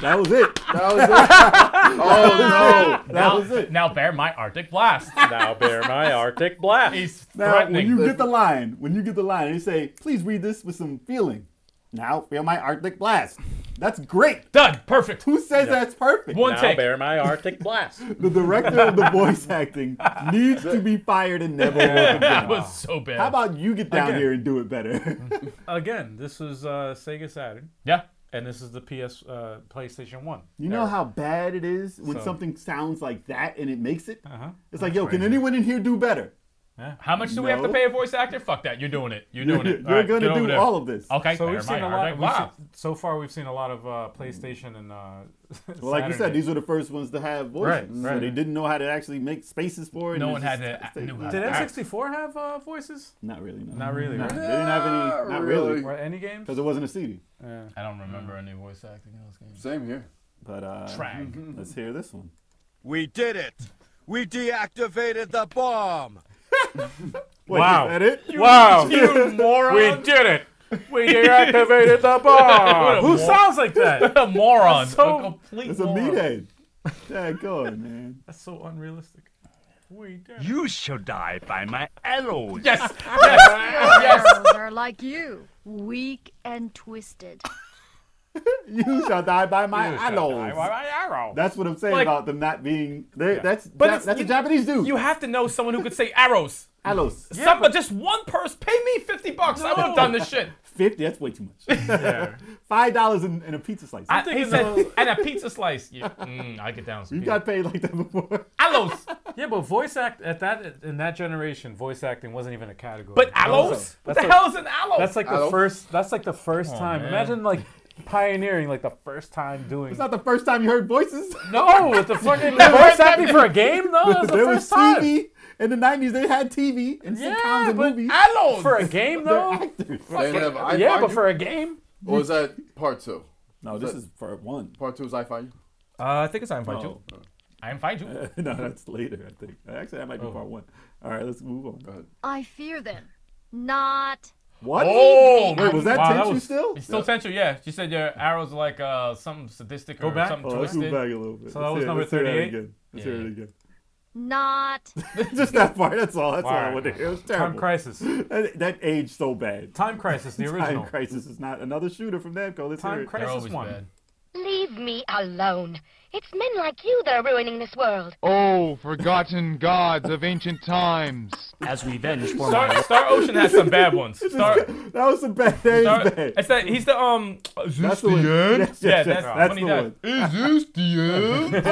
[SPEAKER 2] That was it. That was it.
[SPEAKER 13] Oh,
[SPEAKER 2] no. That
[SPEAKER 4] now,
[SPEAKER 2] was it.
[SPEAKER 4] Now bear my Arctic blast. now
[SPEAKER 5] bear my Arctic blast.
[SPEAKER 4] He's
[SPEAKER 2] Now,
[SPEAKER 4] threatening.
[SPEAKER 2] when you get the line, when you get the line, they say, please read this with some feeling. Now, feel my Arctic blast. That's great.
[SPEAKER 4] Done. Perfect.
[SPEAKER 2] Who says that's perfect?
[SPEAKER 5] now bear my Arctic blast.
[SPEAKER 2] The director of the voice acting needs to be fired and never work again.
[SPEAKER 5] That was so bad.
[SPEAKER 2] How about you get down
[SPEAKER 5] Again.
[SPEAKER 2] here and do it better?
[SPEAKER 5] Again, this was uh, Sega Saturn.
[SPEAKER 4] Yeah.
[SPEAKER 5] And this is the PS uh, PlayStation One.
[SPEAKER 2] You know how bad it is when
[SPEAKER 5] So-
[SPEAKER 2] something sounds like that and it makes it?
[SPEAKER 5] Uh-huh.
[SPEAKER 2] It's like,
[SPEAKER 5] That's
[SPEAKER 2] yo, can
[SPEAKER 5] crazy.
[SPEAKER 2] anyone in here do better?
[SPEAKER 4] How much do we have to
[SPEAKER 2] No.
[SPEAKER 4] pay a voice actor? Fuck that. You're doing it. You're doing it.
[SPEAKER 2] You're
[SPEAKER 4] All right,
[SPEAKER 2] gonna
[SPEAKER 4] get over
[SPEAKER 2] do
[SPEAKER 4] there.
[SPEAKER 2] all of this.
[SPEAKER 4] Okay.
[SPEAKER 5] So
[SPEAKER 4] bear
[SPEAKER 5] we've seen
[SPEAKER 4] my
[SPEAKER 5] a lot.
[SPEAKER 4] Arctic
[SPEAKER 5] We've
[SPEAKER 4] blast.
[SPEAKER 5] seen, so far, we've seen a lot of uh, PlayStation and. Uh,
[SPEAKER 2] Well, like you said, these were the first ones to have voices.
[SPEAKER 5] Right,
[SPEAKER 2] So
[SPEAKER 5] right.
[SPEAKER 2] they didn't know how to actually make spaces for it.
[SPEAKER 4] No
[SPEAKER 2] and
[SPEAKER 4] one
[SPEAKER 2] it's
[SPEAKER 4] had
[SPEAKER 2] just-
[SPEAKER 4] to-
[SPEAKER 2] they-
[SPEAKER 4] knew how
[SPEAKER 5] Did
[SPEAKER 4] to act.
[SPEAKER 5] N64 have uh, voices?
[SPEAKER 2] Not really, no.
[SPEAKER 5] Not really,
[SPEAKER 2] No,
[SPEAKER 5] right?
[SPEAKER 2] They didn't have any. Not really.
[SPEAKER 5] Or any games?
[SPEAKER 2] Because it wasn't a CD.
[SPEAKER 4] I don't remember any voice acting in those games.
[SPEAKER 1] Same here.
[SPEAKER 2] But uh,
[SPEAKER 4] Trag.
[SPEAKER 2] let's hear this one.
[SPEAKER 10] We did it. We deactivated the bomb.
[SPEAKER 2] Wait,
[SPEAKER 5] Wow.
[SPEAKER 2] Is that it?
[SPEAKER 5] wow.
[SPEAKER 4] You moron.
[SPEAKER 5] We did it. We deactivated the bomb.
[SPEAKER 4] What a
[SPEAKER 5] Who
[SPEAKER 4] mor-
[SPEAKER 5] sounds like that?
[SPEAKER 4] What a moron.
[SPEAKER 5] That's so-
[SPEAKER 4] a complete
[SPEAKER 2] It's a
[SPEAKER 4] moron.
[SPEAKER 2] meathead. Yeah, go on, man.
[SPEAKER 5] That's so unrealistic. We did it.
[SPEAKER 10] You shall die by my arrows.
[SPEAKER 4] Yes.
[SPEAKER 14] Arrows are like you, weak and twisted.
[SPEAKER 2] You shall die by my
[SPEAKER 5] You shall die by
[SPEAKER 2] aloes.
[SPEAKER 5] my arrow.
[SPEAKER 2] That's what I'm saying
[SPEAKER 4] Like-
[SPEAKER 2] about them not being. they That's
[SPEAKER 4] But
[SPEAKER 2] that-
[SPEAKER 4] it's-
[SPEAKER 2] that's
[SPEAKER 4] you-
[SPEAKER 2] a Japanese dude.
[SPEAKER 4] You have to know someone who could say arrows.
[SPEAKER 2] Aloes.
[SPEAKER 4] Some, just one person. Pay me fifty bucks. I would have done this shit.
[SPEAKER 2] Fifty. That's way too much. Five dollars and, and a pizza slice.
[SPEAKER 4] I, he said, and a pizza slice. Yeah, mm, I get down. with some
[SPEAKER 2] you
[SPEAKER 4] pizza.
[SPEAKER 2] got paid like that before.
[SPEAKER 4] aloes,
[SPEAKER 5] Yeah, but voice act at that in that generation, voice acting wasn't even a category.
[SPEAKER 4] but aloes. What the hell is an aloe?
[SPEAKER 5] That's like the
[SPEAKER 4] Aloe?
[SPEAKER 5] first. That's like the first
[SPEAKER 4] Come on,
[SPEAKER 5] time.
[SPEAKER 4] man.
[SPEAKER 5] Imagine like pioneering, like the first time doing.
[SPEAKER 2] It's not the first time you heard voices.
[SPEAKER 5] No, with the fucking voice acting for a game. No, that's the
[SPEAKER 2] there
[SPEAKER 5] first
[SPEAKER 2] was
[SPEAKER 5] time.
[SPEAKER 2] TV in the '90s. They had TV and sitcoms
[SPEAKER 5] Yeah,
[SPEAKER 2] and
[SPEAKER 5] but
[SPEAKER 2] movies.
[SPEAKER 4] aloes
[SPEAKER 5] for a game though.
[SPEAKER 1] They didn't have I
[SPEAKER 5] yeah,
[SPEAKER 1] Find
[SPEAKER 5] but
[SPEAKER 1] You?
[SPEAKER 5] for a game.
[SPEAKER 1] Or was that part two?
[SPEAKER 2] No, this is for one.
[SPEAKER 1] Part two is I Find You?
[SPEAKER 4] Uh, I think it's I'm fine
[SPEAKER 2] No.
[SPEAKER 4] I'm fine too.
[SPEAKER 2] no, that's later. I think. Actually, that might be part one. All right, let's move on. Go ahead.
[SPEAKER 14] I fear them, not.
[SPEAKER 2] What?
[SPEAKER 4] Oh,
[SPEAKER 2] wait, was that
[SPEAKER 4] wow,
[SPEAKER 2] tension
[SPEAKER 4] was-
[SPEAKER 2] still?
[SPEAKER 4] It's still sensual, yeah. She said your arrows are like uh, something sadistic or
[SPEAKER 5] back?
[SPEAKER 4] something
[SPEAKER 2] Oh, let's
[SPEAKER 4] twisted.
[SPEAKER 2] move back a little bit.
[SPEAKER 5] So that
[SPEAKER 2] Let's hear
[SPEAKER 5] was
[SPEAKER 2] it.
[SPEAKER 5] number
[SPEAKER 2] Let's hear that
[SPEAKER 5] 38?
[SPEAKER 2] again. Let's hear it again.
[SPEAKER 14] Not.
[SPEAKER 2] Just that part. That's all. That's all I
[SPEAKER 5] Wow.
[SPEAKER 2] wanted to hear. It was
[SPEAKER 5] Time
[SPEAKER 2] terrible.
[SPEAKER 5] Crisis.
[SPEAKER 2] That, that aged so bad.
[SPEAKER 5] Time Crisis, the original.
[SPEAKER 2] Time Crisis is not another shooter from Namco. Let's
[SPEAKER 5] Time
[SPEAKER 2] hear it.
[SPEAKER 5] Crisis They're always one. bad.
[SPEAKER 15] Leave me alone. It's men like you that are ruining this world.
[SPEAKER 12] Oh, forgotten gods of ancient times. As revenge for
[SPEAKER 4] Star, Star Ocean has some bad ones. Star,
[SPEAKER 2] That was a bad. That is
[SPEAKER 4] Star-
[SPEAKER 2] bad.
[SPEAKER 4] it's that he's the um. Is this
[SPEAKER 2] That's the one.
[SPEAKER 4] the end?
[SPEAKER 2] Yes, yes,
[SPEAKER 4] yeah,
[SPEAKER 2] yes.
[SPEAKER 4] that's,
[SPEAKER 2] That's
[SPEAKER 4] when he
[SPEAKER 2] the
[SPEAKER 4] does.
[SPEAKER 2] one.
[SPEAKER 4] Is this the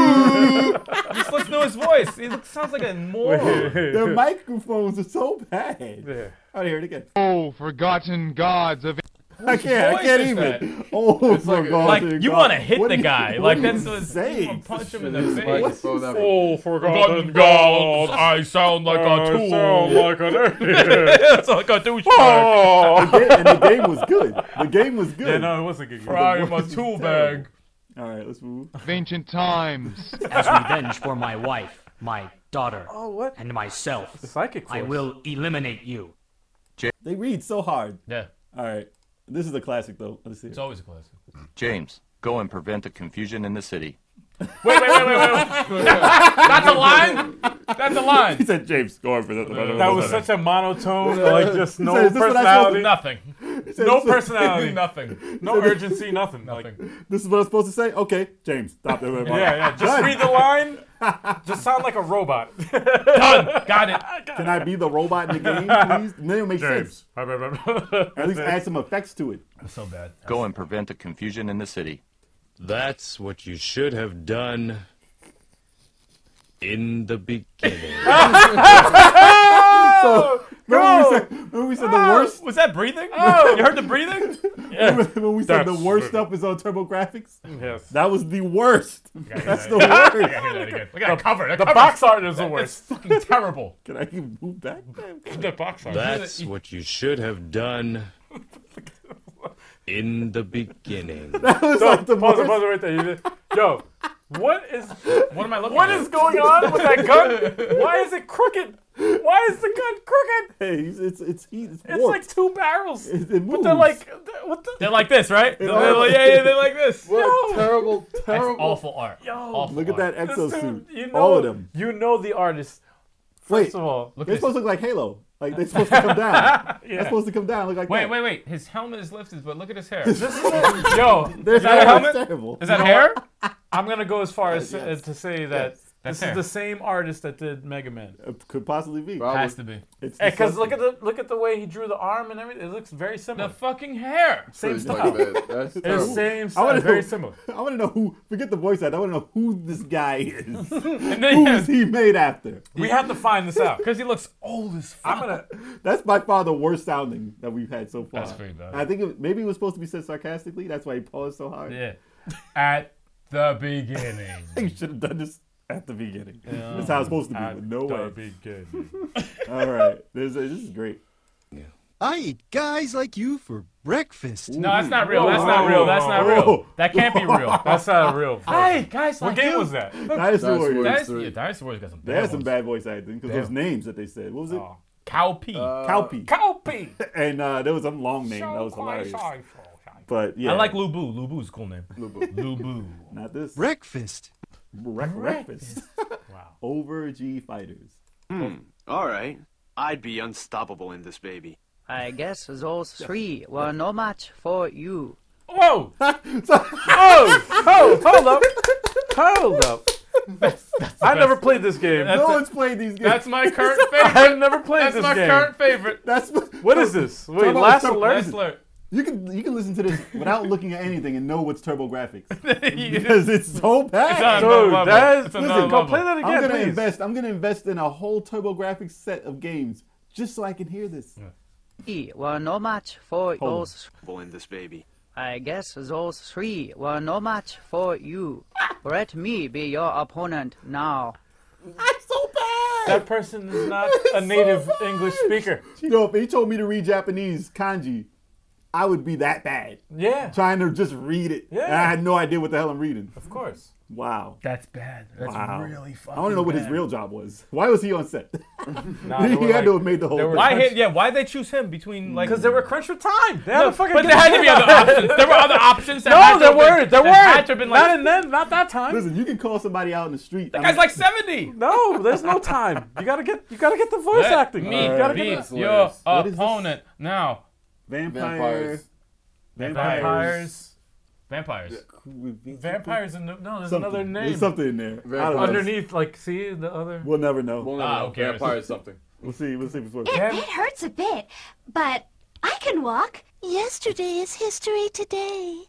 [SPEAKER 4] end? Just listen to his voice. He looks- sounds like a moron.
[SPEAKER 2] Their microphones are so bad. I'll hear it again.
[SPEAKER 12] Oh, forgotten gods of.
[SPEAKER 2] I can't. I
[SPEAKER 4] voice
[SPEAKER 2] can't
[SPEAKER 4] is
[SPEAKER 2] even.
[SPEAKER 4] that?
[SPEAKER 2] Oh my god!
[SPEAKER 4] Like
[SPEAKER 2] dear
[SPEAKER 4] you
[SPEAKER 2] God.
[SPEAKER 4] want to hit
[SPEAKER 2] What
[SPEAKER 4] the
[SPEAKER 2] do you-
[SPEAKER 4] guy.
[SPEAKER 2] what
[SPEAKER 4] like
[SPEAKER 2] do
[SPEAKER 4] that's
[SPEAKER 2] you
[SPEAKER 4] what's
[SPEAKER 2] say?
[SPEAKER 4] you wanna punch him in the face.
[SPEAKER 1] Microphone ever.
[SPEAKER 5] Oh,
[SPEAKER 4] Forgotten gods, I sound like a tool.
[SPEAKER 5] like an
[SPEAKER 4] That's like a douchebag.
[SPEAKER 2] The ga- and the game was good. The game was good.
[SPEAKER 5] Yeah, no, it wasn't good.
[SPEAKER 4] Fry in my
[SPEAKER 2] voice is
[SPEAKER 4] tool
[SPEAKER 2] terrible.
[SPEAKER 4] bag.
[SPEAKER 2] All right, let's move.
[SPEAKER 12] ancient times.
[SPEAKER 16] as revenge for my wife, my daughter,
[SPEAKER 5] Oh, what?
[SPEAKER 16] and myself.
[SPEAKER 5] Psychic
[SPEAKER 16] I
[SPEAKER 5] force.
[SPEAKER 16] will eliminate you.
[SPEAKER 2] They read so hard.
[SPEAKER 4] Yeah.
[SPEAKER 2] All right. This is a classic though. Let's see.
[SPEAKER 4] It's always a classic.
[SPEAKER 17] James, go and prevent the confusion in the city.
[SPEAKER 4] Wait, wait, wait, wait, wait. That's a line. That's a
[SPEAKER 2] He
[SPEAKER 4] line.
[SPEAKER 2] said James Gore for that.
[SPEAKER 5] That was such a monotone, like just
[SPEAKER 2] He
[SPEAKER 5] no
[SPEAKER 2] said, "Is this what I supposed
[SPEAKER 5] personality.
[SPEAKER 2] to-"
[SPEAKER 4] Nothing.
[SPEAKER 2] said,
[SPEAKER 5] No
[SPEAKER 2] "Is this-
[SPEAKER 5] personality.
[SPEAKER 4] Nothing.
[SPEAKER 5] No urgency, nothing. Like,
[SPEAKER 2] This is what I'm supposed to say. Okay, James, stop that.
[SPEAKER 5] yeah, yeah. Just
[SPEAKER 2] Done.
[SPEAKER 5] read the line. Just sound like a robot.
[SPEAKER 4] Done. Got it.
[SPEAKER 2] Can I be the robot in the game, please? And then it'll make sense.
[SPEAKER 5] James.
[SPEAKER 2] At least add some effects to it.
[SPEAKER 4] So bad.
[SPEAKER 17] Go and prevent the confusion in the city.
[SPEAKER 10] That's what you should have done in the beginning.
[SPEAKER 2] So Remember when we said, remember we said
[SPEAKER 5] Ah!
[SPEAKER 2] the worst?
[SPEAKER 4] Was that breathing?
[SPEAKER 2] Oh.
[SPEAKER 4] You heard the breathing?
[SPEAKER 2] Remember when we said the
[SPEAKER 4] That's-
[SPEAKER 2] worst stuff is on Turbo Graphics?
[SPEAKER 4] Yes.
[SPEAKER 2] That was the worst.
[SPEAKER 4] gotta hear
[SPEAKER 2] That's
[SPEAKER 4] that
[SPEAKER 2] the
[SPEAKER 4] again.
[SPEAKER 2] worst.
[SPEAKER 4] I gotta hear that again. We gotta cover it.
[SPEAKER 2] The
[SPEAKER 4] Cover
[SPEAKER 2] box
[SPEAKER 4] it.
[SPEAKER 2] art is the
[SPEAKER 4] That-
[SPEAKER 2] worst.
[SPEAKER 4] That's fucking terrible.
[SPEAKER 2] Can I move back?
[SPEAKER 4] the box art.
[SPEAKER 18] That's what you should have done in the beginning.
[SPEAKER 5] No, pause it, pause it right there. You did- Yo, what is
[SPEAKER 4] what am I looking
[SPEAKER 5] What
[SPEAKER 4] at?
[SPEAKER 5] is going on with that gun? Why is it crooked? Why is the gun crooked?
[SPEAKER 2] Hey, it's it's it's, it's,
[SPEAKER 5] It's like two barrels.
[SPEAKER 2] It,
[SPEAKER 5] But they're like, th- what the?
[SPEAKER 4] They're like this, right?
[SPEAKER 5] It
[SPEAKER 4] They're
[SPEAKER 5] all-
[SPEAKER 4] like, yeah, yeah, they're like this.
[SPEAKER 1] What
[SPEAKER 5] Yo.
[SPEAKER 1] terrible,
[SPEAKER 4] That's
[SPEAKER 1] terrible.
[SPEAKER 4] awful art.
[SPEAKER 5] Yo.
[SPEAKER 4] Awful
[SPEAKER 2] Look at
[SPEAKER 4] art.
[SPEAKER 2] that exosuit.
[SPEAKER 5] You know,
[SPEAKER 2] all of them.
[SPEAKER 5] You know the artist.
[SPEAKER 2] Wait,
[SPEAKER 5] First of all,
[SPEAKER 2] they're supposed to look like Halo. Like they're supposed to come down. They're supposed to come down. Look like
[SPEAKER 4] Wait,
[SPEAKER 2] that.
[SPEAKER 4] wait, wait. His helmet is lifted, but look at his hair.
[SPEAKER 5] Yo,
[SPEAKER 2] There's
[SPEAKER 5] is that a helmet?
[SPEAKER 2] terrible.
[SPEAKER 4] Is that hair?
[SPEAKER 5] I'm gonna go as far as
[SPEAKER 2] Yes, yes.
[SPEAKER 5] uh, to say that
[SPEAKER 4] That's
[SPEAKER 5] this
[SPEAKER 4] hair.
[SPEAKER 5] is the same artist that did Mega Man.
[SPEAKER 2] It could possibly be.
[SPEAKER 4] Has to be.
[SPEAKER 2] It's
[SPEAKER 5] Because look at the look at the way he drew the arm and everything. It looks very similar.
[SPEAKER 4] The fucking hair.
[SPEAKER 5] Same
[SPEAKER 1] It's like
[SPEAKER 5] style.
[SPEAKER 1] that. That's
[SPEAKER 5] It's
[SPEAKER 1] terrible.
[SPEAKER 5] same
[SPEAKER 2] I
[SPEAKER 5] style.
[SPEAKER 2] want to
[SPEAKER 5] Very
[SPEAKER 2] know.
[SPEAKER 5] similar.
[SPEAKER 2] I want to know who. Forget the voice actor. I want to know who this guy is.
[SPEAKER 4] then-
[SPEAKER 2] who is he made after?
[SPEAKER 5] We have to find this out.
[SPEAKER 4] Because he looks old as fuck.
[SPEAKER 5] I'm gonna.
[SPEAKER 2] That's by far the worst sounding that we've had so far.
[SPEAKER 4] That's pretty bad.
[SPEAKER 2] I think it, maybe it was supposed to be said sarcastically. That's why he paused so hard.
[SPEAKER 4] Yeah. At the beginning.
[SPEAKER 2] I think you should have done this at the beginning. That's how it's supposed to be. but no way. All right. This, this is great.
[SPEAKER 19] I eat guys like you for breakfast.
[SPEAKER 4] No, that's not real. That's not real. That's not real. That can't be real.
[SPEAKER 5] That's not real.
[SPEAKER 4] Hey, guys,
[SPEAKER 5] What
[SPEAKER 4] like
[SPEAKER 5] game
[SPEAKER 4] you.
[SPEAKER 5] was that?
[SPEAKER 2] Dinosaur
[SPEAKER 1] Dinosaur
[SPEAKER 2] Warriors.
[SPEAKER 1] Warriors
[SPEAKER 4] Dynasty,
[SPEAKER 1] three.
[SPEAKER 4] yeah, Dynasty Warriors got some
[SPEAKER 2] They
[SPEAKER 4] bad
[SPEAKER 2] had some
[SPEAKER 4] ones.
[SPEAKER 2] bad voice acting because those
[SPEAKER 4] Damn. Uh,
[SPEAKER 2] names that they said. What was it?
[SPEAKER 5] Oh.
[SPEAKER 4] Cow pee.
[SPEAKER 2] Cowpea.
[SPEAKER 5] Cowpea.
[SPEAKER 2] and uh, there was some long name that was hilarious. But yeah,
[SPEAKER 4] I like Lou Boo. Lou Boo's a cool name. Lou
[SPEAKER 1] Boo.
[SPEAKER 4] Lou Boo.
[SPEAKER 2] not this
[SPEAKER 19] Breakfast.
[SPEAKER 2] Wreck- breakfast.
[SPEAKER 4] Wow.
[SPEAKER 2] Over G fighters.
[SPEAKER 20] All right. I'd be unstoppable in this baby.
[SPEAKER 21] I guess those three were no match for you.
[SPEAKER 5] Whoa! oh, oh, hold up, hold up. I never played this game.
[SPEAKER 2] no one's played these games.
[SPEAKER 4] That's my current favorite.
[SPEAKER 5] I've never played
[SPEAKER 4] That's
[SPEAKER 5] this
[SPEAKER 4] my
[SPEAKER 5] game.
[SPEAKER 4] current favorite.
[SPEAKER 2] That's
[SPEAKER 5] What is this? Wait,
[SPEAKER 2] Turbo-
[SPEAKER 5] last
[SPEAKER 2] Turbo-
[SPEAKER 5] alert.
[SPEAKER 4] Last alert.
[SPEAKER 2] You can you can listen to this without looking at anything and know what's Turbo Graphics because it's so bad.
[SPEAKER 4] It's on another
[SPEAKER 5] Dude,
[SPEAKER 4] level.
[SPEAKER 5] that is-
[SPEAKER 4] It's
[SPEAKER 5] listen,
[SPEAKER 4] another
[SPEAKER 5] go
[SPEAKER 4] level.
[SPEAKER 5] play that again,
[SPEAKER 2] I'm gonna
[SPEAKER 5] please.
[SPEAKER 2] invest. I'm gonna invest in a whole Turbo Graphics set of games just so I can hear this.
[SPEAKER 21] Three were no match for
[SPEAKER 2] Hold on.
[SPEAKER 21] those.
[SPEAKER 20] In this baby.
[SPEAKER 21] I guess those three were no match for you. Let me be your opponent now.
[SPEAKER 5] That person is not a native English speaker.
[SPEAKER 2] You know, if he told me to read Japanese kanji, I would be that bad.
[SPEAKER 5] Yeah,
[SPEAKER 2] Trying to just read it.
[SPEAKER 5] Yeah.
[SPEAKER 2] And I had no idea what the hell I'm reading.
[SPEAKER 5] of course.
[SPEAKER 2] Wow.
[SPEAKER 4] That's bad. That's
[SPEAKER 2] Wow.
[SPEAKER 4] really
[SPEAKER 2] I
[SPEAKER 4] fucking.
[SPEAKER 2] want to know what his
[SPEAKER 4] bad.
[SPEAKER 2] real job was. Why was he on set?
[SPEAKER 5] Nah,
[SPEAKER 2] he
[SPEAKER 5] they
[SPEAKER 2] had to
[SPEAKER 5] were like-
[SPEAKER 2] have made the whole
[SPEAKER 5] they
[SPEAKER 2] thing.
[SPEAKER 5] were
[SPEAKER 4] Why hit? Yeah, why they choose him between like?
[SPEAKER 5] Because they were crunched for time. They had
[SPEAKER 4] No,
[SPEAKER 5] to fucking
[SPEAKER 4] but
[SPEAKER 5] get
[SPEAKER 4] there had to be
[SPEAKER 5] together.
[SPEAKER 4] other options. There were other options. That had
[SPEAKER 5] No,
[SPEAKER 4] to
[SPEAKER 5] there
[SPEAKER 4] have been-
[SPEAKER 5] were. There
[SPEAKER 4] that had to have
[SPEAKER 5] were.
[SPEAKER 4] been
[SPEAKER 5] Not
[SPEAKER 4] like.
[SPEAKER 5] in then. Not that time.
[SPEAKER 2] Listen, you can call somebody out in the street. I
[SPEAKER 4] That guy's
[SPEAKER 2] mean,
[SPEAKER 4] like seventy.
[SPEAKER 5] No, there's no time. You gotta get. You gotta get the voice
[SPEAKER 4] Let
[SPEAKER 5] acting.
[SPEAKER 4] Me
[SPEAKER 5] you gotta
[SPEAKER 4] be
[SPEAKER 5] get. The,
[SPEAKER 4] your
[SPEAKER 1] hilarious.
[SPEAKER 2] What is this?
[SPEAKER 4] opponent now.
[SPEAKER 2] vampire.
[SPEAKER 1] Vampires.
[SPEAKER 4] Vampires. Vampires.
[SPEAKER 5] vampires in the, no. There's
[SPEAKER 2] Something.
[SPEAKER 5] another name
[SPEAKER 2] There's something in there. I don't know.
[SPEAKER 5] underneath. Like, see the other.
[SPEAKER 2] We'll never know.
[SPEAKER 1] We'll never
[SPEAKER 4] Ah,
[SPEAKER 1] know.
[SPEAKER 4] okay.
[SPEAKER 1] Vampire is something.
[SPEAKER 2] We'll see. We'll see before.
[SPEAKER 5] Damn.
[SPEAKER 14] It hurts a bit, but I can walk. Yesterday is history today.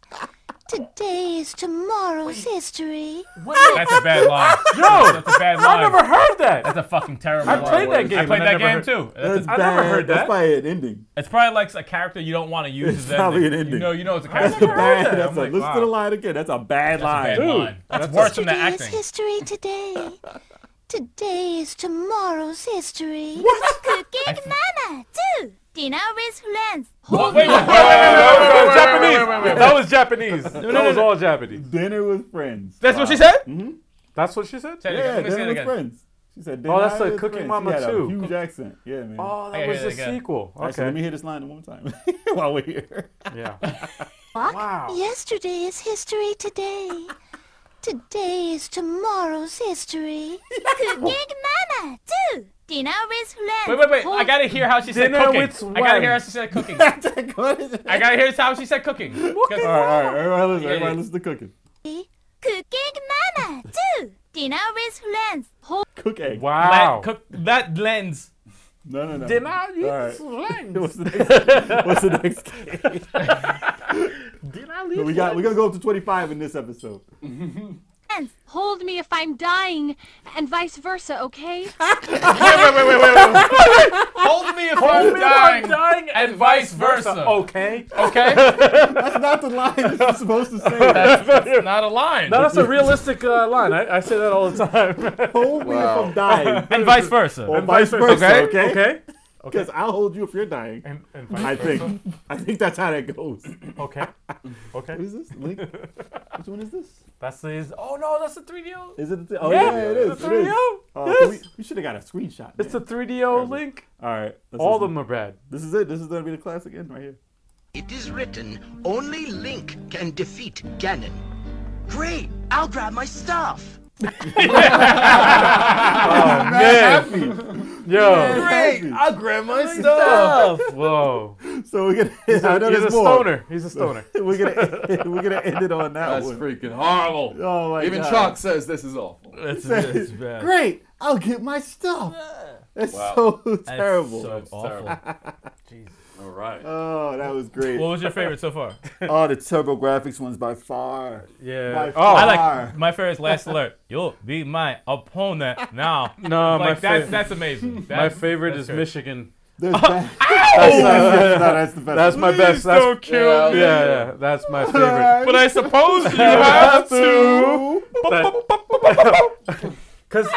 [SPEAKER 14] Today is tomorrow's history.
[SPEAKER 4] That's a bad line.
[SPEAKER 5] No,
[SPEAKER 4] That's a bad line.
[SPEAKER 5] I never heard that.
[SPEAKER 4] That's a fucking terrible
[SPEAKER 5] I
[SPEAKER 4] line.
[SPEAKER 5] played that game.
[SPEAKER 4] I played
[SPEAKER 5] and
[SPEAKER 4] that game
[SPEAKER 5] never heard-
[SPEAKER 4] too. That's
[SPEAKER 2] That's
[SPEAKER 4] a-
[SPEAKER 5] I never
[SPEAKER 2] bad.
[SPEAKER 5] heard
[SPEAKER 2] That's
[SPEAKER 5] that.
[SPEAKER 2] probably an ending.
[SPEAKER 4] It's probably like a character you don't want to use.
[SPEAKER 2] It's
[SPEAKER 4] as an
[SPEAKER 2] probably an
[SPEAKER 4] You
[SPEAKER 2] ending.
[SPEAKER 4] know, you know it's a
[SPEAKER 2] That's
[SPEAKER 4] character.
[SPEAKER 2] a
[SPEAKER 4] you don't want
[SPEAKER 2] bad.
[SPEAKER 4] to use.
[SPEAKER 2] That's
[SPEAKER 4] I'm
[SPEAKER 2] a,
[SPEAKER 4] like,
[SPEAKER 2] listen
[SPEAKER 4] wow.
[SPEAKER 2] to the line again. That's a bad line.
[SPEAKER 4] That's a bad line. That's worse than the
[SPEAKER 14] Yesterday is
[SPEAKER 4] acting.
[SPEAKER 14] history today. Today is tomorroow's history.
[SPEAKER 2] What?
[SPEAKER 14] Cooking mama, too. Dinner with friends.
[SPEAKER 4] What? Wait, wait, wait, wait,
[SPEAKER 5] That
[SPEAKER 4] wait, wait,
[SPEAKER 5] was
[SPEAKER 4] wait, wait, wait, wait, wait,
[SPEAKER 5] Japanese.
[SPEAKER 4] wait, wait.
[SPEAKER 5] That was Japanese. That was all Japanese.
[SPEAKER 2] Dinner with friends.
[SPEAKER 4] That's what she said.
[SPEAKER 5] That's what she said.
[SPEAKER 4] Say it again.
[SPEAKER 2] Yeah,
[SPEAKER 4] Let me say
[SPEAKER 2] dinner
[SPEAKER 4] it
[SPEAKER 2] with
[SPEAKER 4] again.
[SPEAKER 2] friends. She said.
[SPEAKER 5] Oh, that's
[SPEAKER 2] dinner
[SPEAKER 5] a
[SPEAKER 2] with
[SPEAKER 5] Cooking
[SPEAKER 2] friends.
[SPEAKER 5] Mama
[SPEAKER 2] She had a
[SPEAKER 5] too.
[SPEAKER 2] huge accent. Yeah, man.
[SPEAKER 5] Oh,
[SPEAKER 4] Yeah,
[SPEAKER 5] that was
[SPEAKER 4] yeah,
[SPEAKER 5] the
[SPEAKER 4] yeah.
[SPEAKER 5] sequel.
[SPEAKER 2] All right, so let me
[SPEAKER 5] Okay.
[SPEAKER 2] hear this line one more time while we're here.
[SPEAKER 5] Yeah.
[SPEAKER 14] Walk.
[SPEAKER 5] Wow.
[SPEAKER 14] Yesterday is history today. Today is tomorrow's history. Cooking mama, too. Dinner with
[SPEAKER 4] Wait,
[SPEAKER 14] friends.
[SPEAKER 4] wait, wait. I gotta hear how she said
[SPEAKER 5] Dinner
[SPEAKER 4] cooking.
[SPEAKER 5] with
[SPEAKER 4] I gotta hear how
[SPEAKER 5] Swan.
[SPEAKER 4] she said cooking.
[SPEAKER 2] What is it?
[SPEAKER 4] I gotta hear how she said cooking.
[SPEAKER 2] All right, all right, everybody listen,
[SPEAKER 4] Yeah,
[SPEAKER 2] everybody
[SPEAKER 4] yeah.
[SPEAKER 2] listen to cooking.
[SPEAKER 14] Cooking mama, too. Dinner with friends.
[SPEAKER 2] Cook egg.
[SPEAKER 5] Wow.
[SPEAKER 4] Let- cook- that lens.
[SPEAKER 2] No, no, no.
[SPEAKER 5] Did not
[SPEAKER 2] All right.
[SPEAKER 5] use lens.
[SPEAKER 2] What's the next? What's the next game?
[SPEAKER 5] Did not
[SPEAKER 2] So
[SPEAKER 5] use
[SPEAKER 2] we got. We're gonna go up to 25 in this episode.
[SPEAKER 14] Hold hold me if I'm dying, and vice versa, okay?
[SPEAKER 4] wait, wait, wait, wait, wait. Hold me if
[SPEAKER 5] Hold
[SPEAKER 4] I'm
[SPEAKER 5] me if
[SPEAKER 4] dying,
[SPEAKER 5] I'm dying
[SPEAKER 4] and vice versa.
[SPEAKER 5] Okay.
[SPEAKER 4] Okay.
[SPEAKER 2] that's not the line that you're supposed to say.
[SPEAKER 4] That's, that's not a line.
[SPEAKER 5] No, that's a realistic uh, line. I, I say that all the time.
[SPEAKER 2] Hold me if I'm dying.
[SPEAKER 4] And vice versa.
[SPEAKER 2] Or
[SPEAKER 4] And
[SPEAKER 2] vice
[SPEAKER 4] vice versa,
[SPEAKER 2] versa.
[SPEAKER 4] okay?
[SPEAKER 2] Okay.
[SPEAKER 4] Okay.
[SPEAKER 2] Because I'll hold you if you're dying.
[SPEAKER 5] And, and
[SPEAKER 2] I
[SPEAKER 5] vice versa.
[SPEAKER 2] think. I think that's how that goes.
[SPEAKER 5] Okay. Okay.
[SPEAKER 2] What is this? Link? Which one is this?
[SPEAKER 5] That's the. Oh no, that's a 3DO.
[SPEAKER 2] Is it? The, oh
[SPEAKER 5] Yeah,
[SPEAKER 2] yeah, it is.
[SPEAKER 5] it's a
[SPEAKER 2] it is.
[SPEAKER 5] 3DO.
[SPEAKER 2] Uh, can we
[SPEAKER 5] Yes.
[SPEAKER 2] we should have got a screenshot.
[SPEAKER 5] It's
[SPEAKER 2] man.
[SPEAKER 5] a 3DO link.
[SPEAKER 2] All right. let's
[SPEAKER 5] All of
[SPEAKER 2] listen.
[SPEAKER 5] them are bad.
[SPEAKER 2] This is it. This is gonna be the classic end right here.
[SPEAKER 21] It is written, only Link can defeat Ganon. Great! I'll grab my stuff!
[SPEAKER 5] Oh man. Yo.
[SPEAKER 2] Great!
[SPEAKER 22] I'll grab my
[SPEAKER 5] stuff. Whoa.
[SPEAKER 2] So we're gonna.
[SPEAKER 5] He's a-
[SPEAKER 2] I know
[SPEAKER 5] he's
[SPEAKER 2] there's
[SPEAKER 5] a
[SPEAKER 2] more.
[SPEAKER 5] stoner. He's a stoner.
[SPEAKER 2] we're gonna. We're gonna end it on that
[SPEAKER 1] That's
[SPEAKER 2] one.
[SPEAKER 1] freaking horrible.
[SPEAKER 2] Oh my
[SPEAKER 1] Even
[SPEAKER 2] God.
[SPEAKER 1] Chalk says this is awful.
[SPEAKER 4] That's,
[SPEAKER 2] Great! I'll get my stuff. That's
[SPEAKER 1] Wow.
[SPEAKER 2] so
[SPEAKER 1] That's
[SPEAKER 2] terrible.
[SPEAKER 1] so That's awful. terrible. Jesus. All right.
[SPEAKER 2] Oh, that was great.
[SPEAKER 4] What was your favorite so far?
[SPEAKER 2] oh, the Turbo Graphics one's by far.
[SPEAKER 4] Yeah.
[SPEAKER 2] By
[SPEAKER 4] oh,
[SPEAKER 2] far.
[SPEAKER 4] I like my favorite is last alert. You'll be my opponent now.
[SPEAKER 5] No,
[SPEAKER 4] like,
[SPEAKER 5] my
[SPEAKER 4] that's,
[SPEAKER 5] fav-
[SPEAKER 4] that's amazing.
[SPEAKER 5] my
[SPEAKER 4] That's-
[SPEAKER 5] favorite
[SPEAKER 4] that's
[SPEAKER 5] is
[SPEAKER 4] great.
[SPEAKER 5] Michigan.
[SPEAKER 2] There's
[SPEAKER 5] That's,
[SPEAKER 2] bad-
[SPEAKER 4] Ow!
[SPEAKER 2] That's- no, that's the best.
[SPEAKER 5] That's my best.
[SPEAKER 2] Please
[SPEAKER 5] That's,
[SPEAKER 2] don't kill
[SPEAKER 5] yeah,
[SPEAKER 2] me.
[SPEAKER 5] Yeah, yeah, that's my favorite.
[SPEAKER 4] But I suppose you have to.
[SPEAKER 5] Because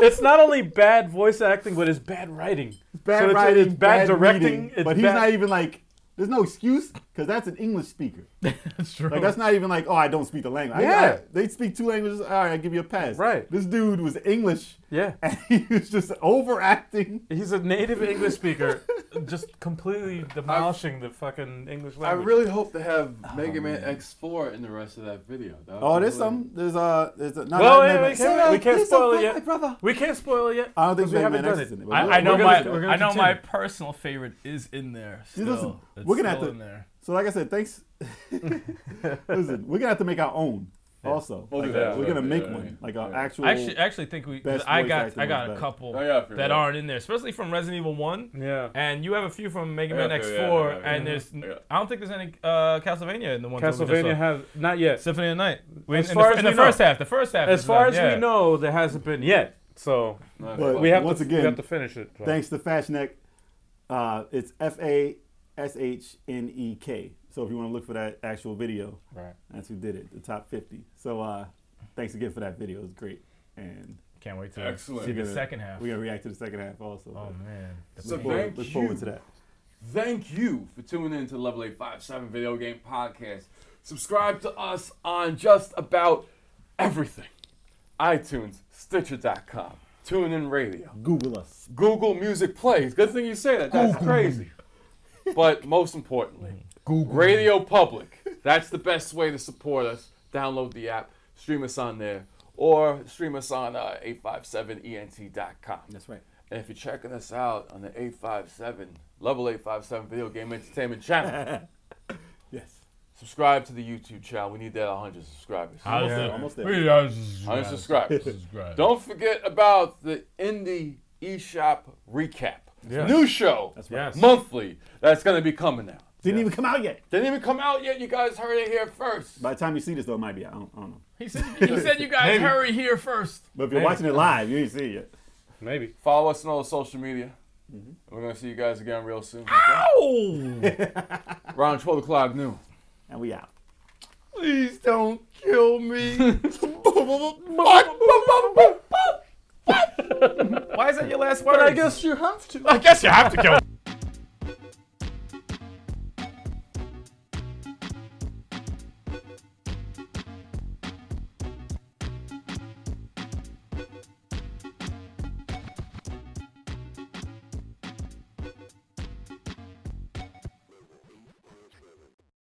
[SPEAKER 5] it's not only bad voice acting, but it's bad writing.
[SPEAKER 2] bad
[SPEAKER 5] So it's-
[SPEAKER 2] writing,
[SPEAKER 5] it's bad, directing.
[SPEAKER 2] reading,
[SPEAKER 5] it's
[SPEAKER 2] but he's
[SPEAKER 5] bad-
[SPEAKER 2] not even like. There's no excuse because that's an English speaker.
[SPEAKER 4] that's true.
[SPEAKER 2] Like that's not even like, oh, I don't speak the language. I-
[SPEAKER 5] Yeah.
[SPEAKER 2] I- they speak two languages. All right, I give you a pass.
[SPEAKER 5] Right.
[SPEAKER 2] This dude was English.
[SPEAKER 5] Yeah.
[SPEAKER 2] And he was just overacting.
[SPEAKER 5] He's a native English speaker, just completely demolishing the fucking English
[SPEAKER 1] I
[SPEAKER 5] language.
[SPEAKER 1] really hope to have Mega Man X4 in the rest of that video. That would
[SPEAKER 2] Oh,
[SPEAKER 1] be
[SPEAKER 2] there's
[SPEAKER 1] really-
[SPEAKER 2] some. There's uh, there's a. No, no,
[SPEAKER 5] well, wait,
[SPEAKER 2] no,
[SPEAKER 5] wait,
[SPEAKER 2] no.
[SPEAKER 5] say that. we can't
[SPEAKER 2] Please don't
[SPEAKER 5] spoil it
[SPEAKER 2] fight my
[SPEAKER 5] yet.
[SPEAKER 2] brother.
[SPEAKER 5] We can't spoil it yet.
[SPEAKER 2] I don't think
[SPEAKER 5] 'cause we
[SPEAKER 2] Mega
[SPEAKER 5] haven't
[SPEAKER 2] Man
[SPEAKER 5] done
[SPEAKER 2] X
[SPEAKER 5] it.
[SPEAKER 2] is in it, but
[SPEAKER 4] I,
[SPEAKER 2] we're-
[SPEAKER 4] I know
[SPEAKER 2] we're
[SPEAKER 4] my
[SPEAKER 2] gonna- we're gonna
[SPEAKER 4] I know my
[SPEAKER 2] continue.
[SPEAKER 4] personal favorite is in there.
[SPEAKER 2] See,
[SPEAKER 4] Still.
[SPEAKER 2] listen,
[SPEAKER 4] It's
[SPEAKER 2] we're gonna have
[SPEAKER 4] still
[SPEAKER 2] to.
[SPEAKER 4] in there.
[SPEAKER 2] So, like I said, thanks. listen, we're gonna have to make our own. Also,
[SPEAKER 1] We'll
[SPEAKER 2] Like,
[SPEAKER 1] do that.
[SPEAKER 2] we're gonna
[SPEAKER 1] Yeah,
[SPEAKER 2] make
[SPEAKER 1] yeah,
[SPEAKER 2] one, like our
[SPEAKER 1] yeah.
[SPEAKER 2] actual.
[SPEAKER 4] I actually, actually think we. 'cause
[SPEAKER 2] best
[SPEAKER 4] I
[SPEAKER 2] voice
[SPEAKER 4] got
[SPEAKER 2] acting
[SPEAKER 4] I got a
[SPEAKER 2] ones back.
[SPEAKER 4] couple
[SPEAKER 5] Oh,
[SPEAKER 1] I got a few,
[SPEAKER 4] that
[SPEAKER 1] Oh, yeah.
[SPEAKER 4] aren't in there, especially from Resident Evil One.
[SPEAKER 5] Yeah.
[SPEAKER 4] And you have a few from Mega
[SPEAKER 5] I
[SPEAKER 4] Man
[SPEAKER 5] got a
[SPEAKER 4] X
[SPEAKER 5] few,
[SPEAKER 4] Four,
[SPEAKER 5] yeah, I got a few,
[SPEAKER 4] and
[SPEAKER 5] yeah.
[SPEAKER 4] there's
[SPEAKER 5] I got-
[SPEAKER 4] I don't think there's any uh, Castlevania in the one.
[SPEAKER 5] Castlevania has not yet.
[SPEAKER 4] Symphony of the Night. We-
[SPEAKER 5] As
[SPEAKER 4] in the
[SPEAKER 5] far
[SPEAKER 4] fir-
[SPEAKER 5] as
[SPEAKER 4] in
[SPEAKER 5] we
[SPEAKER 4] the
[SPEAKER 5] know.
[SPEAKER 4] first half, the first half
[SPEAKER 5] As
[SPEAKER 4] is
[SPEAKER 5] far
[SPEAKER 4] done,
[SPEAKER 5] as
[SPEAKER 4] yeah.
[SPEAKER 5] we know, there hasn't been yet. So
[SPEAKER 2] But
[SPEAKER 5] we have
[SPEAKER 2] once
[SPEAKER 5] to,
[SPEAKER 2] again,
[SPEAKER 5] we have to finish it. though.
[SPEAKER 2] Thanks to Fashneck. Uh, it's F A S H N E K. So if you want to look for that actual video,
[SPEAKER 4] Right.
[SPEAKER 2] that's who did it, the top 50. So uh, thanks again for that video. It was great. And
[SPEAKER 4] Can't wait to Excellent. see
[SPEAKER 2] we're
[SPEAKER 4] the
[SPEAKER 2] gonna-
[SPEAKER 4] second half.
[SPEAKER 2] We're going to react to the second half also.
[SPEAKER 4] Oh, man.
[SPEAKER 1] So
[SPEAKER 2] Look, forward,
[SPEAKER 1] thank
[SPEAKER 2] look forward
[SPEAKER 1] you.
[SPEAKER 2] to that.
[SPEAKER 1] Thank you for tuning in to the Level 857 Video Game Podcast. Subscribe to us on just about everything iTunes, Stitcher.com, TuneIn Radio,
[SPEAKER 2] Google us.
[SPEAKER 1] Google Music Plays. Good thing you say that. That's crazy. But most importantly, Google. Radio Public. That's the best way to support us. Download the app, stream us on there, or stream us on uh, 857ent.com.
[SPEAKER 2] That's right.
[SPEAKER 1] And if you're checking us out on the 857, level 857 Video Game Entertainment channel,
[SPEAKER 2] Yes.
[SPEAKER 1] subscribe to the YouTube channel. We need that 100 subscribers.
[SPEAKER 4] Almost there.
[SPEAKER 2] Almost there.
[SPEAKER 4] We are subscribed.
[SPEAKER 1] 100 subscribers.
[SPEAKER 4] Subscribed.
[SPEAKER 1] Don't forget about the indie eShop recap.
[SPEAKER 4] Yes.
[SPEAKER 1] New show,
[SPEAKER 2] That's right. Yes.
[SPEAKER 1] monthly, that's going to be coming out.
[SPEAKER 2] Didn't even come out yet.
[SPEAKER 1] Didn't even come out yet. You guys heard it here first.
[SPEAKER 2] By the time you see this, though, it might be out. I don't, I don't know.
[SPEAKER 4] He said, he said you guys
[SPEAKER 2] Maybe.
[SPEAKER 4] hurry here first.
[SPEAKER 2] But if you're watching it live, you ain't see it yet.
[SPEAKER 5] Maybe.
[SPEAKER 1] Follow us on all social media.
[SPEAKER 2] Mm-hmm.
[SPEAKER 1] We're going to see you guys again real soon. Around 12 o'clock noon.
[SPEAKER 2] And we out.
[SPEAKER 22] Please don't kill me.
[SPEAKER 4] Why is that your last word?
[SPEAKER 5] But I guess you have to.
[SPEAKER 4] I guess you have to kill.